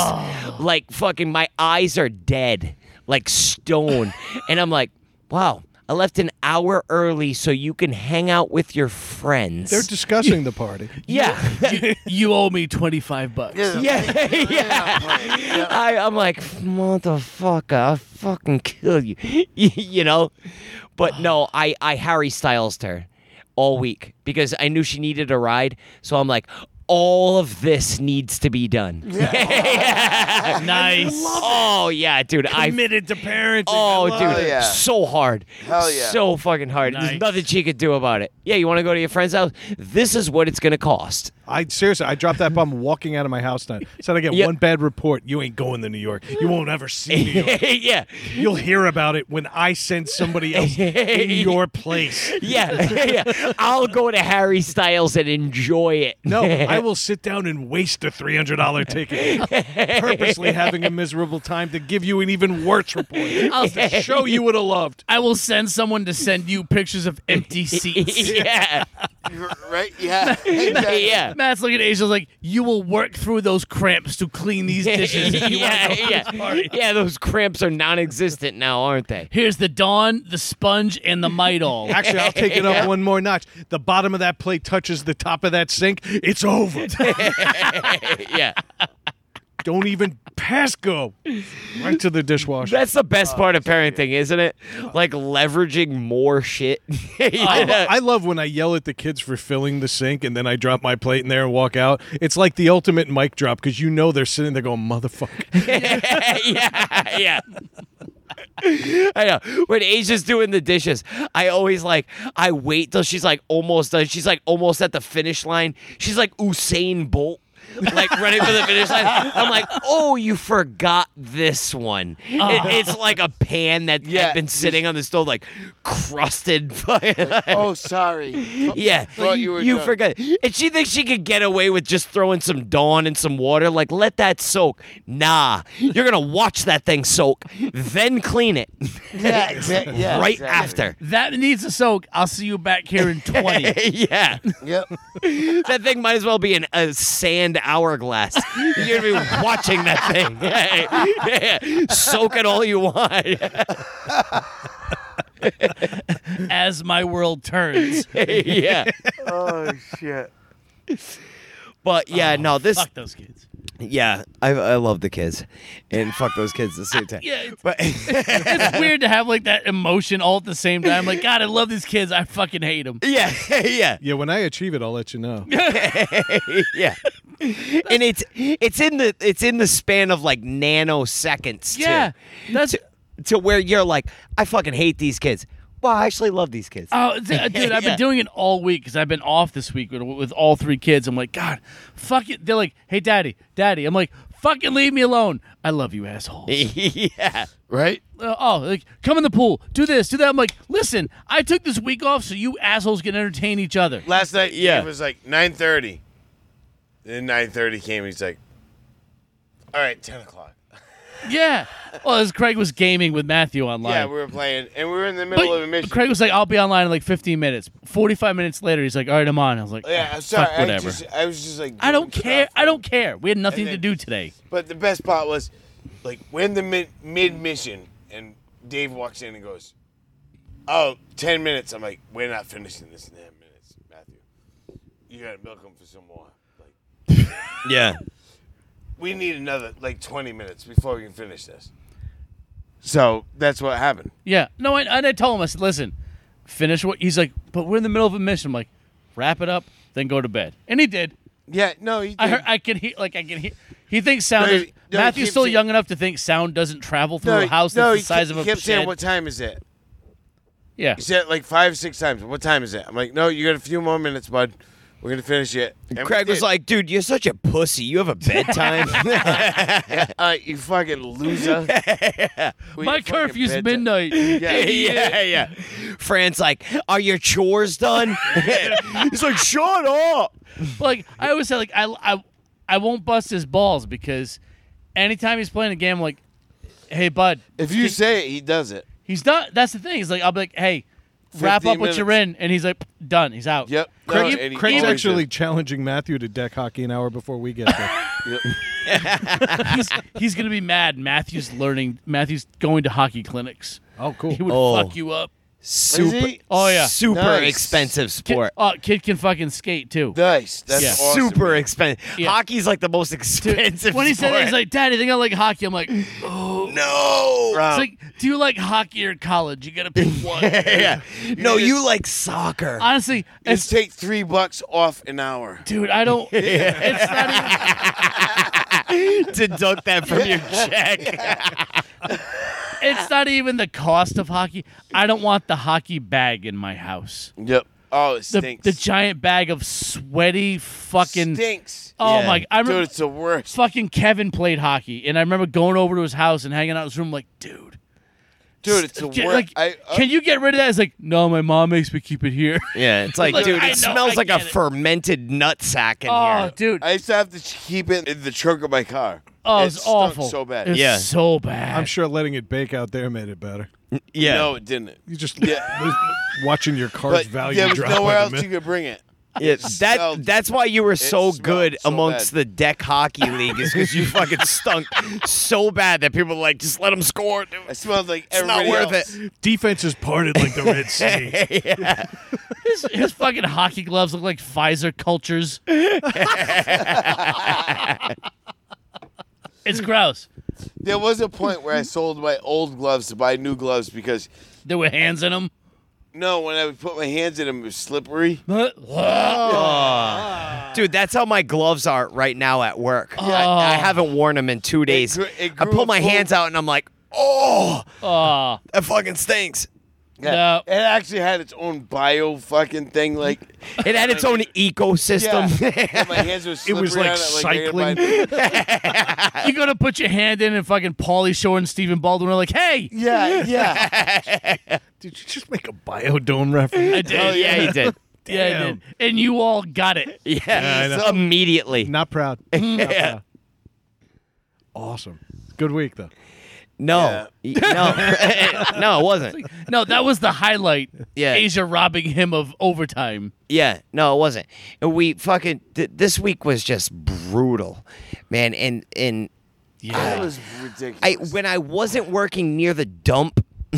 Speaker 2: Like fucking my eyes are dead, like stone. and I'm like, wow, I left an hour early so you can hang out with your friends.
Speaker 3: They're discussing the party.
Speaker 2: yeah.
Speaker 4: You owe me twenty five bucks.
Speaker 2: <laughs> yeah. yeah. I, I'm like, motherfucker, I'll fucking kill you. <laughs> you know? But no, I, I Harry Styles her all week because I knew she needed a ride. So I'm like, all of this needs to be done.
Speaker 4: Nice.
Speaker 2: Oh yeah, dude. I
Speaker 3: Committed to parenting.
Speaker 2: oh dude,
Speaker 5: it. yeah.
Speaker 2: so hard.
Speaker 5: Hell yeah.
Speaker 2: So fucking hard. There's
Speaker 4: Nice.
Speaker 2: nothing she could do about it. Yeah, you want to go to your friend's house? This is what it's gonna cost. <laughs>
Speaker 3: I seriously, I dropped that bomb walking out of my house tonight. Said I get
Speaker 2: Yeah.
Speaker 3: one bad report. You ain't going to New York. You won't ever see New
Speaker 2: <laughs>
Speaker 3: York.
Speaker 2: yeah.
Speaker 3: You'll hear about it when I send somebody else in your place.
Speaker 2: Yeah, yeah. I'll go to Harry Styles and enjoy it. <laughs>
Speaker 3: No, I will sit down and waste a three hundred dollar ticket, purposely having a miserable time to give you an even worse report. I'll show you would have loved.
Speaker 4: I will send someone to send you pictures of
Speaker 2: <laughs>
Speaker 4: empty seats.
Speaker 2: yeah,
Speaker 5: You're right?
Speaker 2: <laughs>
Speaker 5: Yeah. Exactly.
Speaker 2: yeah,
Speaker 4: <laughs> Matt's looking at Asia like, you will work through those cramps to clean these dishes.
Speaker 2: <laughs>
Speaker 4: if you wanna
Speaker 2: yeah,
Speaker 4: go to this
Speaker 2: yeah.
Speaker 4: party."
Speaker 2: yeah. Those cramps are non-existent now, aren't they?
Speaker 4: Here's the Dawn, the sponge, and the
Speaker 2: <laughs>
Speaker 4: Midol.
Speaker 3: Actually, I'll take it up one more notch. The bottom of that plate touches the top of that sink. It's
Speaker 1: <laughs>
Speaker 3: over.
Speaker 2: yeah.
Speaker 3: Don't even pass go. Right to the dishwasher.
Speaker 2: That's the best part of parenting, isn't it? Like leveraging more shit. <laughs>
Speaker 3: I, lo- I love when I yell at the kids for filling the sink and then I drop my plate in there and walk out. It's like the ultimate mic drop because you know they're sitting there going, motherfucker.
Speaker 1: <laughs>
Speaker 2: <laughs> yeah, yeah. I know. When Asia's doing the dishes, I always like I wait till she's like almost done. She's like almost at the finish line. She's like Usain Bolt. like running for the finish line, I'm like, oh, you forgot this one. It- it's like a pan that
Speaker 5: Yeah.
Speaker 2: had been sitting on the stove, like crusted. <laughs>
Speaker 5: Oh, <laughs> sorry.
Speaker 2: Yeah,
Speaker 5: Thought you were done.
Speaker 2: forgot. And she thinks she could get away with just throwing some Dawn and some water. Like, let that soak. Nah, you're gonna watch that thing soak, then clean it
Speaker 5: Yeah, exa- <laughs> yeah,
Speaker 2: right
Speaker 5: exactly.
Speaker 2: after.
Speaker 4: that needs a soak. I'll see you back here
Speaker 2: <laughs>
Speaker 4: in 20.
Speaker 2: yeah,
Speaker 5: Yep.
Speaker 2: that thing might as well be in a sand hourglass. You're gonna be watching that thing. <laughs> Yeah, yeah. <laughs> Soak it all you want. <laughs>
Speaker 4: as my world turns.
Speaker 2: yeah,
Speaker 5: Oh shit.
Speaker 2: but yeah,
Speaker 5: Oh,
Speaker 2: no, this
Speaker 4: Fuck those kids.
Speaker 2: yeah, I, I love the kids, and fuck those kids at the
Speaker 5: <laughs>
Speaker 2: same time.
Speaker 4: Yeah, it's,
Speaker 2: But <laughs>
Speaker 4: it's weird to have like that emotion all at the same time. Like, God, I love these kids. I fucking hate them.
Speaker 2: yeah, <laughs> yeah.
Speaker 3: Yeah, when I achieve it, I'll let
Speaker 1: <laughs>
Speaker 3: you know.
Speaker 4: <laughs>
Speaker 2: yeah. And it's it's in the it's in the span of like nanoseconds.
Speaker 4: Yeah,
Speaker 2: Too.
Speaker 4: that's
Speaker 2: to where you're like, I fucking hate these kids. Well, I actually love these kids.
Speaker 4: Oh, d- uh, dude, I've
Speaker 2: Yeah.
Speaker 4: been doing it all week because I've been off this week with, with all three kids. I'm like, God, fuck it. They're like, Hey, daddy, daddy. I'm like, Fucking leave me alone. I love you,
Speaker 2: <laughs>
Speaker 4: assholes.
Speaker 2: yeah.
Speaker 6: right?
Speaker 4: Uh, oh, like come in the pool, do this, do that. I'm like, listen, I took this week off so you assholes can entertain each other.
Speaker 1: Last night,
Speaker 2: Yeah.
Speaker 1: it was like 9.30. Then 9.30 came, he's like, all right, 10 o'clock.
Speaker 4: Yeah. Well, as Craig was gaming with Matthew online.
Speaker 1: Yeah, we were playing, and we were in the
Speaker 4: But
Speaker 1: middle of a mission.
Speaker 4: Craig was like, "I'll be online in like 15 minutes." 45 minutes later, he's like, "All right, I'm on." I was like,
Speaker 1: yeah, I'm
Speaker 4: "Ah,
Speaker 1: sorry.
Speaker 4: fuck,
Speaker 1: I,
Speaker 4: whatever."
Speaker 1: just, I was just like,
Speaker 4: I don't
Speaker 1: doing
Speaker 4: care.
Speaker 1: stuff.
Speaker 4: I don't care. We had nothing
Speaker 1: then-
Speaker 4: to do today.
Speaker 1: But the best part was, like, we're in the mid mid mission, and Dave walks in and goes, "Oh, 10 minutes." I'm like, "We're not finishing this in 10 minutes, Matthew. You gotta milk him for some more. Like,
Speaker 2: <laughs> Yeah.
Speaker 1: we need another like 20 minutes before we can finish this." So that's what happened.
Speaker 4: Yeah. No, I, and I told him, I said, "Listen, finish what." He's like, "But we're in the middle of a mission." I'm like, "Wrap it up, then go to bed." And he did.
Speaker 1: Yeah, no, he
Speaker 4: I
Speaker 1: did.
Speaker 4: heard, I can hear like I can hear. He thinks sound.
Speaker 1: No,
Speaker 4: is,
Speaker 1: he- no, he
Speaker 4: Matthew's
Speaker 1: keeps
Speaker 4: still
Speaker 1: saying-
Speaker 4: young enough to think sound doesn't travel through a house
Speaker 1: no,
Speaker 4: that's
Speaker 1: he
Speaker 4: the size
Speaker 1: ke-
Speaker 4: of
Speaker 1: he
Speaker 4: a
Speaker 1: kept saying,
Speaker 4: shed.
Speaker 1: "What time is it?"
Speaker 4: yeah.
Speaker 1: He said it like five, six times. What time is it? I'm like, "No, you got a few more minutes, bud. We're gonna finish it." And we
Speaker 2: Craig was
Speaker 1: did.
Speaker 2: like, dude, you're such a pussy. You have a bedtime. <laughs>
Speaker 4: <laughs>
Speaker 1: <laughs> All right, Uh, you fucking loser. We
Speaker 4: My
Speaker 1: fucking
Speaker 4: curfew's uh,
Speaker 1: bitch. <laughs>
Speaker 4: midnight. <laughs>
Speaker 1: Yeah.
Speaker 2: yeah, yeah. Fran's like, are your chores
Speaker 4: <laughs>
Speaker 2: done? He's like, shut up.
Speaker 4: like I always say, like I, I, I won't bust his balls because anytime he's playing a game, I'm like, hey bud,
Speaker 1: If you say it, he does it.
Speaker 4: he's done. That's the thing. He's like, I'll be like, hey, wrap
Speaker 1: 15
Speaker 4: up what you're in, and he's like, done. He's out.
Speaker 1: Yep.
Speaker 3: Craig,
Speaker 1: No, and he
Speaker 3: Craig's
Speaker 1: always
Speaker 3: actually challenging Matthew to deck hockey an hour before we get
Speaker 1: <laughs>
Speaker 3: there.
Speaker 1: does.
Speaker 4: He's, he's gonna be mad. Matthew's learning. Matthew's going to hockey clinics.
Speaker 3: oh, cool.
Speaker 4: He would
Speaker 2: Oh.
Speaker 4: fuck you up.
Speaker 2: Super,
Speaker 1: he?
Speaker 4: Oh, yeah.
Speaker 2: super
Speaker 1: Nice.
Speaker 2: expensive
Speaker 4: Kid,
Speaker 2: sport.
Speaker 4: uh, kid can fucking skate too.
Speaker 1: Yep. Nice. That's
Speaker 4: Yeah.
Speaker 1: awesome.
Speaker 2: super expensive.
Speaker 4: Yeah.
Speaker 2: Hockey's like the most
Speaker 4: Dude,
Speaker 2: expensive.
Speaker 4: when he said
Speaker 2: sport.
Speaker 4: it, he's like, "Daddy, I think I like hockey." I'm like, "It's
Speaker 2: no.
Speaker 1: Rob,
Speaker 4: like, do you like hockey or college? You gotta pick <laughs> one."
Speaker 2: Um, yeah. No,
Speaker 1: just-
Speaker 2: you like soccer.
Speaker 4: Honestly,
Speaker 1: just
Speaker 4: it's,
Speaker 1: take three bucks off an hour.
Speaker 4: dude, I don't. It's not even.
Speaker 2: Deduct that from your <laughs> check.
Speaker 4: It's not even the cost of hockey. I don't want the hockey bag in my house.
Speaker 1: Yep. Oh, it
Speaker 4: The,
Speaker 1: stinks.
Speaker 4: the giant bag of sweaty fucking.
Speaker 1: stinks.
Speaker 4: Oh
Speaker 2: Yeah.
Speaker 4: my! I remember
Speaker 1: Dude, it's the worst.
Speaker 4: fucking Kevin played hockey, and I remember going over to his house and hanging out in his room, like, dude.
Speaker 1: Dude, it's the
Speaker 4: get-
Speaker 1: worst.
Speaker 4: Like,
Speaker 1: I, uh,
Speaker 4: can you get rid of that? It's like, no, my mom makes me keep it here.
Speaker 2: Yeah, it's like,
Speaker 4: Like,
Speaker 2: dude,
Speaker 4: I know,
Speaker 2: it smells
Speaker 4: I
Speaker 2: like a
Speaker 4: get it.
Speaker 2: fermented nut sack in
Speaker 4: oh,
Speaker 2: here.
Speaker 4: dude.
Speaker 1: I used to have to keep it in the trunk of my car.
Speaker 4: Oh,
Speaker 1: It
Speaker 4: it was
Speaker 1: stunk
Speaker 4: awful.
Speaker 1: so bad.
Speaker 4: It was
Speaker 2: Yeah.
Speaker 4: so bad.
Speaker 3: I'm sure letting it bake out there made it better.
Speaker 2: Yeah.
Speaker 1: No, it didn't.
Speaker 3: You just
Speaker 1: Yeah.
Speaker 3: <laughs> watching your car's
Speaker 1: But
Speaker 3: value
Speaker 1: there was
Speaker 3: drop.
Speaker 1: nowhere
Speaker 3: by
Speaker 1: else
Speaker 3: the
Speaker 1: you could bring it.
Speaker 2: Yeah, that
Speaker 1: smelled-
Speaker 2: that's why you were so
Speaker 1: smelled
Speaker 2: good
Speaker 1: so
Speaker 2: amongst
Speaker 1: bad.
Speaker 2: the deck hockey league is because you fucking stunk so bad that people were like just let them score. Dude.
Speaker 1: I smelled like
Speaker 2: It's not
Speaker 1: everybody
Speaker 2: worth
Speaker 1: else.
Speaker 2: it.
Speaker 3: minute. Defense is parted like the Red Sea.
Speaker 2: <laughs> yeah.
Speaker 4: his, his fucking hockey gloves look like Pfizer
Speaker 2: <laughs>
Speaker 4: cultures. it's gross.
Speaker 1: There was a point where I sold my old gloves to buy new gloves because
Speaker 4: There were hands in <laughs> them.
Speaker 1: no, when I would put my hands in them, it was slippery.
Speaker 4: Oh.
Speaker 2: Dude, that's how my gloves are right now at work. I, I haven't worn them in two days.
Speaker 1: gr- it
Speaker 2: I
Speaker 1: grew
Speaker 2: pull
Speaker 1: a
Speaker 2: my
Speaker 1: full-
Speaker 2: hands out and I'm like, oh,
Speaker 4: Aw.
Speaker 2: that fucking stinks.
Speaker 1: Yeah.
Speaker 4: No.
Speaker 1: It actually had its own bio fucking thing. Like,
Speaker 2: It had its own <laughs> ecosystem.
Speaker 1: yeah, my hands
Speaker 4: <laughs>
Speaker 1: were
Speaker 3: It
Speaker 1: slippery
Speaker 3: was like
Speaker 1: on it, I gotta
Speaker 3: cycling.
Speaker 1: buy-
Speaker 4: You're gonna put your hand in and fucking Pauly Shore and Stephen Baldwin are like, hey,
Speaker 1: yeah, yeah.
Speaker 3: Did you just make a biodome reference?
Speaker 4: I did.
Speaker 2: Oh, yeah, you
Speaker 3: <laughs>
Speaker 2: did.
Speaker 4: yeah, I did. And you all got it.
Speaker 2: Yeah,
Speaker 3: I know.
Speaker 2: immediately.
Speaker 3: Not proud. Not proud. Awesome. Good week though.
Speaker 2: No, no,
Speaker 3: <laughs>
Speaker 2: <laughs> no, it wasn't.
Speaker 4: No, that was the highlight.
Speaker 2: Yeah.
Speaker 4: Asia robbing him of overtime.
Speaker 2: Yeah, no, it wasn't. And we fucking th- this week was just brutal, man. And and
Speaker 1: That was ridiculous.
Speaker 2: I when I wasn't working near the dump, <laughs>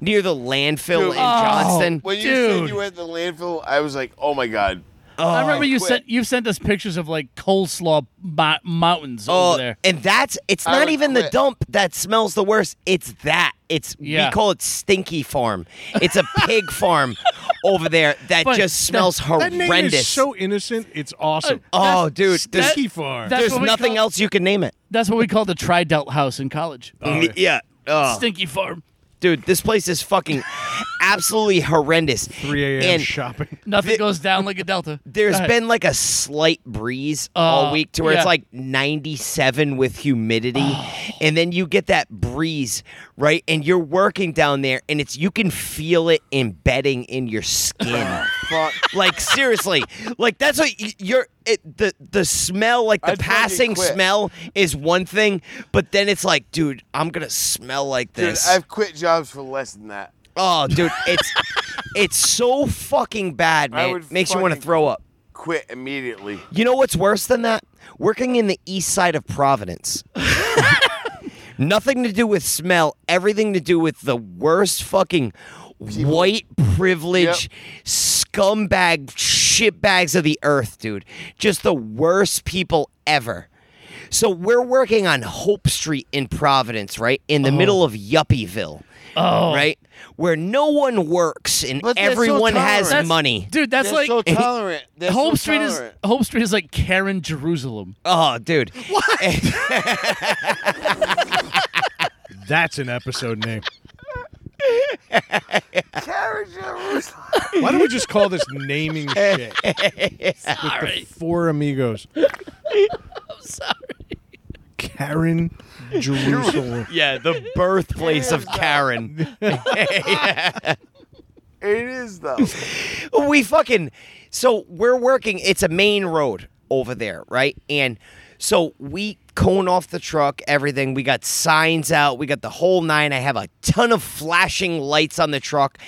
Speaker 2: near the landfill
Speaker 1: Dude.
Speaker 2: in Johnston.
Speaker 1: when you
Speaker 4: dude.
Speaker 1: said you were at the landfill, I was like, oh my god.
Speaker 4: I remember you
Speaker 1: quit.
Speaker 4: sent you sent us pictures of like coleslaw mo- mountains
Speaker 2: Oh,
Speaker 4: over there.
Speaker 2: and that's it's
Speaker 1: I
Speaker 2: not
Speaker 1: would
Speaker 2: even the
Speaker 1: quit.
Speaker 2: dump that smells the worst. It's that. It's
Speaker 4: Yeah.
Speaker 2: we call it stinky farm. It's
Speaker 4: <laughs>
Speaker 2: a pig farm over there that
Speaker 4: But
Speaker 2: just smells
Speaker 3: That
Speaker 2: horrendous.
Speaker 3: name is so innocent. It's
Speaker 5: <laughs>
Speaker 3: awesome.
Speaker 4: Uh,
Speaker 2: oh, dude, there's,
Speaker 3: Stinky farm.
Speaker 4: that- that's
Speaker 2: there's
Speaker 4: what we
Speaker 2: nothing
Speaker 4: call-
Speaker 2: else you can name it.
Speaker 5: Uh-huh.
Speaker 4: That's what we called the tridelt house in college.
Speaker 3: Oh, yeah.
Speaker 2: yeah. Ugh.
Speaker 4: Stinky farm.
Speaker 2: dude, this place is fucking absolutely horrendous.
Speaker 3: 3 a.m.
Speaker 2: And
Speaker 3: shopping.
Speaker 4: Nothing goes down like a delta.
Speaker 2: There's
Speaker 4: Go ahead.
Speaker 2: been like a slight breeze
Speaker 4: Uh,
Speaker 2: all week to where
Speaker 4: yeah. Oh.
Speaker 2: it's like 97 with humidity. And then you get that breeze, right? And you're working down there and it's you can feel it embedding in your
Speaker 4: <laughs>
Speaker 2: skin.
Speaker 5: Fuck.
Speaker 2: like seriously. Like that's what y- you're it, the the smell like the
Speaker 5: I'd fucking
Speaker 2: passing
Speaker 5: quit.
Speaker 2: smell is one thing, but then it's like, dude, I'm going to smell like
Speaker 5: Dude,
Speaker 2: this.
Speaker 5: I've quit jobs for less than that.
Speaker 2: oh, dude,
Speaker 5: <laughs>
Speaker 2: it's it's so fucking bad,
Speaker 5: I
Speaker 2: man.
Speaker 5: would
Speaker 2: Makes you want to
Speaker 5: fucking-
Speaker 2: throw up.
Speaker 5: Quit immediately.
Speaker 2: You know what's worse than that? Working in the east side of
Speaker 5: <laughs>
Speaker 2: Providence. Nothing to do with smell, everything to do with the worst fucking white privilege scumbag shitbags of the earth, dude. Just the worst people ever. So we're working on Hope Street in Providence, right? In
Speaker 5: Oh.
Speaker 2: the middle of Yuppieville. Oh. Right? Where no one works and
Speaker 5: But they're so
Speaker 2: everyone has
Speaker 5: tolerant.
Speaker 4: That's-
Speaker 2: money.
Speaker 4: dude. That's
Speaker 5: They're
Speaker 4: like
Speaker 5: so tolerant. They're
Speaker 4: Home
Speaker 5: so
Speaker 4: Street is
Speaker 5: tolerant.
Speaker 4: Home Street is like Karen Jerusalem.
Speaker 2: Oh, dude.
Speaker 3: That's an episode name.
Speaker 5: Carriage rules.
Speaker 3: Why don't we just call this naming shit?
Speaker 4: Sorry,
Speaker 3: Four amigos.
Speaker 4: sorry.
Speaker 3: Karen Jerusalem.
Speaker 2: Yeah, the birthplace of Karen.
Speaker 5: It is though.
Speaker 2: we fucking so we're working. It's a main road over there, right? And so we cone off the truck, everything. We got signs out. We got the whole nine. I have a ton of flashing lights on the truck.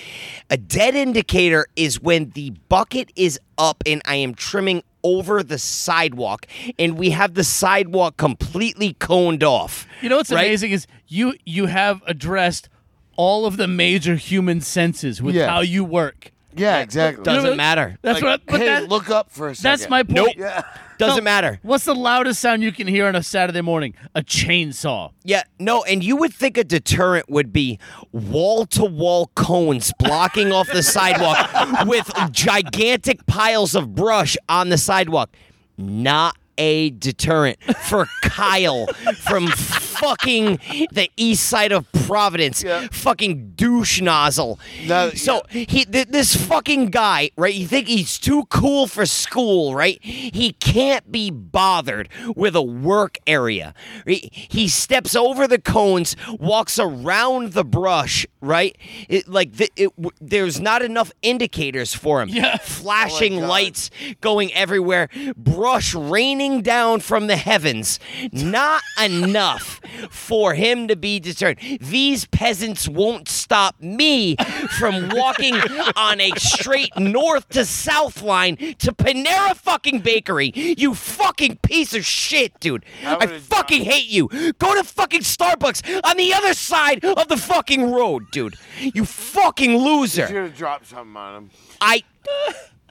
Speaker 2: A dead indicator is when the bucket is up and I am trimming over the sidewalk and we have the sidewalk completely coned off.
Speaker 4: You know what's
Speaker 2: right?
Speaker 4: amazing is you you have addressed all of the major human senses with
Speaker 5: Yeah.
Speaker 4: how you work.
Speaker 5: Yeah, exactly.
Speaker 4: You know
Speaker 2: Doesn't
Speaker 4: what-
Speaker 2: matter.
Speaker 4: That's what. But
Speaker 5: hey,
Speaker 4: that,
Speaker 5: look up for a second.
Speaker 4: that's my
Speaker 2: Nope.
Speaker 4: point.
Speaker 1: <laughs>
Speaker 5: Yeah.
Speaker 2: Doesn't matter.
Speaker 4: What's the loudest sound you can hear on a Saturday morning? A chainsaw.
Speaker 2: Yeah, no, and you would think a deterrent would be wall to wall cones blocking off the sidewalk with gigantic piles of brush on the sidewalk. Not a deterrent for Kyle from fucking the east side of Providence,
Speaker 5: Yeah.
Speaker 2: fucking douche nozzle.
Speaker 5: No,
Speaker 2: so he th- this fucking guy, right? You think he's too cool for school, right? He can't be bothered with a work area. He, he steps over the cones, walks around the brush, right? It, like th- it, w- there's not enough indicators for him.
Speaker 4: Yeah.
Speaker 2: Flashing
Speaker 5: God.
Speaker 2: lights going everywhere, brush raining down from the heavens. Not enough for him to be deterred. These peasants won't stop me from walking on a straight north to south line to Panera fucking Bakery. You fucking piece of shit, dude. I
Speaker 5: I would've
Speaker 2: fucking hate you. Go to fucking Starbucks on the other side of the fucking road, dude. You fucking
Speaker 5: You
Speaker 2: loser.
Speaker 5: should have dropped something on him.
Speaker 2: I.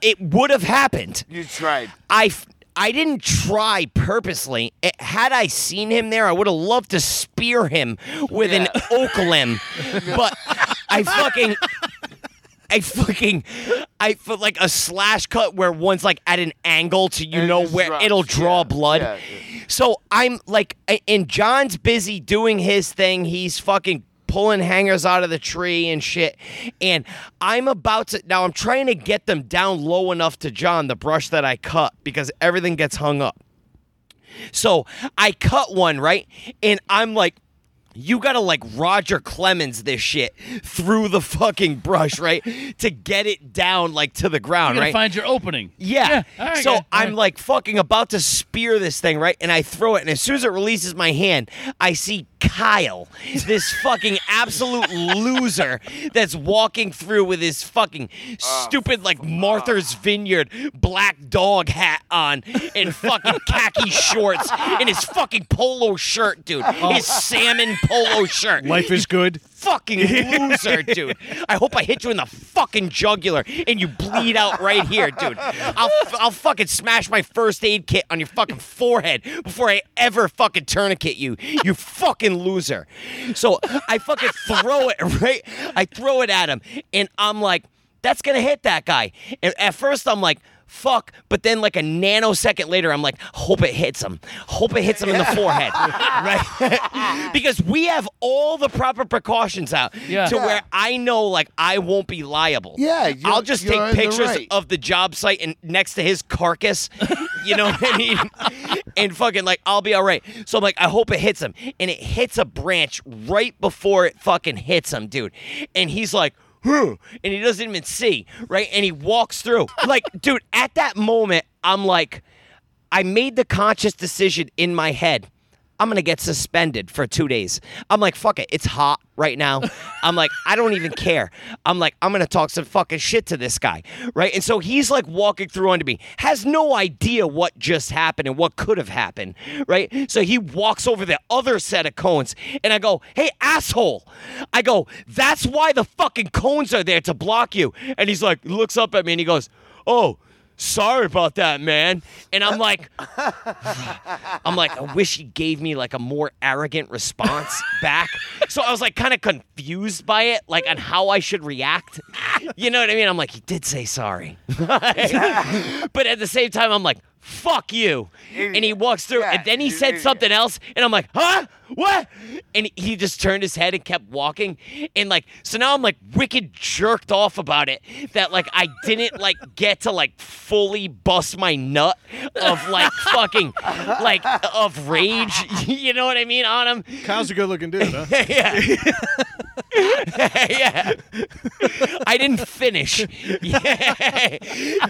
Speaker 2: It would have happened.
Speaker 5: You tried.
Speaker 2: I f- I didn't try purposely. It- had I seen him there, I would have loved to spear him with an oak limb. but I fucking. <laughs> I fucking, I feel like a slash cut where one's like at an angle to you
Speaker 5: And it
Speaker 2: know
Speaker 5: just
Speaker 2: where
Speaker 5: drops.
Speaker 2: it'll draw
Speaker 5: Yeah,
Speaker 2: blood.
Speaker 5: yeah,
Speaker 2: So I'm like, a- and John's busy doing his thing. He's fucking pulling hangers out of the tree and shit. And I'm about to, now I'm trying to get them down low enough to John, the brush that I cut, because everything gets hung up. So I cut one, right? And I'm like, you gotta like Roger Clemens this shit through the fucking brush, right? to get it down like to the
Speaker 4: You
Speaker 2: ground,
Speaker 4: gotta
Speaker 2: right?
Speaker 4: find your opening.
Speaker 2: Yeah.
Speaker 4: All right,
Speaker 2: so
Speaker 4: good. All
Speaker 2: I'm
Speaker 4: right.
Speaker 2: like fucking about to spear this thing, right? And I throw it, and as soon as it releases my hand, I see Kyle,
Speaker 4: <laughs>
Speaker 2: this fucking absolute loser that's walking through with his fucking stupid, like Martha's Vineyard black dog hat on and fucking khaki shorts and his fucking polo shirt, dude.
Speaker 4: Oh.
Speaker 2: His salmon polo shirt
Speaker 3: Life is good.
Speaker 2: fucking loser, dude. I hope I hit you in the fucking jugular and you bleed out right here, dude. I'll, I'll fucking smash my first aid kit on your fucking forehead before I ever fucking tourniquet you, you fucking loser. So I fucking throw it, <laughs> right? I throw it at him and I'm like, that's gonna hit that guy. And at first I'm like, fuck. But then, like a nanosecond later, I'm like, hope it hits him. Hope it hits him in
Speaker 1: <laughs>
Speaker 2: the forehead, right? <laughs> because we have all the proper precautions out
Speaker 4: Yeah.
Speaker 2: to
Speaker 4: Yeah.
Speaker 2: where I know, like, I won't be liable.
Speaker 1: Yeah, you-
Speaker 2: I'll just
Speaker 1: you're in
Speaker 2: take
Speaker 1: the
Speaker 2: pictures
Speaker 1: right.
Speaker 2: of the job site and next to his carcass. You know what I mean? and fucking like I'll be all right. So I'm like, I hope it hits him. And it hits a branch right before it fucking hits him, dude. And he's like, huh. And he doesn't even see, right? And he walks through. Like, dude, at that moment, I'm like, I made the conscious decision in my head. I'm gonna get suspended for two days. I'm like, fuck it, it's hot right now. I'm like, I don't even care. I'm like, I'm gonna talk some fucking shit to this guy, right? And so he's like walking through onto me, has no idea what just happened and what could have happened, right? So he walks over the other set of cones, and I go, hey asshole, I go, that's why the fucking cones are there to block you. And he's like, looks up at me and he goes, oh. Sorry about that, man. And I'm
Speaker 5: <laughs>
Speaker 2: like, I'm like, I wish he gave me like a more arrogant
Speaker 5: <laughs>
Speaker 2: response back. So I was like kind of confused by it, like on how I should react. You know what I mean? I'm like, he did say
Speaker 5: <laughs>
Speaker 2: sorry. <laughs> but at the same time, I'm like, fuck you. And he walks through,
Speaker 5: Yeah,
Speaker 2: and then he
Speaker 5: you
Speaker 2: said
Speaker 5: idiot.
Speaker 2: something else, and I'm like, huh? What? And he just turned his head and kept walking. And like, so now I'm like wicked jerked off about it that like I didn't like get to like fully bust my nut of like fucking like of rage. <laughs> You know what I mean? On him
Speaker 3: Kyle's a good looking dude, huh?
Speaker 2: yeah. <laughs> yeah. I didn't finish. <laughs> Yeah.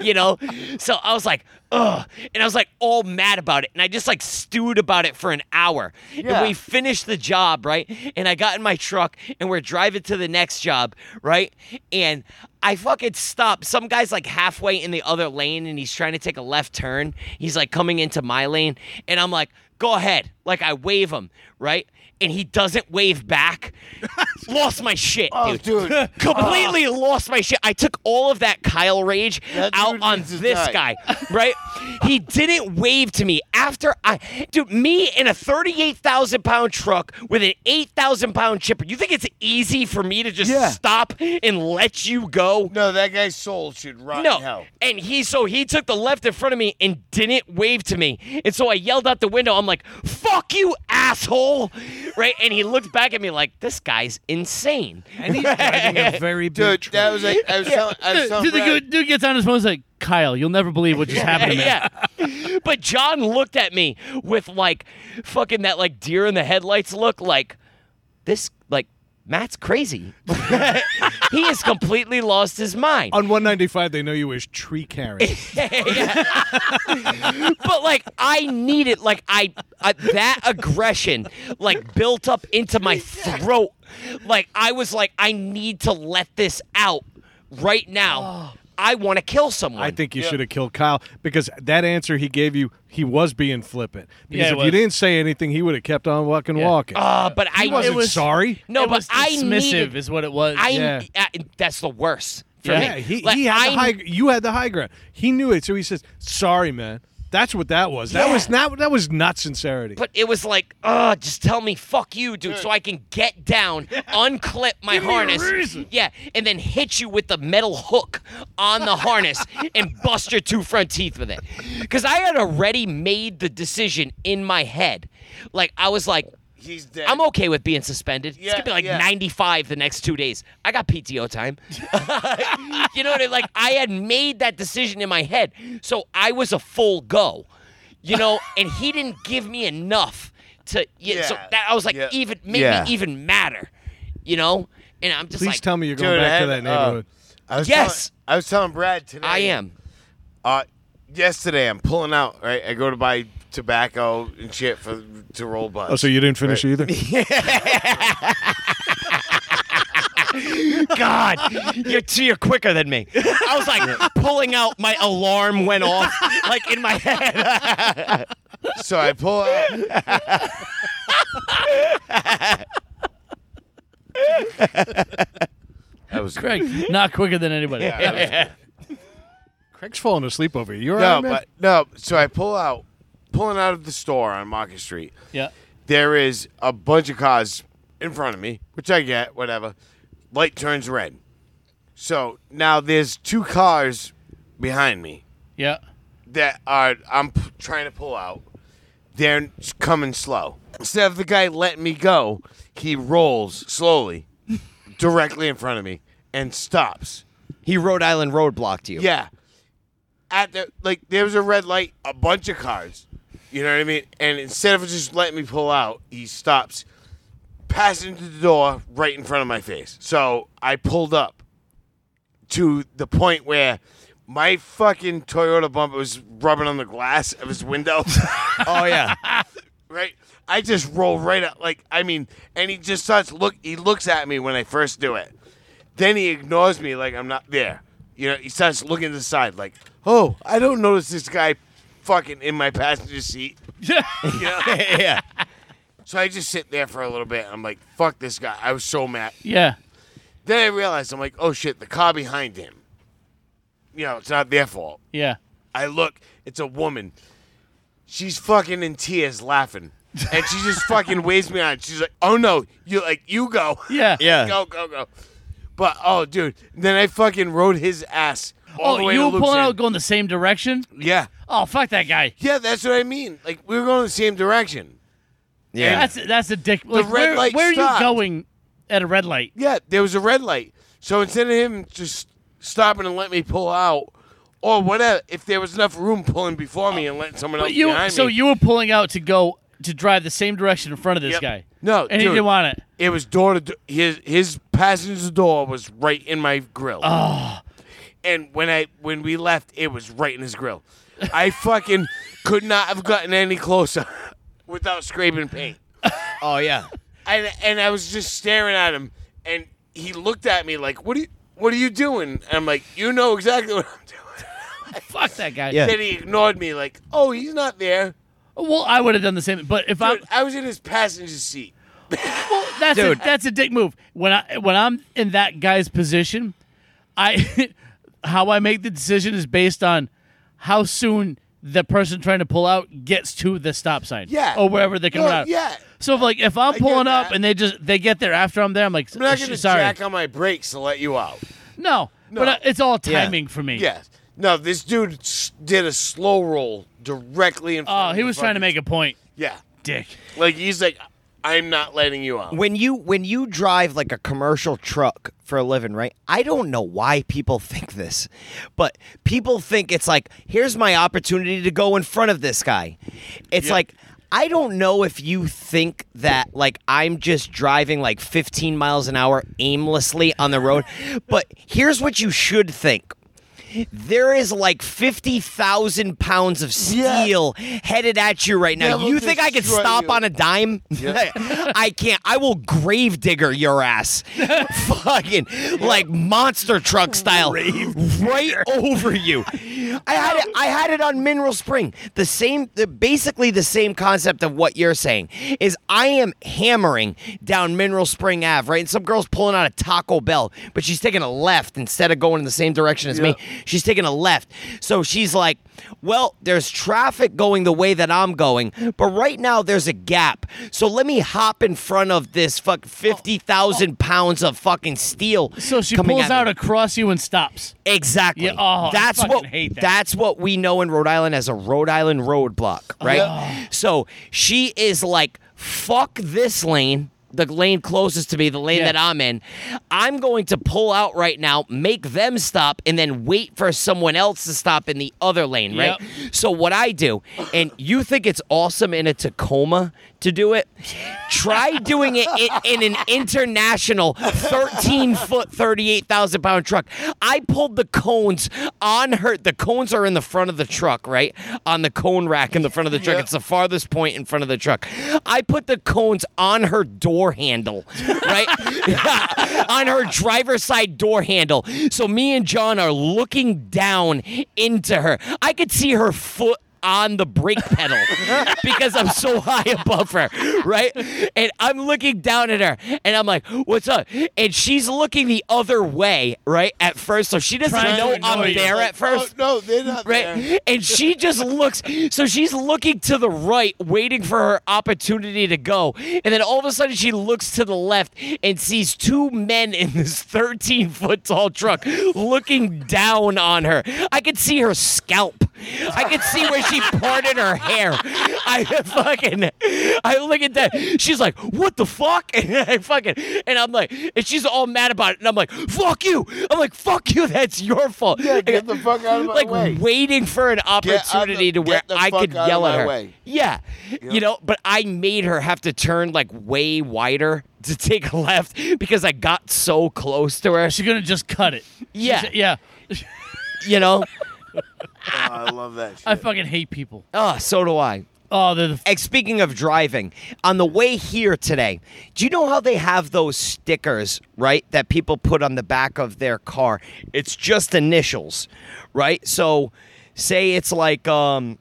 Speaker 2: you know? So I was like, ugh. And I was like all mad about it. And I just like stewed about it for an hour.
Speaker 1: Yeah.
Speaker 2: And we finished the job, right? And I got in my truck and we're driving to the next job, right? And I fucking stopped. Some guy's like halfway in the other lane and he's trying to take a left turn. He's like coming into my lane. And I'm like, go ahead. Like I wave him, right? And he doesn't wave back. <laughs> lost my shit,
Speaker 1: Oh,
Speaker 2: dude.
Speaker 1: dude.
Speaker 2: Completely lost my shit. I took all of that Kyle rage
Speaker 1: Ah. That
Speaker 2: out
Speaker 1: dude
Speaker 2: on
Speaker 1: needs to
Speaker 2: this
Speaker 1: die.
Speaker 2: guy
Speaker 1: <laughs>
Speaker 2: guy, right? he didn't wave to me after I, dude, me in a 38,000 pound truck with an 8,000 pound chipper. You think it's easy for me to just
Speaker 1: Yeah.
Speaker 2: stop and let you go?
Speaker 5: No, that guy's soul should rot
Speaker 2: No.
Speaker 5: in hell.
Speaker 2: And he, so he took the left in front of me and didn't wave to me. And so I yelled out the window, I'm like, fuck you, asshole. Right? And he looked back at me like, this guy's insane.
Speaker 4: And he's driving a very big
Speaker 5: Dude, that was like I was telling, I was telling
Speaker 4: dude, <laughs> the
Speaker 5: Brad-
Speaker 4: dude, dude gets on his phone and is like, Kyle, you'll never believe what just happened to me.
Speaker 2: yeah. But John looked at me with like fucking that like deer in the headlights look like this like Matt's crazy. <laughs> he has completely lost his mind. <laughs>
Speaker 3: On 195, they know you as tree carrying.
Speaker 2: but like I need it. Like I, I that aggression like built up into my throat. Like I was like I need to let this out right now. I want to kill someone.
Speaker 3: Oh. I think you should have killed Kyle because that answer he gave you, he was being flippant. Because
Speaker 4: Yeah, he
Speaker 3: if you
Speaker 4: was.
Speaker 3: didn't say anything, he would have kept on walking, walking.
Speaker 2: Uh, but I
Speaker 3: he wasn't
Speaker 2: it was,
Speaker 3: sorry.
Speaker 2: No,
Speaker 4: it
Speaker 2: but
Speaker 4: was
Speaker 2: I
Speaker 4: dismissive
Speaker 2: needed,
Speaker 4: is what it was.
Speaker 2: I,
Speaker 3: Yeah.
Speaker 2: I- that's the worst. For
Speaker 4: Yeah,
Speaker 2: me.
Speaker 3: he,
Speaker 2: Like,
Speaker 3: he had the
Speaker 2: I-
Speaker 3: high. You had the high ground. He knew it, so he says, "Sorry, man." That's what that was. That
Speaker 2: Yeah.
Speaker 3: was not. That was not sincerity.
Speaker 2: But it was like, uh, just tell me, fuck you, dude, so I can get
Speaker 3: <laughs>
Speaker 2: down, unclip my harness, yeah, and then hit you with the metal hook on the
Speaker 3: <laughs>
Speaker 2: harness and bust your two front teeth with it. Because I had already made the decision in my head, like I was like,
Speaker 5: he's dead.
Speaker 2: I'm okay with being suspended. it's
Speaker 5: Yeah,
Speaker 2: gonna be like
Speaker 5: yeah.
Speaker 2: 95 the next two days. I got PTO time. you know what I mean? Like I had made that decision in my head, so I was a full go. You know, and he didn't give me enough to. Yeah, So
Speaker 5: Yeah,
Speaker 2: that I was like,
Speaker 5: yeah.
Speaker 2: even made
Speaker 1: Yeah.
Speaker 2: me even madder. You know, and I'm just
Speaker 3: Please
Speaker 2: like,
Speaker 3: tell me you're going
Speaker 5: Dude, I
Speaker 3: back to that
Speaker 5: had, uh,
Speaker 3: neighborhood.
Speaker 5: I was
Speaker 2: Yes.
Speaker 5: telling- I was telling Brad today.
Speaker 2: I am.
Speaker 5: Uh, yesterday I'm pulling out. Right, I go to buy tobacco and shit for to roll blunts.
Speaker 3: oh, so you didn't finish
Speaker 2: <laughs>
Speaker 3: either.
Speaker 2: God, you're t- you're quicker than me. I was like pulling out. My alarm went off like in my <laughs> head.
Speaker 5: So I pull out. that was
Speaker 4: Craig, not quicker than anybody.
Speaker 3: <laughs> <laughs> Craig's falling asleep over here. You're
Speaker 5: No, but no. So I pull out, pulling out of the store on Market Street.
Speaker 4: Yeah.
Speaker 5: There is a bunch of cars in front of me, which I get, whatever. Light turns red. So now there's two cars behind me.
Speaker 4: Yeah.
Speaker 1: that are I'm p- trying to pull out. They're s- coming slow. Instead of the guy letting me go, he rolls slowly <laughs> directly in front of me and stops.
Speaker 2: He Rhode Island road blocked you.
Speaker 1: Yeah. At the like there was a red light, a bunch of cars. You know what I mean? And instead of just letting me pull out, he stops, passing through the door right in front of my face. So I pulled up to the point where my fucking Toyota bumper was rubbing on the glass of his window.
Speaker 2: <laughs> Oh yeah.
Speaker 1: <laughs> right? I just roll right up. Like I mean, and he just starts look. He looks at me when I first do it. Then he ignores me like I'm not there. You know, he starts looking to the side like, oh, I don't notice this guy fucking in my passenger seat.
Speaker 2: yeah.
Speaker 1: So I just sit there for a little bit. I'm like, fuck this guy. I was so mad.
Speaker 4: <laughs> yeah.
Speaker 1: Then I realized I'm like, oh shit, the car behind him. You know, it's not their fault.
Speaker 4: Yeah.
Speaker 1: I look, it's a woman. She's fucking in tears laughing. And she just fucking waves me on. She's like, oh no, you like you go. <laughs>
Speaker 4: Yeah.
Speaker 2: Yeah.
Speaker 1: Go, go, go. But oh dude, then I fucking rode his ass all the
Speaker 4: Oh,
Speaker 1: way
Speaker 4: you
Speaker 1: to
Speaker 4: were
Speaker 1: Luke's
Speaker 4: pulling out
Speaker 1: Inn.
Speaker 4: going the same direction?
Speaker 1: Yeah.
Speaker 4: Oh, fuck that guy.
Speaker 1: Yeah, that's what I mean. Like we were going the same direction.
Speaker 3: <laughs>
Speaker 2: Yeah.
Speaker 4: That's that's a dick. Like,
Speaker 1: red
Speaker 4: where,
Speaker 1: light
Speaker 4: where are you
Speaker 1: stopped.
Speaker 4: going at a red light?
Speaker 1: Yeah, there was a red light. So instead of him just stopping and letting me pull out or whatever, if there was enough room pulling before me and letting someone else
Speaker 4: But you
Speaker 1: behind
Speaker 4: so
Speaker 1: me.
Speaker 4: you were pulling out to go to drive the same direction in front of this
Speaker 1: Yep.
Speaker 4: guy.
Speaker 1: No,
Speaker 4: and he
Speaker 1: dude.
Speaker 4: didn't want it.
Speaker 1: It was door to door. His his passenger door was right in my grill. Oh.
Speaker 4: Ah.
Speaker 1: And when I when we left, it was right in his grill. I fucking could not have gotten any closer <laughs> without scraping paint.
Speaker 2: Oh yeah.
Speaker 1: And and I was just staring at him, and he looked at me like, "What are you What are you doing?" And I'm like, "You know exactly what I'm doing." <laughs>
Speaker 4: Fuck that guy.
Speaker 2: Yeah.
Speaker 1: Then he ignored me like, "Oh, he's not there."
Speaker 4: Well, I would have done the same. But if I'm
Speaker 1: Dude, I was in his passenger seat.
Speaker 4: Well, that's
Speaker 2: Dude.
Speaker 4: a, that's a dick move. When I when I'm in that guy's position, I <laughs> how I make the decision is based on how soon the person trying to pull out gets to the stop sign.
Speaker 1: Yeah.
Speaker 4: or wherever they're coming
Speaker 1: No,
Speaker 4: out.
Speaker 1: yeah.
Speaker 4: So if like if I'm pulling up
Speaker 1: that.
Speaker 4: and they just they get there after I'm there, I'm like,
Speaker 1: I'm not
Speaker 4: "Sh-
Speaker 1: gonna
Speaker 4: sorry,
Speaker 1: jack on my brakes to let you out.
Speaker 4: no, But uh, it's all timing for me.
Speaker 1: Yes. No, this dude s- did a slow roll directly in front.
Speaker 4: Oh,
Speaker 1: of
Speaker 4: he
Speaker 1: the
Speaker 4: was trying to
Speaker 1: fucking-
Speaker 4: make a point.
Speaker 1: Yeah,
Speaker 4: Dick.
Speaker 1: like he's like, I'm not letting you out.
Speaker 2: When you when you drive like a commercial truck for a living, right? I don't know why people <laughs> think this, but people think it's like, here's my opportunity to go in front of this guy. It's like I don't know if you think that like I'm just driving like 15 miles an hour aimlessly on the road, but here's what you should think. There is like 50,000 pounds of
Speaker 1: Yeah.
Speaker 2: steel headed at you right now.
Speaker 1: That will
Speaker 2: you think I could
Speaker 1: destroy
Speaker 2: stop
Speaker 1: you.
Speaker 2: on a dime? <laughs> I can't. I will gravedigger your
Speaker 1: <laughs>
Speaker 2: ass. Fucking like monster truck style. Right over you. I had it I had it on Mineral Spring. The same the, basically the same concept of what you're saying is I am hammering down Mineral Spring Ave, right? And some girl's pulling out a Taco Bell, but she's taking a left instead of going in the same direction as me. She's taking a left. So she's like, well, there's traffic going the way that I'm going, but right now there's a gap. So let me hop in front of this fuck 50,000 pounds of fucking steel.
Speaker 4: Oh, So she
Speaker 2: coming
Speaker 4: pulls
Speaker 2: at
Speaker 4: out
Speaker 2: me.
Speaker 4: across you and stops.
Speaker 2: Exactly.
Speaker 4: Yeah, oh, I
Speaker 2: that's
Speaker 4: fucking
Speaker 2: what
Speaker 4: hate that.
Speaker 2: that's what we know in Rhode Island as a Rhode Island roadblock, right? So she is like, fuck this lane, the lane closest to me, the lane
Speaker 4: Yeah.
Speaker 2: that I'm in. I'm going to pull out right now, make them stop, and then wait for someone else to stop in the other lane, right? So what I do, and you think it's awesome in a Tacoma to do it, try doing it in, in an international 13 foot, 38,000 pound truck. I pulled the cones on her. The cones are in the front of the truck, right? On the cone rack in the front of the truck. It's the farthest point in front of the truck. I put the cones on her door handle, right? <laughs> on her driver's side door handle. So me and John are looking down into her. I could see her foot on the brake pedal <laughs> because I'm so high above her, right? And I'm looking down at her and I'm like, what's up? And she's looking the other way, right? At first, so she doesn't
Speaker 4: Trying to
Speaker 2: know
Speaker 4: annoy
Speaker 2: I'm
Speaker 4: you.
Speaker 2: there at first.
Speaker 1: Oh, no, they're not
Speaker 2: Right. And she just looks, so she's looking to the right, waiting for her opportunity to go. And then all of a sudden, she looks to the left and sees two men in this 13 foot tall truck looking down on her. I could see her scalp. I could see where she parted her hair. I fucking, I look at that. She's like, "What the fuck?" <laughs> And I fucking, and I'm like, and she's all mad about it. And I'm like, "Fuck you!" I'm like, "Fuck you! That's your fault."
Speaker 1: Yeah, get the fuck out of my
Speaker 2: like
Speaker 1: way.
Speaker 2: waiting for an
Speaker 1: Get out
Speaker 2: opportunity
Speaker 1: the-
Speaker 2: to where
Speaker 1: get the
Speaker 2: I
Speaker 1: fuck
Speaker 2: could
Speaker 1: out of
Speaker 2: yell at
Speaker 1: my
Speaker 2: her.
Speaker 1: way.
Speaker 2: Yeah, you know, but I made her have to turn like way wider to take a left because I got so close to her.
Speaker 4: She's gonna just cut it.
Speaker 2: Yeah.
Speaker 4: She's- yeah. <laughs>
Speaker 2: You
Speaker 1: <laughs>
Speaker 2: know,
Speaker 1: Oh, I love that shit.
Speaker 4: I fucking hate people.
Speaker 2: oh, so do I.
Speaker 4: Oh, they're the f-
Speaker 2: And speaking of driving, on the way here today, do you know how they have those stickers, right, that people put on the back of their car? It's just initials, right? So, say it's like um,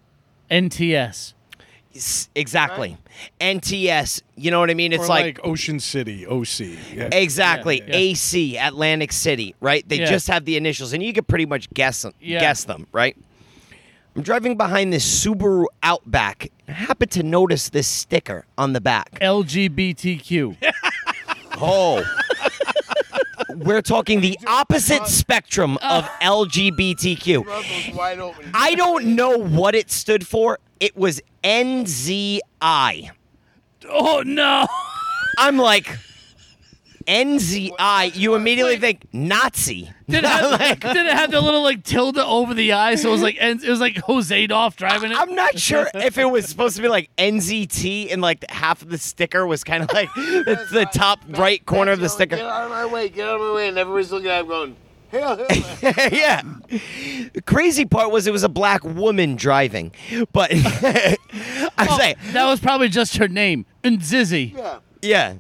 Speaker 4: NTS.
Speaker 2: s- exactly NTS. You know what I mean? It's
Speaker 3: Or
Speaker 2: like,
Speaker 3: like, Ocean City, OC. Yeah.
Speaker 2: exactly
Speaker 4: Yeah, yeah.
Speaker 2: AC Atlantic City, right? They
Speaker 4: Yeah.
Speaker 2: just have the initials, and you can pretty much guess them,
Speaker 4: Yeah.
Speaker 2: guess them, right? I'm driving behind this Subaru Outback. I happened to notice this sticker on the
Speaker 4: <laughs>
Speaker 2: back.
Speaker 5: <laughs>
Speaker 4: LGBTQ.
Speaker 2: Oh. We're talking the
Speaker 4: <laughs>
Speaker 2: opposite spectrum of
Speaker 4: Uh.
Speaker 2: LGBTQ.
Speaker 1: Those wide open.
Speaker 2: I don't know what it stood for. It was NZI.
Speaker 4: oh no.
Speaker 2: I'm like, NZI. You immediately think Nazi. <laughs>
Speaker 4: Did it, have, did it have the little like tilde over the eye? So it was like it was like Jose Doff driving it.
Speaker 2: I'm not sure if it was supposed to be like NZT and like half of the sticker was kind of
Speaker 4: <laughs>
Speaker 2: like the, the top right corner of the sticker.
Speaker 5: Get out of my way, get out of my way. And everybody's looking at him going, hell, hell.
Speaker 2: <laughs> yeah. The crazy part was it was a black woman driving. But <laughs> I'm
Speaker 4: Oh,
Speaker 2: saying,
Speaker 4: that was probably just her name. And Zizzy.
Speaker 5: yeah.
Speaker 2: yeah,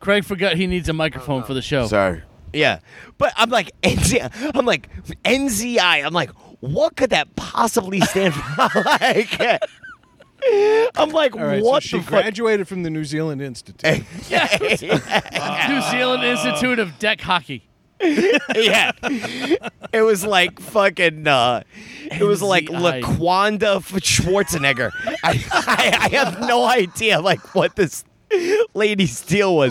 Speaker 4: Craig forgot he needs a microphone for the show. <laughs>
Speaker 1: Sorry.
Speaker 2: yeah. But I'm like, <laughs> NZI. I'm like, NZI. I'm like, what could that possibly stand for? <laughs> like, I'm like,
Speaker 3: All right,
Speaker 2: what
Speaker 3: so she
Speaker 2: the fuck?
Speaker 3: graduated from the New Zealand Institute.
Speaker 5: <laughs>
Speaker 4: New Zealand Institute of Deck Hockey.
Speaker 2: yeah. <laughs> It was like fucking. Uh, it was like
Speaker 4: NZI.
Speaker 2: Laquanda F- Schwarzenegger. <laughs> I, I, I have no idea like what this lady's deal was.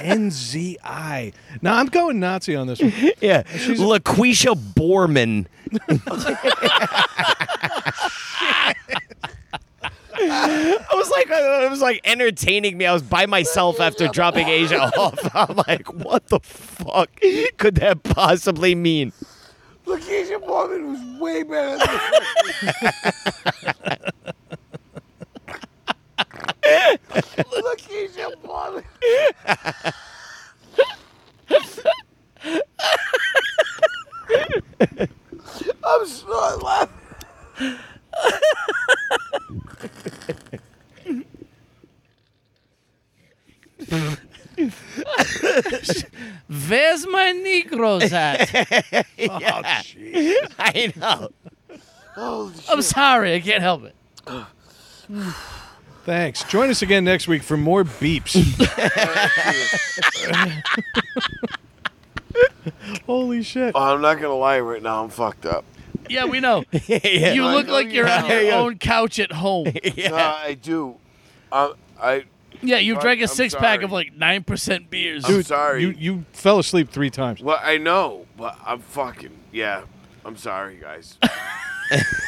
Speaker 3: NZI. Now I'm going Nazi on this
Speaker 4: <laughs>
Speaker 3: one.
Speaker 2: Yeah, LaQuisha Borman. I was like, uh, it was like entertaining me. I was by myself after dropping Asia off. I'm like, what the fuck could that possibly mean?
Speaker 1: Look, Asian woman was way better than Look, Asian woman. I'm sorry, laughing.
Speaker 4: Where's my Negroes
Speaker 5: <laughs>
Speaker 4: at?
Speaker 3: Oh,
Speaker 2: Yeah. I know. <laughs>
Speaker 4: I'm sorry, I can't help it.
Speaker 3: Thanks. Join us again next week for more
Speaker 4: <laughs>
Speaker 3: beeps. Holy shit.
Speaker 5: I'm not going to lie right now. I'm fucked up.
Speaker 4: Yeah, we
Speaker 5: <laughs>
Speaker 4: know.
Speaker 2: Yeah.
Speaker 4: You
Speaker 5: I
Speaker 4: look
Speaker 5: know
Speaker 4: like
Speaker 5: you
Speaker 4: you're on
Speaker 5: <laughs> have.
Speaker 4: your own couch at
Speaker 5: <laughs>
Speaker 4: home.
Speaker 5: Yeah. I do. Um, I,
Speaker 4: Yeah, you've drank a
Speaker 5: I'm
Speaker 4: six pack of
Speaker 5: sorry.
Speaker 4: like nine percent beers.
Speaker 5: I'm sorry.
Speaker 3: You you fell asleep three times.
Speaker 5: well, I know, but I'm fucking, yeah. I'm sorry, guys.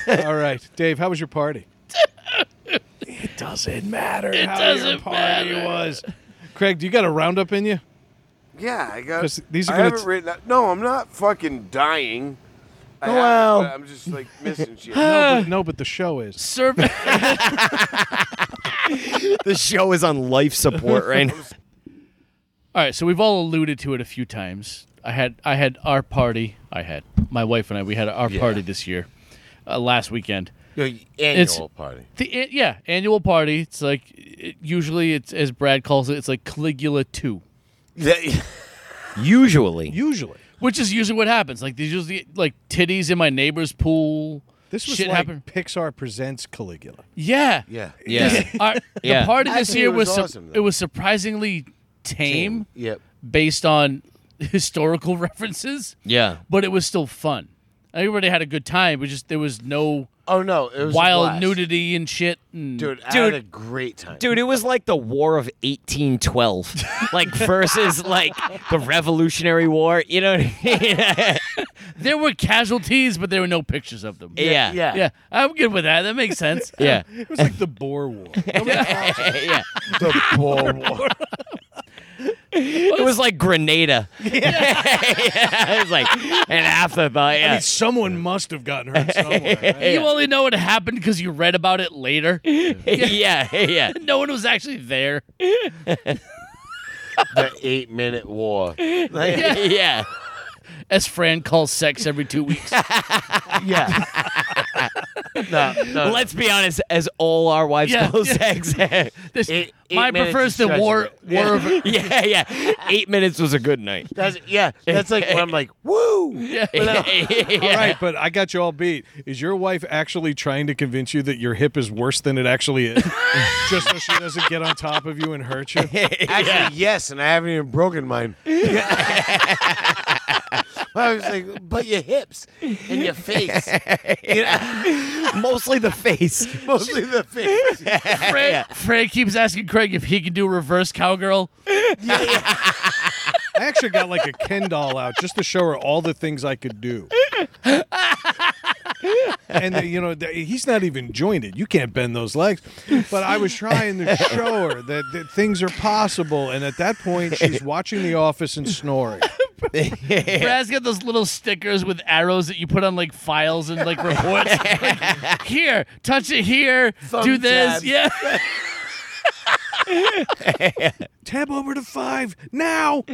Speaker 3: All right, Dave. How was your
Speaker 4: <laughs>
Speaker 3: party? it doesn't matter. It
Speaker 4: doesn't matter.
Speaker 3: was. Craig, do you got a roundup in you?
Speaker 5: Yeah, I got.
Speaker 3: 'Cause these are
Speaker 5: I
Speaker 3: gonna
Speaker 5: haven't
Speaker 3: t-
Speaker 5: written. Out. No, I'm not fucking dying.
Speaker 3: Oh,
Speaker 5: I have-
Speaker 2: Well.
Speaker 5: but I'm just like
Speaker 3: <laughs>
Speaker 5: missing shit.
Speaker 3: No,
Speaker 4: Ah.
Speaker 3: but, no, but the show is.
Speaker 4: Survey.
Speaker 2: The show is on life support right now.
Speaker 4: All right, so we've all alluded to it a few times. I had I had our party. I had my wife and I. We had our party this year, uh, last weekend.
Speaker 1: annual
Speaker 4: It's-
Speaker 1: party.
Speaker 4: The an- yeah annual party. It's like it, usually it's as Brad calls it. It's like Caligula two,
Speaker 2: Usually.
Speaker 3: Usually.
Speaker 4: which is usually what happens. Like there's usually like titties in my neighbor's pool.
Speaker 3: This was
Speaker 4: shit
Speaker 3: like
Speaker 4: happened.
Speaker 3: Pixar presents Caligula.
Speaker 4: Yeah.
Speaker 1: Yeah.
Speaker 4: <laughs>
Speaker 2: Yeah.
Speaker 4: Our-
Speaker 1: <laughs>
Speaker 2: Yeah.
Speaker 4: The party this
Speaker 1: Actually,
Speaker 4: year
Speaker 1: it was
Speaker 4: was, su-
Speaker 1: awesome, though.
Speaker 4: it was surprisingly tame
Speaker 1: Yep.
Speaker 4: based on <laughs> historical <laughs> references,
Speaker 2: yeah.
Speaker 4: but it was still fun. Everybody had a good time. But just there was no
Speaker 1: Oh no, it was a
Speaker 4: wild
Speaker 1: blast.
Speaker 4: nudity and shit. And
Speaker 1: Dude, I had
Speaker 2: Dude.
Speaker 1: a great time.
Speaker 2: Dude, it was like the War of 1812, like versus like the Revolutionary War. You know what I mean? <laughs>
Speaker 4: there were casualties, but there were no pictures of them.
Speaker 2: yeah.
Speaker 1: yeah.
Speaker 4: Yeah, I'm good with that. That makes
Speaker 1: <laughs>
Speaker 4: sense.
Speaker 2: Yeah.
Speaker 3: It was like the Boer War.
Speaker 2: yeah.
Speaker 1: The poor war.
Speaker 2: It was like Grenada. <laughs> yeah. It was like an afterthought. Yeah.
Speaker 3: someone must have gotten hurt somewhere.
Speaker 4: <laughs>
Speaker 3: right?
Speaker 4: You only know it happened because you read about
Speaker 1: <laughs>
Speaker 4: it later.
Speaker 2: <laughs> yeah. Yeah.
Speaker 4: <laughs> no one was actually there.
Speaker 1: the eight minute war. Like,
Speaker 4: Yeah.
Speaker 2: Yeah.
Speaker 4: As Fran calls sex every two weeks.
Speaker 1: yeah. no, no.
Speaker 2: Let's be honest, as all our wives
Speaker 4: Yeah.
Speaker 2: call sex. <laughs> yeah.
Speaker 4: This,
Speaker 1: Eight- eight
Speaker 4: mine
Speaker 1: minutes
Speaker 4: prefers
Speaker 1: is
Speaker 4: the
Speaker 1: stretching
Speaker 4: war.
Speaker 1: it.
Speaker 4: War
Speaker 1: <laughs> Yeah.
Speaker 4: of
Speaker 2: Yeah. Eight minutes was a good night.
Speaker 1: That's, yeah, that's like when I'm like, woo.
Speaker 4: yeah.
Speaker 2: <laughs>
Speaker 3: All right, but I got you all beat. Is your wife actually trying to convince you that your hip is worse than it actually <laughs> is? Just so she doesn't get on top of you and hurt you? <laughs>
Speaker 1: Actually, yes, and I haven't even broken mine. <laughs> I was like, but your hips and your face, You know,
Speaker 2: Mostly the <laughs> face.
Speaker 1: mostly the face.
Speaker 4: Fran, Fran keeps asking Craig if he can do reverse cowgirl.
Speaker 3: I actually got like a Ken doll out just to show her all the things I could do. And uh, you know th- he's not even jointed. You can't bend those legs. But I was trying to show her that, that things are possible. And at that point, she's watching The Office and snoring.
Speaker 4: Brad's got those little stickers with arrows that you put on like files and like reports. Like, here, touch it here, do this.
Speaker 1: tabs.
Speaker 4: Yeah.
Speaker 3: Tab over to five now.
Speaker 4: <laughs>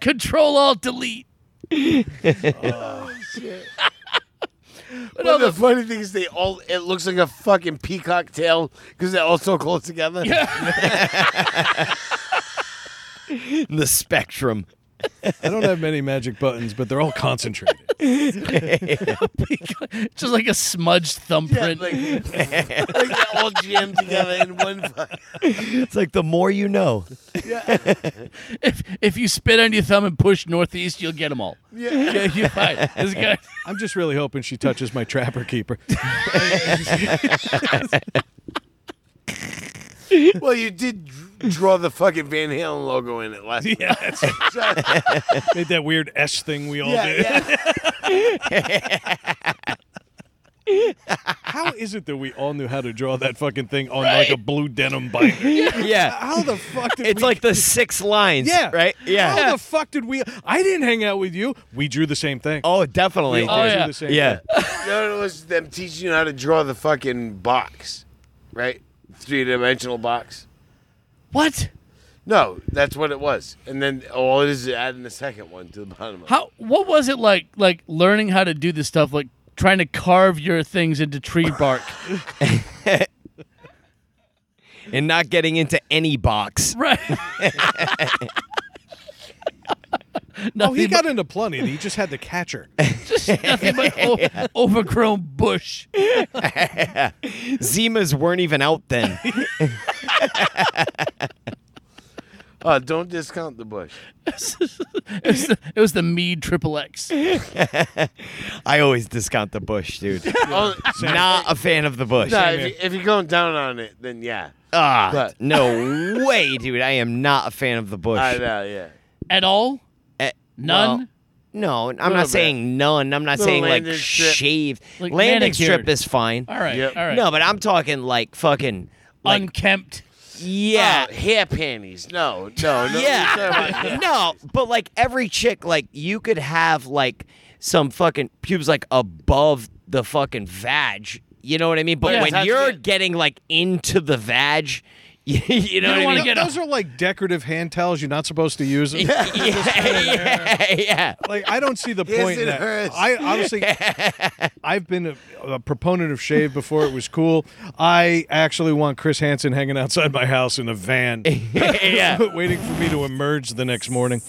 Speaker 4: Control Alt Delete. <laughs>
Speaker 1: Well, the funny thing is, they all it looks like a fucking peacock tail because they're all so close together.
Speaker 2: The spectrum.
Speaker 3: I don't have many magic buttons, but they're all concentrated.
Speaker 4: Just like a smudged
Speaker 1: Yeah, <laughs>
Speaker 4: thumbprint.
Speaker 1: like, <laughs> like they're all jammed together in one. fu-
Speaker 2: It's like the more you know.
Speaker 4: if, if you spit on your thumb and push northeast, you'll get them all.
Speaker 1: Yeah.
Speaker 4: <laughs> Yeah, you're fine. This guy,
Speaker 3: I'm just really hoping she touches my trapper <laughs> keeper.
Speaker 1: Well, you did dr- draw the fucking Van Halen logo in it last. Yeah,
Speaker 3: <laughs> Made that weird S thing we all
Speaker 1: yeah,
Speaker 3: did.
Speaker 4: <laughs>
Speaker 1: yeah.
Speaker 3: How is it that we all knew how to draw that fucking thing on like a blue denim <laughs> binder?
Speaker 2: Yeah.
Speaker 1: <laughs>
Speaker 3: How the fuck did
Speaker 2: It's
Speaker 3: we?
Speaker 2: like the six lines.
Speaker 3: yeah,
Speaker 2: Right? Yeah.
Speaker 1: Oh,
Speaker 3: How the fuck did we? I didn't hang out with you. We drew the same thing.
Speaker 2: <laughs> Oh, definitely.
Speaker 3: We all
Speaker 4: yeah.
Speaker 3: drew the same
Speaker 2: yeah.
Speaker 1: <laughs> No, it was them teaching you how to draw the fucking box, right? Three dimensional box.
Speaker 4: what?
Speaker 1: No, that's what it was. And then all it is is adding the second one to the bottom. Of it.
Speaker 4: How? What was it like? Like learning how to do this stuff, like trying to carve your things into tree bark,
Speaker 2: And not getting into any box.
Speaker 4: <laughs> right?
Speaker 3: Oh, he
Speaker 4: nothing,
Speaker 3: got into plenty. and He just had the <laughs> catcher.
Speaker 4: but, nothing
Speaker 2: <laughs>
Speaker 4: but o- overgrown bush.
Speaker 2: Zimas weren't even out
Speaker 1: <laughs>
Speaker 2: then.
Speaker 1: Uh, don't discount the bush.
Speaker 4: It was the, it was the Mead Triple X.
Speaker 2: I always discount the bush,
Speaker 1: <laughs>
Speaker 2: dude.
Speaker 1: Oh,
Speaker 2: Not a fan of the bush.
Speaker 1: no, if, you, if you're going down on it, then yeah.
Speaker 2: Ah,
Speaker 1: But-
Speaker 2: no way, dude. I am not a fan of the bush.
Speaker 1: I know, yeah.
Speaker 4: At all?
Speaker 2: Eh,
Speaker 4: None?
Speaker 2: well, no, I'm
Speaker 1: Little
Speaker 2: not
Speaker 1: bit.
Speaker 2: saying none. I'm not
Speaker 1: Little
Speaker 2: saying like
Speaker 1: landing strip.
Speaker 2: shave.
Speaker 4: Like
Speaker 2: landing strip
Speaker 4: manicured.
Speaker 2: is fine.
Speaker 4: all right.
Speaker 1: Yep.
Speaker 4: All right.
Speaker 2: No, but I'm talking like fucking like
Speaker 4: unkempt.
Speaker 2: yeah.
Speaker 1: Oh, hair panties. No, no, no. you're talking about-
Speaker 2: <laughs> yeah. no, but like every chick, like you could have like some fucking pubes like above the fucking vag. You know what I mean? But
Speaker 4: Yeah.
Speaker 2: when
Speaker 1: How'd you
Speaker 2: you're
Speaker 1: get-
Speaker 2: getting like into the vag, <laughs> you, you know
Speaker 4: don't
Speaker 2: what I
Speaker 4: wanna
Speaker 2: mean?
Speaker 4: get
Speaker 3: Those are like decorative hand towels. You're not supposed to use them.
Speaker 2: yeah, yeah, yeah.
Speaker 3: Like I don't see the
Speaker 1: His
Speaker 3: point. In
Speaker 1: and
Speaker 3: that.
Speaker 1: hers.
Speaker 3: I honestly, I've been a, a proponent of shave before it was cool. I actually want Chris Hansen hanging outside my house in a van,
Speaker 2: yeah.
Speaker 3: <laughs> waiting for me to emerge the next morning.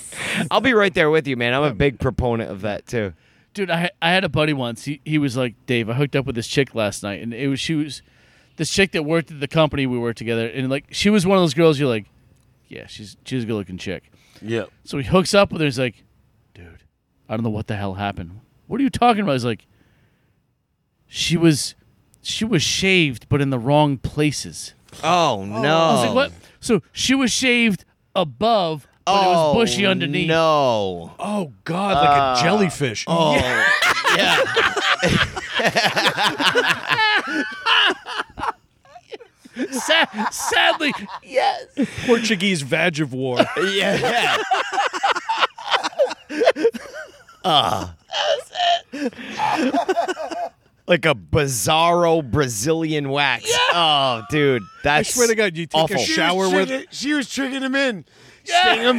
Speaker 2: I'll be right there with you, man. I'm a big proponent of that too.
Speaker 4: dude, I I had a buddy once. He he was like, Dave, I hooked up with this chick last night, and it was she was this chick that worked at the company we worked together, and like she was one of those girls you're like, yeah, she's she's a good looking chick.
Speaker 1: Yeah.
Speaker 4: So he hooks up with her. He's like, dude, I don't know what the hell happened. What are you talking about? He's like, she was she was shaved, but in the wrong places.
Speaker 2: Oh no!
Speaker 4: I was like, what? So she was shaved above, but it was bushy underneath.
Speaker 2: Oh, No.
Speaker 3: Oh God, like a jellyfish.
Speaker 2: Oh. yeah.
Speaker 4: <laughs> Sa- sadly,
Speaker 3: Portuguese Vagivore.
Speaker 2: Yeah. yeah. Like a bizarro Brazilian wax. Oh, dude,
Speaker 3: I
Speaker 2: that's
Speaker 3: swear to God, you take
Speaker 2: awful.
Speaker 3: a shower
Speaker 1: she was
Speaker 3: with
Speaker 1: tricking- she was tricking him in. Sting him.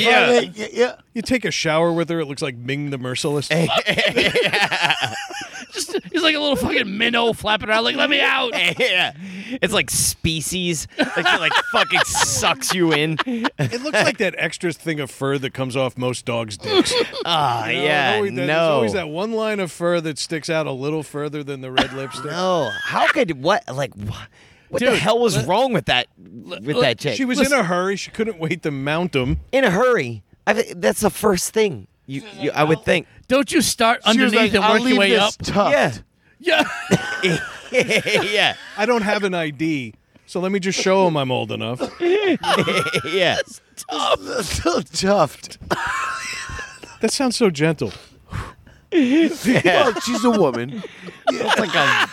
Speaker 1: Yeah. Yeah. yeah.
Speaker 3: you take a shower with her. It looks like Ming the Merciless.
Speaker 4: just he's like a little fucking minnow flapping around. Like, let me out.
Speaker 2: <laughs> yeah, it's like species. Like, it, like fucking sucks you in.
Speaker 3: It looks like that extra thing of fur that comes off most dogs' dicks.
Speaker 2: Ah,
Speaker 3: You know,
Speaker 2: yeah,
Speaker 3: always that- There's
Speaker 2: no. <laughs>
Speaker 3: always that one line of fur that sticks out a little further than
Speaker 1: <laughs>
Speaker 3: the red lipstick.
Speaker 2: No, Oh, how could what like what, what the
Speaker 4: Dude,
Speaker 2: hell was wrong with that with
Speaker 4: let-
Speaker 2: that chick?
Speaker 3: She was in a hurry. She couldn't wait to mount him.
Speaker 2: in a hurry. I, thi- that's the first thing you, you I would think.
Speaker 4: <laughs> Don't you start
Speaker 1: She was like,
Speaker 4: underneath and
Speaker 1: I'll
Speaker 4: work
Speaker 1: leave
Speaker 4: your way
Speaker 1: this
Speaker 4: up? <laughs>
Speaker 3: Oh.
Speaker 1: tucked."
Speaker 2: Yeah, <laughs>
Speaker 4: Yeah.
Speaker 2: yeah,
Speaker 3: I don't have an ID, so let me just show him I'm old enough.
Speaker 2: yeah.
Speaker 1: so chuffed.
Speaker 3: That sounds so gentle.
Speaker 1: Well, she's a woman.
Speaker 2: It's like a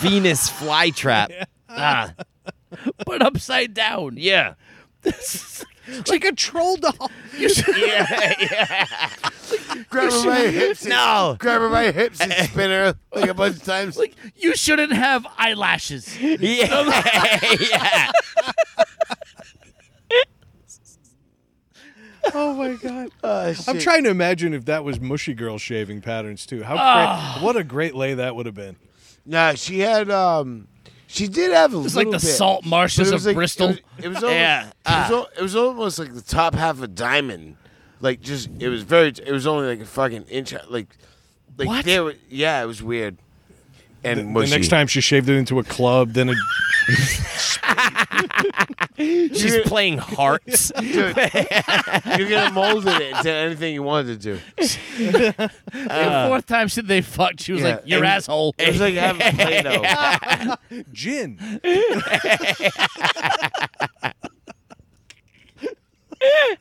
Speaker 2: Venus
Speaker 3: <laughs>
Speaker 2: flytrap. Ah,
Speaker 4: but upside down.
Speaker 1: <laughs>
Speaker 2: yeah.
Speaker 3: It's like a troll doll.
Speaker 2: yeah, yeah.
Speaker 1: <laughs> Grab her by her hips. and-
Speaker 2: No.
Speaker 1: Grab her by her hips and spin her like a bunch of times.
Speaker 4: Like you shouldn't have
Speaker 1: <laughs>
Speaker 4: eyelashes.
Speaker 2: Yeah, yeah.
Speaker 3: Oh my god.
Speaker 1: Oh, shit.
Speaker 3: I'm trying to imagine if that was Mushy Girl shaving patterns too. How
Speaker 1: Ah.
Speaker 3: great, what a great lay that would have been.
Speaker 1: Nah, she had. um She did have a
Speaker 4: It's like
Speaker 1: little
Speaker 4: the
Speaker 1: bit,
Speaker 4: salt
Speaker 1: but it
Speaker 4: marshes of
Speaker 1: was like-
Speaker 4: Bristol.
Speaker 1: It was, it was almost,
Speaker 2: Yeah,
Speaker 3: Ah.
Speaker 1: it, was, al- it was almost like the top half of a diamond. Like just, it was very. It was only like a fucking inch. Like, like
Speaker 4: What?
Speaker 1: there. were- Yeah, it was weird. And
Speaker 3: The
Speaker 1: mushy.
Speaker 3: next time she shaved it into a club, then a
Speaker 2: She's playing
Speaker 3: <laughs>
Speaker 2: hearts.
Speaker 1: Dude, you could have molded it into anything you wanted to do.
Speaker 4: the fourth time since they fucked, she was
Speaker 1: uh, Yeah.
Speaker 4: like, "Your
Speaker 1: And-
Speaker 4: asshole."
Speaker 1: It was like having
Speaker 3: <laughs>
Speaker 1: Play-Doh.
Speaker 3: gin.
Speaker 1: It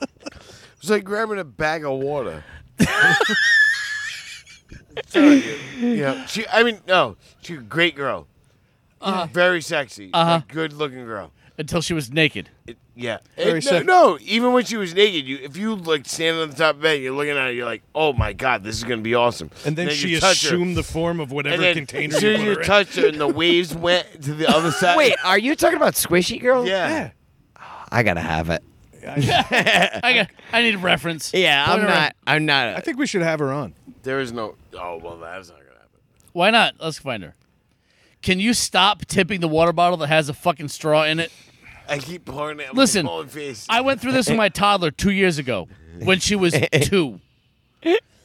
Speaker 1: was like grabbing a bag of water. Sorry, yeah, she. I mean, no, she's a great girl. Very sexy,
Speaker 4: Uh-huh.
Speaker 1: good looking girl.
Speaker 4: <laughs> Until she was naked.
Speaker 1: It- yeah, It- no,
Speaker 3: Very sexy.
Speaker 1: no, even when she was naked, you if you like standing on the top of the bed, you're looking at her, you're like, oh my god, this is gonna be awesome.
Speaker 3: And then she
Speaker 1: you touch her,
Speaker 3: assumed the form of whatever
Speaker 1: and then
Speaker 3: container
Speaker 1: as soon
Speaker 3: you
Speaker 1: as
Speaker 3: put
Speaker 1: you
Speaker 3: her in.
Speaker 1: touched her, and the waves went to the other side.
Speaker 2: Wait, are you talking about Squishy Girl?
Speaker 1: yeah,
Speaker 3: Yeah.
Speaker 2: I gotta have it.
Speaker 4: I got. I need a reference.
Speaker 2: Yeah,
Speaker 4: Point
Speaker 2: I'm
Speaker 4: her out.
Speaker 2: not. I'm not.
Speaker 3: I think we should have her on.
Speaker 1: there is no. Oh well, that's not gonna happen.
Speaker 4: Why not? Let's find her. Can you stop tipping the water bottle that has a fucking straw in it?
Speaker 1: I keep pouring it. in my
Speaker 4: Listen,
Speaker 1: own face.
Speaker 4: I went through this with my toddler two years ago when
Speaker 1: <laughs>
Speaker 4: she was two.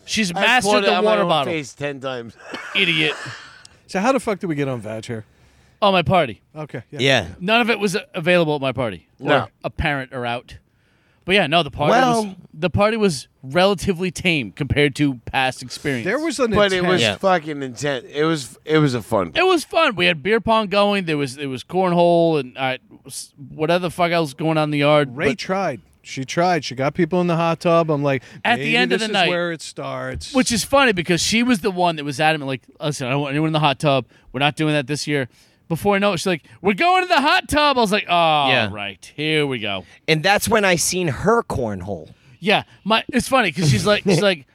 Speaker 4: She's
Speaker 1: I poured
Speaker 4: mastered
Speaker 1: it
Speaker 4: the
Speaker 1: on my
Speaker 4: water
Speaker 1: own
Speaker 4: bottle.
Speaker 1: Face ten times.
Speaker 4: Idiot.
Speaker 3: So how the fuck did we get on Vag here?
Speaker 4: On Oh, my party.
Speaker 3: Okay. Yeah.
Speaker 2: yeah.
Speaker 4: None of it was uh, available at my party.
Speaker 1: No.
Speaker 4: Or apparent or out. But yeah, no, the party was
Speaker 2: Well-
Speaker 4: the party was relatively tame compared to past experience.
Speaker 3: There was an
Speaker 1: but it was
Speaker 3: attempt-
Speaker 2: Yeah.
Speaker 1: fucking intense. It was it was a fun.
Speaker 4: it was fun. We had beer pong going. There was there was cornhole and uh, s- whatever the fuck else was going on in the yard.
Speaker 3: Ray
Speaker 4: but-
Speaker 3: tried. She tried. She got people in the hot tub. I'm like,
Speaker 4: At the
Speaker 3: maybe
Speaker 4: end of
Speaker 3: this
Speaker 4: the
Speaker 3: is
Speaker 4: night-
Speaker 3: where it starts.
Speaker 4: Which is funny because she was the one that was adamant, like, listen, I don't want anyone in the hot tub. We're not doing that this year. Before I know it, she's like, we're going to the hot tub. I was like, oh,
Speaker 2: Yeah.
Speaker 4: right. Here we go.
Speaker 2: And that's when I seen her cornhole.
Speaker 4: Yeah. my It's funny because she's like, she's like,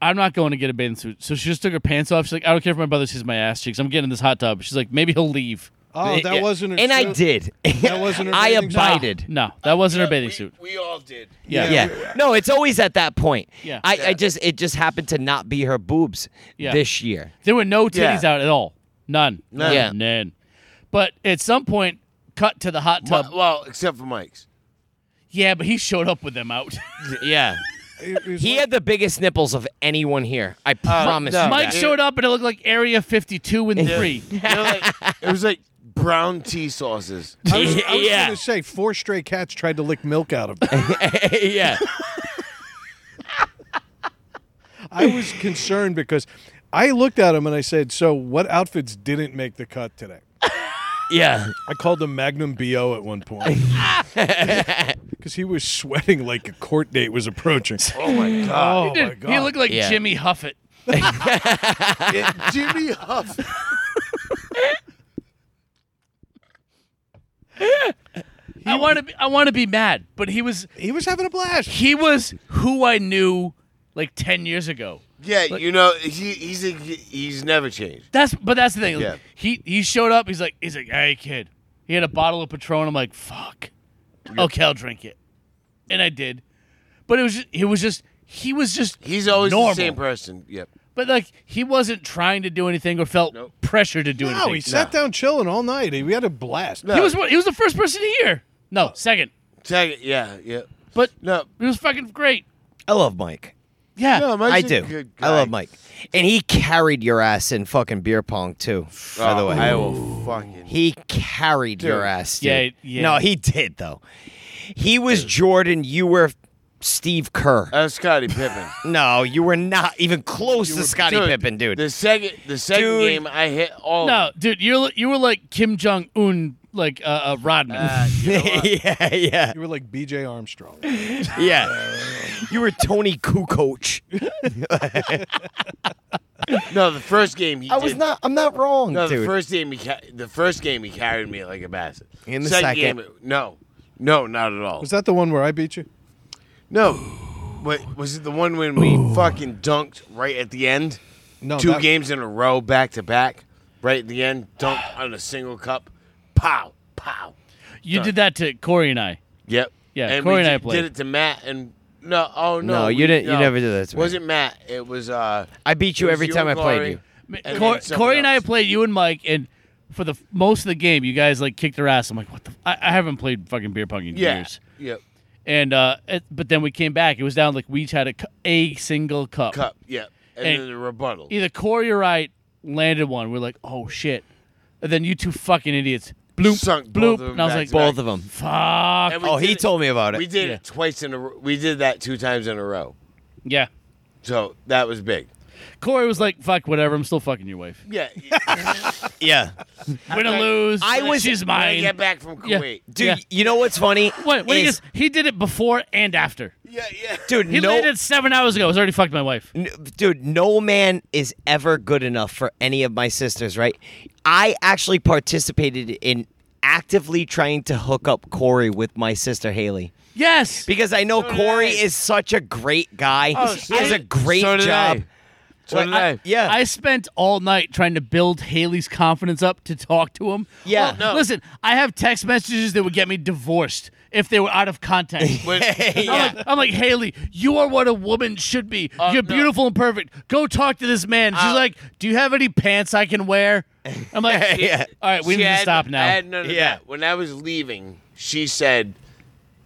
Speaker 4: I'm not going to get a bathing suit. So she just took her pants off. She's like, I don't care if my brother sees my ass cheeks. I'm getting in this hot tub. She's like, maybe he'll leave.
Speaker 3: oh, that
Speaker 2: Yeah.
Speaker 3: wasn't. her
Speaker 2: And I
Speaker 3: show.
Speaker 2: did.
Speaker 3: That wasn't
Speaker 2: <laughs>
Speaker 3: her
Speaker 2: I
Speaker 3: bathing suit?
Speaker 2: abided.
Speaker 4: No, that wasn't her bathing suit.
Speaker 1: We all did.
Speaker 4: Yeah.
Speaker 2: Yeah. No, it's always at that point.
Speaker 4: Yeah.
Speaker 2: I, I just it just happened to not be her boobs
Speaker 4: Yeah.
Speaker 2: this year.
Speaker 4: There were no titties
Speaker 1: Yeah.
Speaker 4: out at all. None.
Speaker 1: None.
Speaker 2: Yeah.
Speaker 4: None. But at some point, cut to the
Speaker 1: Uh,
Speaker 4: hot tub.
Speaker 1: Well, except for Mike's.
Speaker 4: Yeah, but he showed up with them out.
Speaker 2: Yeah.
Speaker 3: it was
Speaker 2: He
Speaker 3: like-
Speaker 2: had the biggest nipples of anyone here. I promise
Speaker 1: no.
Speaker 2: you.
Speaker 4: Mike
Speaker 2: that.
Speaker 4: showed up and it looked like Area 52 and 3.
Speaker 1: You know, like, it was like brown tea sauces.
Speaker 3: I was, I was
Speaker 2: Yeah.
Speaker 3: going to say four stray cats tried to lick milk out of him.
Speaker 2: <laughs> yeah.
Speaker 3: I was concerned because I looked at him and I said, "So what outfits didn't make the cut today?"
Speaker 2: Yeah.
Speaker 3: I called him Magnum BO at one point because he was sweating like a court date was approaching.
Speaker 1: Oh my god!
Speaker 3: Oh my
Speaker 4: Dude, <laughs> he
Speaker 3: god!
Speaker 4: looked like
Speaker 2: Yeah.
Speaker 4: Jimmy Huffett.
Speaker 1: Yeah, Jimmy Huff.
Speaker 4: I want to be I want to be mad, but he was
Speaker 3: He was having a blast.
Speaker 4: he was who I knew like 10 years ago.
Speaker 1: Yeah,
Speaker 5: Like-
Speaker 1: you know he, he's a, he's never changed.
Speaker 4: That's but that's the thing.
Speaker 1: Yeah.
Speaker 4: He he showed up, he's like he's like, "Hey kid." He had a bottle of Patron. I'm like, "Fuck." Okay, I'll drink it. And I did. But it was just, it was just he was just
Speaker 1: He's always
Speaker 4: Normal.
Speaker 1: the same person. Yep.
Speaker 4: But like he wasn't trying to do anything or felt
Speaker 1: Nope.
Speaker 4: pressure to do
Speaker 3: No,
Speaker 4: anything.
Speaker 3: he sat down chilling all night. He had a blast.
Speaker 1: No.
Speaker 4: he was he was the first person here. No, second.
Speaker 1: Tag- yeah, yeah.
Speaker 4: But
Speaker 1: No,
Speaker 4: it was fucking great.
Speaker 2: I love Mike.
Speaker 4: Yeah.
Speaker 1: no, Mike's
Speaker 2: I
Speaker 1: a
Speaker 2: do.
Speaker 1: good
Speaker 2: I love
Speaker 1: guy.
Speaker 2: Mike. And he carried your ass in fucking beer pong too. By the
Speaker 1: Oh,
Speaker 2: way,
Speaker 1: I will fucking.
Speaker 2: He carried your ass. Dude.
Speaker 4: Yeah, yeah.
Speaker 2: No, he did though. He was Jordan. You were Steve Kerr.
Speaker 1: That's Scotty Pippen.
Speaker 2: no, you were not even
Speaker 1: Uh,
Speaker 2: close
Speaker 1: You
Speaker 2: to
Speaker 1: were-
Speaker 2: Scottie Pippen, dude.
Speaker 1: The second, the second
Speaker 2: Dude.
Speaker 1: game, I hit all.
Speaker 4: No, dude, you are you were like Kim Jong Un, like uh, uh, Rodman.
Speaker 1: Ah,
Speaker 2: <laughs> yeah, yeah,
Speaker 3: You were like B.J. Armstrong.
Speaker 2: yeah. you were Tony Kukoc.
Speaker 1: no, the first game he.
Speaker 2: I was
Speaker 1: did-
Speaker 2: not. I'm not wrong,
Speaker 1: No, the
Speaker 2: dude.
Speaker 1: first game he. Ca- the first game he carried me like a bastard.
Speaker 2: In the
Speaker 1: game, no, no, not at all.
Speaker 3: Was that the one where I beat you?
Speaker 1: no, but was it the one when we fucking dunked right at the end?
Speaker 2: Oh,
Speaker 3: No,
Speaker 1: Two
Speaker 3: that-
Speaker 1: games in a row, back to back, right at the end, dunked on a single cup. Pow, pow.
Speaker 4: <laughs> you did that to Corey and I.
Speaker 1: Yep.
Speaker 4: Yeah,
Speaker 1: and
Speaker 4: Corey
Speaker 1: we
Speaker 4: and I
Speaker 1: did-
Speaker 4: played.
Speaker 1: Did it to Matt and no. Oh no.
Speaker 2: No, you
Speaker 1: we-
Speaker 2: didn't- you
Speaker 1: no.
Speaker 2: never did that to me.
Speaker 1: Wasn't Matt? It was. uh
Speaker 2: I beat you
Speaker 1: it was
Speaker 2: every time I played
Speaker 1: Laurie,
Speaker 2: you.
Speaker 1: and
Speaker 4: Cor-
Speaker 1: then someone
Speaker 4: Corey and I
Speaker 1: else.
Speaker 4: played you and Mike, and for the most of the game, you guys like kicked their ass. I'm like, what the? F-? I, I haven't played fucking beer pong in
Speaker 1: Yeah.
Speaker 4: years.
Speaker 1: Yep.
Speaker 4: And uh, it, but then we came back. It was down like we each had a, cu- a single cup.
Speaker 1: Cup. Yep. And,
Speaker 4: And-
Speaker 1: then the rebuttal.
Speaker 4: Either Corey or I landed one. We're like, oh shit. And then you two fucking idiots. Bloop,
Speaker 1: Sunk both
Speaker 4: bloop.
Speaker 1: of them
Speaker 4: And I was
Speaker 1: back
Speaker 4: like,
Speaker 1: to back.
Speaker 2: Both of them.
Speaker 4: fuck.
Speaker 1: And we
Speaker 2: Oh,
Speaker 1: did
Speaker 2: he
Speaker 1: it-
Speaker 2: told me about it.
Speaker 1: We did
Speaker 4: Yeah.
Speaker 1: it twice in a. r- We did that two times in a row.
Speaker 4: Yeah.
Speaker 1: So that was big.
Speaker 4: Corey was like, fuck, whatever. I'm still fucking your wife.
Speaker 1: <laughs> Yeah.
Speaker 2: Yeah,
Speaker 4: Win or lose.
Speaker 2: I was-
Speaker 4: She's
Speaker 1: When I
Speaker 4: mine.
Speaker 1: get back from
Speaker 4: Yeah.
Speaker 1: Kuwait.
Speaker 2: dude.
Speaker 4: Yeah.
Speaker 2: You know what's funny?
Speaker 4: <laughs> What? what do you
Speaker 2: is-
Speaker 4: guess- he did it before and after.
Speaker 1: Yeah. Yeah.
Speaker 2: dude?
Speaker 4: He
Speaker 2: no,
Speaker 4: landed seven hours ago. He's already fucked my wife.
Speaker 2: N- dude, no man is ever good enough for any of my sisters, right? I actually participated in actively trying to hook up Corey with my sister Haley
Speaker 4: Yes.
Speaker 2: because I know
Speaker 1: did
Speaker 2: Corey
Speaker 1: I.
Speaker 2: is such a great guy.
Speaker 1: Oh,
Speaker 2: he
Speaker 1: so
Speaker 2: does a
Speaker 1: did-
Speaker 2: great
Speaker 1: so did
Speaker 2: job.
Speaker 1: I. So did I.
Speaker 2: Yeah.
Speaker 4: I spent all night trying to build Haley's confidence up to talk to him.
Speaker 2: Yeah.
Speaker 1: Well, no.
Speaker 4: Listen, I have text messages that would get me divorced if they were out
Speaker 2: <laughs>
Speaker 4: of context. <laughs>
Speaker 1: When-
Speaker 4: I'm, like, I'm like, Haley, you are what a woman should be. You're
Speaker 1: Uh, no.
Speaker 4: beautiful and perfect. Go talk to this man. She's
Speaker 1: Uh,
Speaker 4: like, Do you have any pants I can wear? I'm
Speaker 2: <laughs>
Speaker 4: like,
Speaker 2: Yeah.
Speaker 4: All right, we
Speaker 1: She
Speaker 4: need to
Speaker 1: had-
Speaker 4: stop now.
Speaker 1: I had none of
Speaker 2: Yeah.
Speaker 1: that. When I was leaving, she said,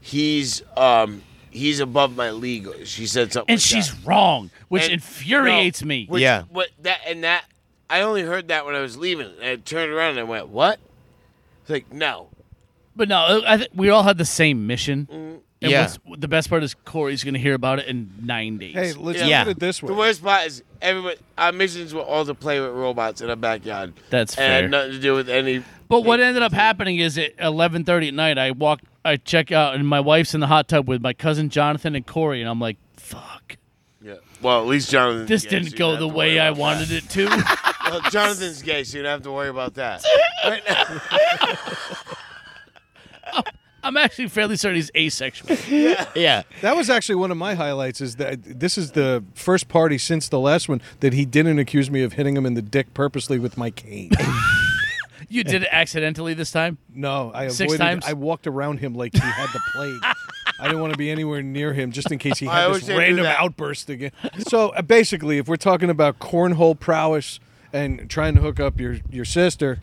Speaker 1: "He's um he's above my league." She said something.
Speaker 4: and
Speaker 1: like
Speaker 4: she's
Speaker 1: that.
Speaker 4: wrong, which
Speaker 1: And-
Speaker 4: infuriates
Speaker 1: no,
Speaker 4: me.
Speaker 1: which-
Speaker 2: Yeah.
Speaker 1: What that and that? I only heard that when I was leaving. And I turned around and I went, "What?" It's like no.
Speaker 4: But no, I th- we all had the same mission.
Speaker 1: Mm.
Speaker 4: And
Speaker 2: Yeah.
Speaker 4: what's- the best part is Corey's going to hear about it in nine days.
Speaker 3: Hey, let's
Speaker 1: Yeah.
Speaker 3: look at it this way.
Speaker 1: The worst part is everybody. Our missions were all to play with robots in our backyard.
Speaker 4: That's
Speaker 1: and it
Speaker 4: fair.
Speaker 1: had nothing to do with
Speaker 4: <laughs>
Speaker 1: any.
Speaker 4: but what ended up happening is at eleven thirty at night, I walk, I check out, and my wife's in the hot tub with my cousin Jonathan and Corey, and I'm like, "Fuck,
Speaker 1: Yeah. Well, at least Jonathan.
Speaker 4: this didn't go the way I wanted it
Speaker 1: <laughs>
Speaker 4: to."
Speaker 1: Well, Jonathan's gay, so you don't have to worry about that. Right now.
Speaker 4: I'm actually fairly certain he's asexual.
Speaker 2: yeah.
Speaker 3: That was actually one of my highlights. Is that this is the first party since the last one that he didn't accuse me of hitting him in the dick purposely with
Speaker 1: <laughs>
Speaker 3: my cane.
Speaker 4: You did it accidentally this time.
Speaker 3: no, I avoided.
Speaker 4: Six times?
Speaker 3: I walked around him like he had the
Speaker 1: <laughs>
Speaker 3: plague. I didn't want to be anywhere near him just in case he
Speaker 1: I
Speaker 3: had
Speaker 1: always
Speaker 3: this
Speaker 1: say do
Speaker 3: random
Speaker 1: that.
Speaker 3: outburst again. So uh, basically, if we're talking about cornhole prowess and trying to hook up your your sister,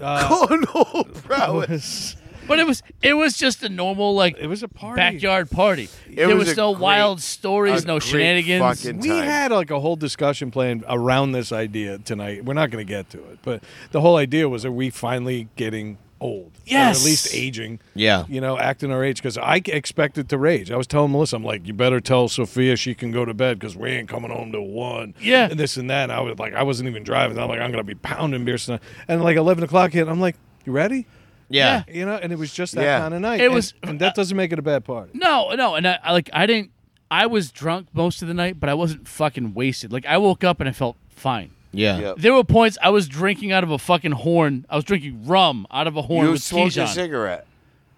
Speaker 1: Oh no, prowess.
Speaker 4: But it was it was just a normal like
Speaker 3: It was a party.
Speaker 4: backyard party. there
Speaker 5: was
Speaker 4: was,
Speaker 5: a
Speaker 4: no
Speaker 5: great-
Speaker 4: wild stories,
Speaker 5: a
Speaker 4: no
Speaker 5: great
Speaker 4: shenanigans.
Speaker 5: fucking-
Speaker 3: We
Speaker 5: time.
Speaker 3: had like a whole discussion planned around this idea tonight. We're not going to get to it, but the whole idea was are we finally getting old? Or
Speaker 4: Yes.
Speaker 3: at least aging.
Speaker 2: Yeah.
Speaker 3: You know, acting our age because I expected to rage. I was telling Melissa, I'm like, you better tell Sophia she can go to bed because we ain't coming home till one.
Speaker 4: Yeah.
Speaker 3: And this and that. And I was like, I wasn't even driving. I'm like, I'm going to be pounding beers tonight. And like 11 o'clock hit, I'm like, you ready?
Speaker 2: Yeah.
Speaker 3: You know, and it was just that
Speaker 1: Yeah.
Speaker 3: kind of night.
Speaker 4: It
Speaker 3: And-
Speaker 4: was-
Speaker 3: and that doesn't make it a bad party.
Speaker 4: No, no, and I, I like I didn't. I was drunk most of the night, but I wasn't fucking wasted. Like I woke up and I felt fine.
Speaker 2: Yeah.
Speaker 1: Yep.
Speaker 4: There were points I was drinking out of a fucking horn. I was drinking rum out of a horn
Speaker 5: You
Speaker 4: with
Speaker 5: smoked a
Speaker 4: Keys on.
Speaker 5: cigarette.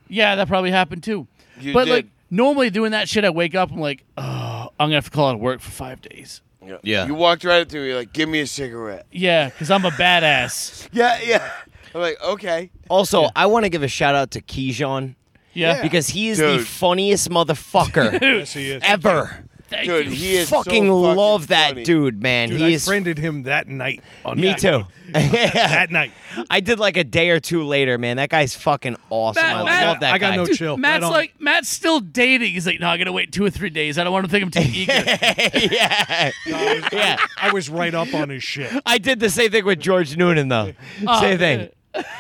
Speaker 4: Yeah, that probably happened too.
Speaker 5: You
Speaker 4: but
Speaker 5: did.
Speaker 4: like normally doing that shit, I wake up. I'm like, oh, I'm gonna have to call out of work for five days.
Speaker 2: Yeah.
Speaker 5: You walked right up to me. You're like, give me a cigarette.
Speaker 4: Yeah, because I'm a
Speaker 5: <laughs>
Speaker 4: badass.
Speaker 5: Yeah, yeah. I'm like, okay.
Speaker 2: Also, I want to give a shout out to Keyshawn
Speaker 4: Yeah,
Speaker 2: because he is the
Speaker 5: Dude.
Speaker 2: funniest
Speaker 3: <laughs>
Speaker 2: motherfucker
Speaker 3: Yes, he is.
Speaker 2: ever.
Speaker 4: Thank
Speaker 5: Dude,
Speaker 4: you. <laughs>
Speaker 5: he is so
Speaker 2: fucking love that
Speaker 5: funny.
Speaker 2: dude, man.
Speaker 3: Dude,
Speaker 2: he
Speaker 3: I
Speaker 2: is.
Speaker 3: friended him that night. On
Speaker 2: me too. <laughs>
Speaker 3: That night.
Speaker 2: I did like a day or two later, man. That guy's fucking awesome.
Speaker 4: Matt-
Speaker 2: I love
Speaker 4: Matt-
Speaker 2: that
Speaker 3: I got
Speaker 2: guy. <laughs>
Speaker 3: no
Speaker 4: Dude,
Speaker 3: chill.
Speaker 4: Matt's
Speaker 3: Right on.
Speaker 4: like Matt's still dating. He's like, no, I gotta wait two or three days. I don't want to
Speaker 2: <laughs>
Speaker 4: think I'm too eager.
Speaker 2: yeah. yeah.
Speaker 3: I was right up on his shit.
Speaker 2: I did the same thing with George Noonan, though.
Speaker 4: Oh,
Speaker 2: same
Speaker 4: man.
Speaker 2: thing.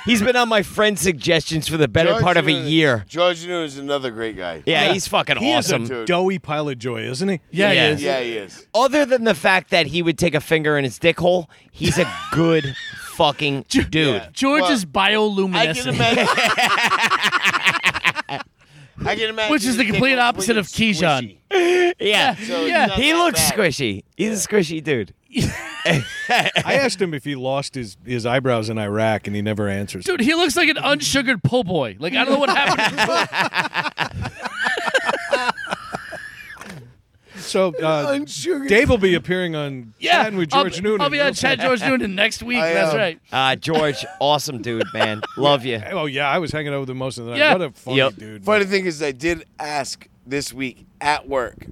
Speaker 2: He's been on my friend suggestions for the better
Speaker 5: George
Speaker 2: part of a
Speaker 5: Noonan-
Speaker 2: year.
Speaker 5: George Noonan is another great guy.
Speaker 2: Yeah, he's fucking
Speaker 3: <laughs> He
Speaker 2: awesome.
Speaker 3: is a
Speaker 5: dude.
Speaker 3: doughy pile of joy, isn't he?
Speaker 4: Yeah,
Speaker 2: Yeah.
Speaker 4: he is.
Speaker 5: Yeah, he is.
Speaker 2: Other than the fact that he would take a finger in his dick hole, he's a good fucking dude.
Speaker 4: George
Speaker 5: Well,
Speaker 4: is
Speaker 5: I can
Speaker 4: bioluminescent, <laughs>
Speaker 5: imagine. I can imagine.
Speaker 4: which is the
Speaker 5: his
Speaker 4: complete
Speaker 5: dick was
Speaker 4: opposite of
Speaker 5: wicked
Speaker 4: Keyshawn.
Speaker 2: Yeah.
Speaker 5: squishy. So
Speaker 4: Yeah.
Speaker 5: it's not
Speaker 2: He
Speaker 5: that
Speaker 2: looks
Speaker 5: bad.
Speaker 2: squishy. He's a squishy dude.
Speaker 3: I asked him if he lost his, his eyebrows in Iraq, and he never answers.
Speaker 4: Dude, he looks like an unsugared po' boy. Like I don't know what
Speaker 5: <laughs>
Speaker 4: happened.
Speaker 3: So uh,
Speaker 1: Unsugared.
Speaker 3: Dave will be appearing on
Speaker 4: yeah,
Speaker 3: Chatting with George
Speaker 4: I'll,
Speaker 3: Noonan.
Speaker 4: I'll be on
Speaker 3: real soon.
Speaker 4: Chad George Noonan next week.
Speaker 5: <laughs> I,
Speaker 4: That's
Speaker 5: um,
Speaker 4: right.
Speaker 2: Uh, George, awesome dude, man. Love you.
Speaker 3: Oh yeah, I was hanging out with him most of the night.
Speaker 4: Yeah.
Speaker 3: What a funny
Speaker 2: Yep.
Speaker 3: dude.
Speaker 5: Funny thing is, I did ask this week at work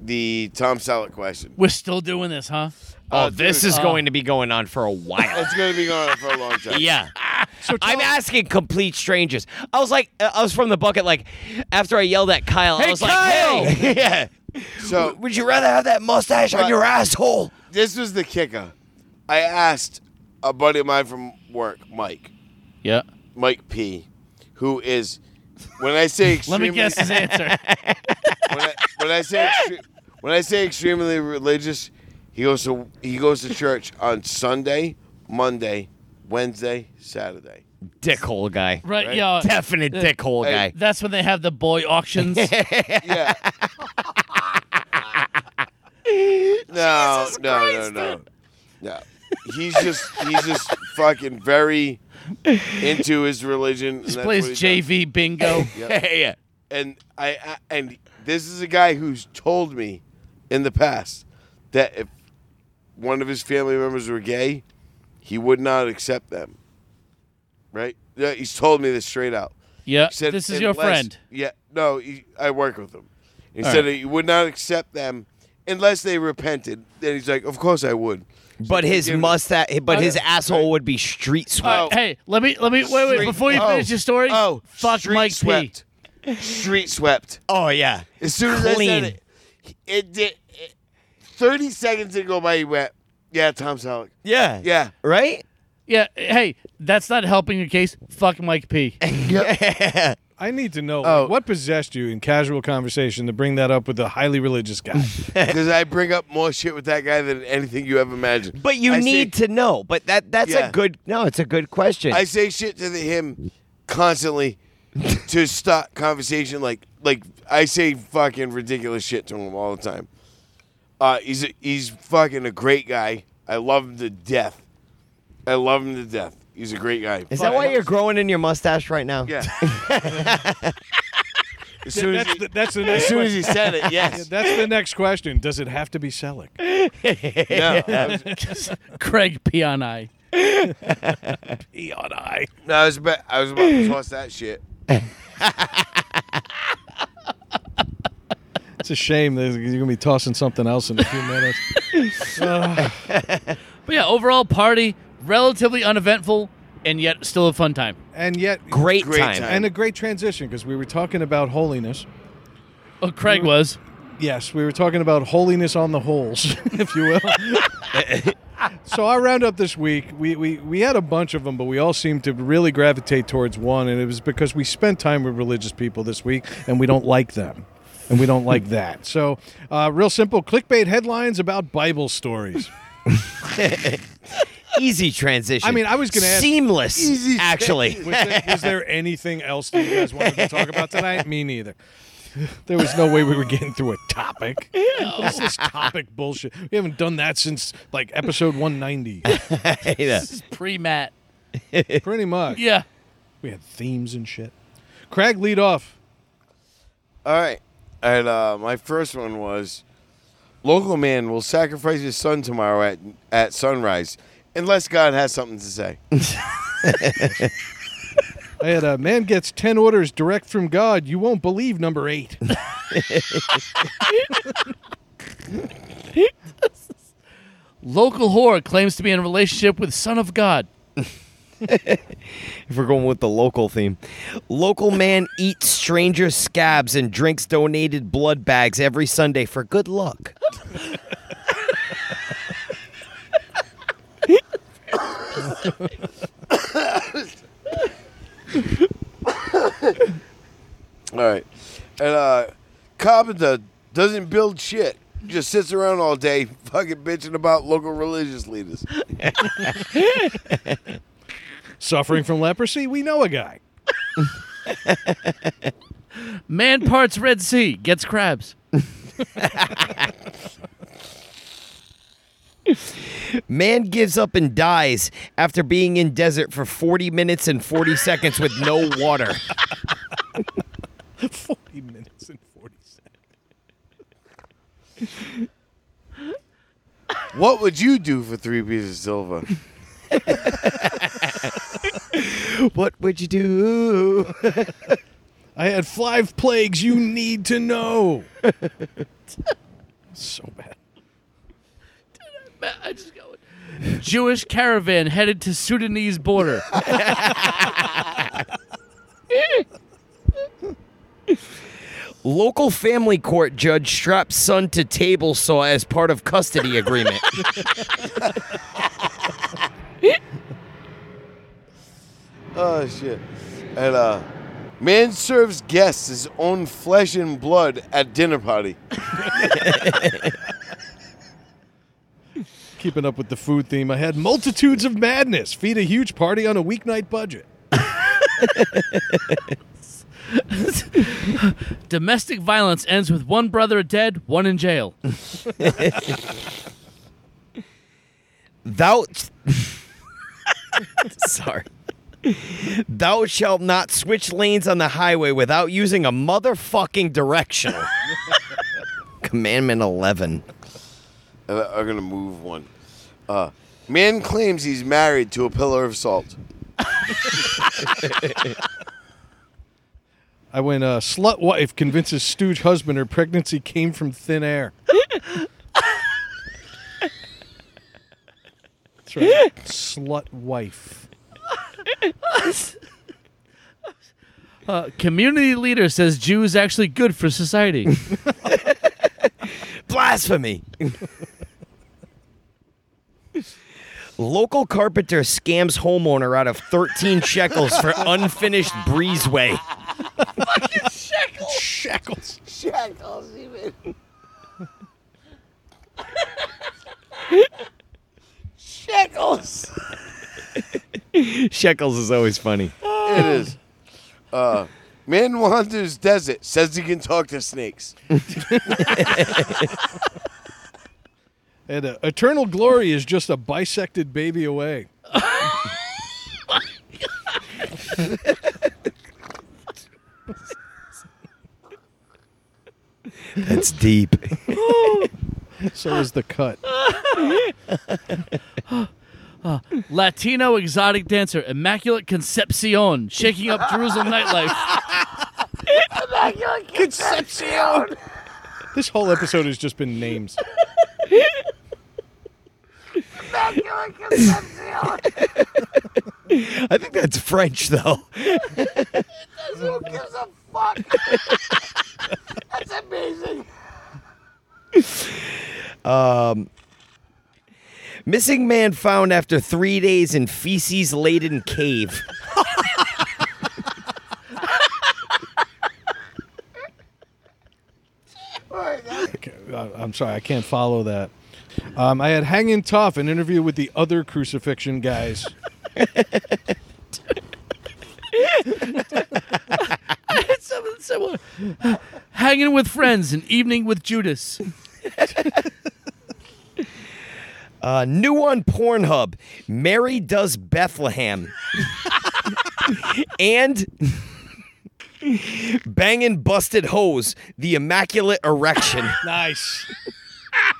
Speaker 5: the Tom Selleck question.
Speaker 4: We're still doing this, huh?
Speaker 2: Oh,
Speaker 5: Uh,
Speaker 2: this
Speaker 5: dude,
Speaker 2: is
Speaker 4: uh,
Speaker 2: going to be going on for a
Speaker 5: <laughs>
Speaker 2: while.
Speaker 5: It's going to be going on for a long time.
Speaker 2: Yeah. I'm
Speaker 3: tell-
Speaker 2: asking complete strangers. I was like, uh, I was from the bucket. Like, after I yelled at Kyle, I
Speaker 4: Hey,
Speaker 2: was
Speaker 4: Kyle!
Speaker 2: like, hey, yeah.
Speaker 5: So
Speaker 2: Would you rather have that mustache on your asshole?
Speaker 5: this was the kicker. I asked a buddy of mine from work, Mike,
Speaker 4: Yeah.
Speaker 5: Mike P, who is when I
Speaker 4: <laughs>
Speaker 5: say
Speaker 4: Let
Speaker 5: extremely,
Speaker 4: me guess his
Speaker 5: <laughs>
Speaker 4: answer.
Speaker 5: when, I, when I say extre- when I say extremely religious, he goes to he goes to church on Sunday, Monday, Wednesday, Saturday.
Speaker 2: Dickhole guy. Uh,
Speaker 4: Right,
Speaker 5: Right.
Speaker 4: yeah.
Speaker 2: Definite dickhole
Speaker 5: Hey.
Speaker 2: guy.
Speaker 4: That's when they have the boy auctions.
Speaker 5: <laughs> Yeah. no, no,
Speaker 2: Christ,
Speaker 5: no, no, no. He's just he's just fucking very into his religion. This
Speaker 4: He plays JV
Speaker 5: <laughs>
Speaker 4: bingo.
Speaker 2: <laughs> yeah.
Speaker 5: and I, I and this is a guy who's told me in the past that if one of his family members were gay, he would not accept them. Right? Yeah, he's told me this straight out.
Speaker 4: yeah.
Speaker 5: He said,
Speaker 4: this is your
Speaker 5: unless-
Speaker 4: friend.
Speaker 5: Yeah, no, he, I work with him. He
Speaker 4: All
Speaker 5: said
Speaker 4: right.
Speaker 5: that he would not accept them unless they repented. Then he's like, "Of course I would."
Speaker 2: But his
Speaker 5: give it-
Speaker 2: mustache, but his asshole would be street swept.
Speaker 5: Oh.
Speaker 4: Hey, let me let me wait wait
Speaker 5: Street-
Speaker 4: before you
Speaker 5: oh,
Speaker 4: finish your story.
Speaker 5: Oh,
Speaker 4: fuck
Speaker 5: street
Speaker 4: Mike
Speaker 5: swept. Street swept.
Speaker 2: Oh, yeah.
Speaker 5: As soon as I
Speaker 2: Clean.
Speaker 5: said it, it did. It, Thirty seconds ago, by he went, "Yeah, Tom Selleck."
Speaker 2: Yeah.
Speaker 5: Yeah,
Speaker 2: Right?
Speaker 4: P. Yeah. Hey, that's not helping your case. Fuck Mike
Speaker 5: <laughs>
Speaker 4: P. <laughs>
Speaker 2: <laughs>
Speaker 3: I need to know like,
Speaker 5: Oh.
Speaker 3: what possessed you in casual conversation to bring that up with a highly religious <laughs> guy.
Speaker 5: because I bring up more shit with that guy than anything you ever imagined.
Speaker 2: But you
Speaker 5: I
Speaker 2: need
Speaker 5: say,
Speaker 2: to know. But that that's
Speaker 5: Yeah.
Speaker 2: a good no, it's a good question.
Speaker 5: I say shit to the, him constantly to start conversation. Like, like I say fucking ridiculous shit to him all the time. Uh, he's a, he's fucking a great guy. I love him to death. I love him to death. He's a great guy.
Speaker 2: Is that why you're growing in your mustache right now?
Speaker 5: Yeah. as soon as,
Speaker 3: that's,
Speaker 5: he,
Speaker 3: the, that's the next
Speaker 5: as soon as he
Speaker 3: question.
Speaker 5: said it, yes.
Speaker 3: That's the next question. Does it have to be Selleck?
Speaker 5: No, I was-
Speaker 4: Craig P on I.
Speaker 3: Eon Eye.
Speaker 5: no, I was about, I was about to toss that shit.
Speaker 3: It's a shame that you're gonna be tossing something else in a few minutes. <laughs> Uh,
Speaker 4: But yeah, overall party relatively uneventful. and yet still a fun time.
Speaker 3: and yet
Speaker 2: Great,
Speaker 5: Great
Speaker 2: time.
Speaker 5: time.
Speaker 3: and a great transition because we were talking about holiness.
Speaker 4: Oh, Craig was.
Speaker 3: Yes, we were talking about holiness on the holes, <laughs> if you will. so our roundup this week, we, we, we had a bunch of them, but we all seemed to really gravitate towards one, and it was because we spent time with religious people this week, and we don't like them. And we don't like that. So, uh, real simple clickbait headlines about Bible stories.
Speaker 2: Easy transition.
Speaker 3: I mean, I was gonna ask-
Speaker 2: seamless.
Speaker 1: Easy-
Speaker 2: actually,
Speaker 3: Was there, was there <laughs> anything else that you guys wanted to talk about tonight? Me neither. There was no way we were getting through a topic. What's <laughs> this topic bullshit? We haven't done that since like episode <laughs> 190.
Speaker 2: Yeah.
Speaker 4: Pre Matt.
Speaker 3: Pretty much.
Speaker 4: Yeah.
Speaker 3: We had themes and shit. Craig, lead off.
Speaker 5: All right. And uh, my first one was local man will sacrifice his son tomorrow at at sunrise unless God has something to say.
Speaker 3: I had a man gets 10 orders direct from God. You won't believe number eight. <laughs>
Speaker 4: Local whore claims to be in a relationship with Son of God.
Speaker 2: if we're going with the local theme, local man eats stranger scabs and drinks donated blood bags every Sunday for good luck.
Speaker 5: All right. And uh, Carpenter doesn't build shit. Just sits around all day <laughs> fucking bitching about local religious leaders.
Speaker 3: Suffering from leprosy? We know a guy. <laughs>
Speaker 4: Man parts Red Sea, gets crabs.
Speaker 2: Man gives up and dies after being in desert for 40 minutes and 40 seconds with no water.
Speaker 3: 40 minutes and 40 seconds.
Speaker 5: What would you do for three pieces of silver?
Speaker 2: <laughs> What would you do?
Speaker 3: I had five plagues you need to <laughs> know. so bad.
Speaker 4: Matt, I just got one. Jewish caravan headed to Sudanese border.
Speaker 2: Local family court judge straps son to table saw as part of custody agreement.
Speaker 5: Oh shit. And uh man serves guests his own flesh and blood at dinner party.
Speaker 3: Keeping up with the food theme, I had multitudes of madness. Feed a huge party on a weeknight budget.
Speaker 4: Domestic violence ends with one brother dead, one in jail.
Speaker 2: Thou. <laughs> Sorry. Thou shalt not switch lanes on the highway without using a motherfucking directional. <laughs> Commandment 11.
Speaker 5: And I- I'm gonna move one. Uh man claims he's married to a pillar of salt.
Speaker 3: I went, uh, slut wife convinces stooge husband her pregnancy came from thin air. That's right. Slut wife.
Speaker 4: Uh, community leader says Jew is actually good for society.
Speaker 2: Blasphemy. Local carpenter scams homeowner out of 13 shekels for unfinished breezeway.
Speaker 3: Shackles.
Speaker 5: Shackles even. Shackles.
Speaker 2: Shekels is always funny.
Speaker 5: It is. Uh man wanders desert, says he can talk to snakes.
Speaker 3: And uh, eternal glory is just a bisected baby away.
Speaker 2: That's deep.
Speaker 3: So is the cut.
Speaker 4: Latino exotic dancer Immaculate Concepcion shaking up Jerusalem nightlife.
Speaker 3: Concepcion. This whole episode has just been names.
Speaker 2: I think that's French, though.
Speaker 1: Who gives a fuck? That's amazing.
Speaker 2: Um, Missing man found after three days in feces laden cave.
Speaker 3: I- I'm sorry, I can't follow that. Um, I had Hanging Tough, an interview with the other crucifixion guys.
Speaker 4: <laughs> Someone- someone- uh, Hanging with friends, an evening with Judas.
Speaker 2: Uh, new on Pornhub. Mary does Bethlehem. and banging busted hose. The immaculate erection.
Speaker 3: Nice.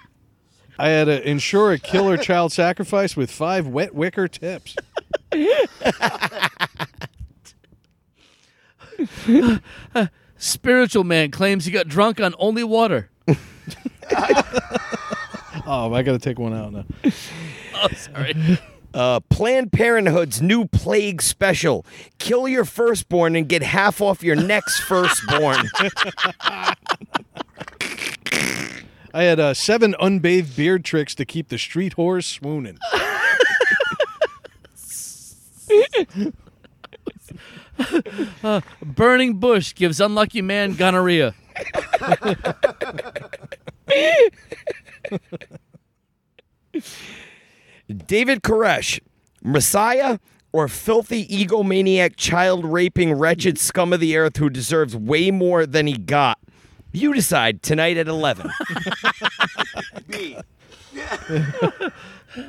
Speaker 3: <laughs> I had to ensure a killer child sacrifice with five wet wicker tips.
Speaker 4: Spiritual man claims he got drunk on only water. <laughs>
Speaker 3: Oh, I got to take one out now.
Speaker 4: Oh, sorry.
Speaker 2: Uh, Planned Parenthood's new plague special. Kill your firstborn and get half off your next firstborn. <laughs>
Speaker 3: I had uh, seven unbathed beard tricks to keep the street whores swooning.
Speaker 4: Burning bush gives unlucky man gonorrhea.
Speaker 2: David Koresh, Messiah or filthy egomaniac, child raping, wretched scum of the earth who deserves way more than he got. You decide tonight at 11.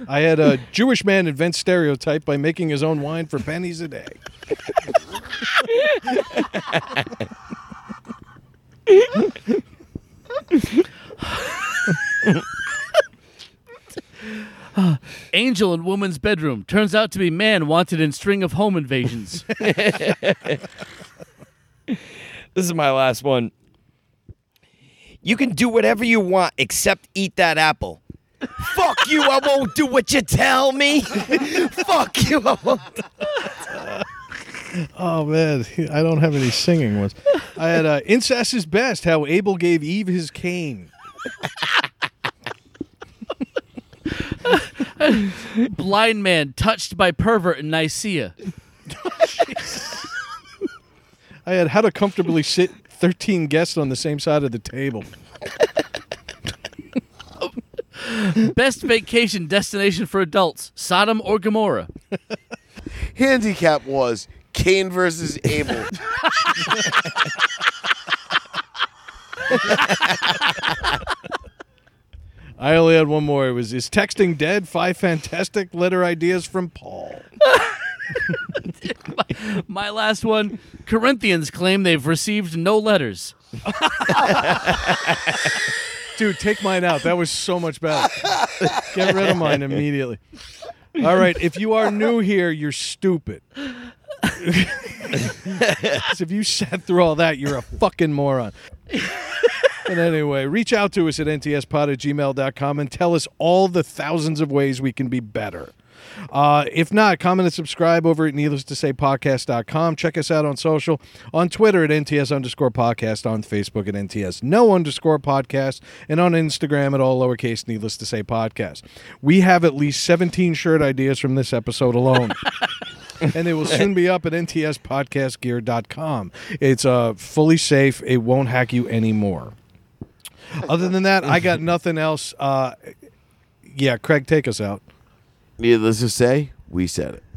Speaker 3: I had a Jewish man invent stereotype by making his own wine for pennies a day.
Speaker 4: Angel in woman's bedroom turns out to be man wanted in string of home invasions.
Speaker 2: this is my last one. You can do whatever you want except eat that apple. Fuck you, I won't do what you tell me. <laughs> Fuck you, I won't.
Speaker 3: Oh man, <laughs> I don't have any singing ones. I had uh, incest is best. How Abel gave Eve his cane.
Speaker 4: Blind man touched by pervert in Nicaea.
Speaker 3: I had how to comfortably sit thirteen guests on the same side of the table.
Speaker 4: Best vacation destination for adults: Sodom or Gomorrah.
Speaker 5: Handicap was Cain versus <laughs> Abel.
Speaker 3: I only had one more. It was is texting dead? Five fantastic letter ideas from Paul.
Speaker 4: My last one: Corinthians claim they've received no letters.
Speaker 3: Dude, take mine out. That was so much better. Get rid of mine immediately. All right, if you are new here, you're stupid. <laughs> 'Cause if you sat through all that, you're a fucking moron. But anyway, reach out to us at ntspod at gmail.com and tell us all the thousands of ways we can be better. Uh, if not, comment and subscribe over at needless to say podcast.com. Check us out on social, on Twitter at NTS underscore podcast, on Facebook at NTS no underscore podcast, and on Instagram at all lowercase needless to say podcast. We have at least 17 shirt ideas from this episode alone. and they will soon be up at ntspodcastgear.com. It's uh, fully safe, it won't hack you anymore. Other than that, I got nothing else. Uh, yeah, Craig, take us out.
Speaker 5: Needless to say, we said it.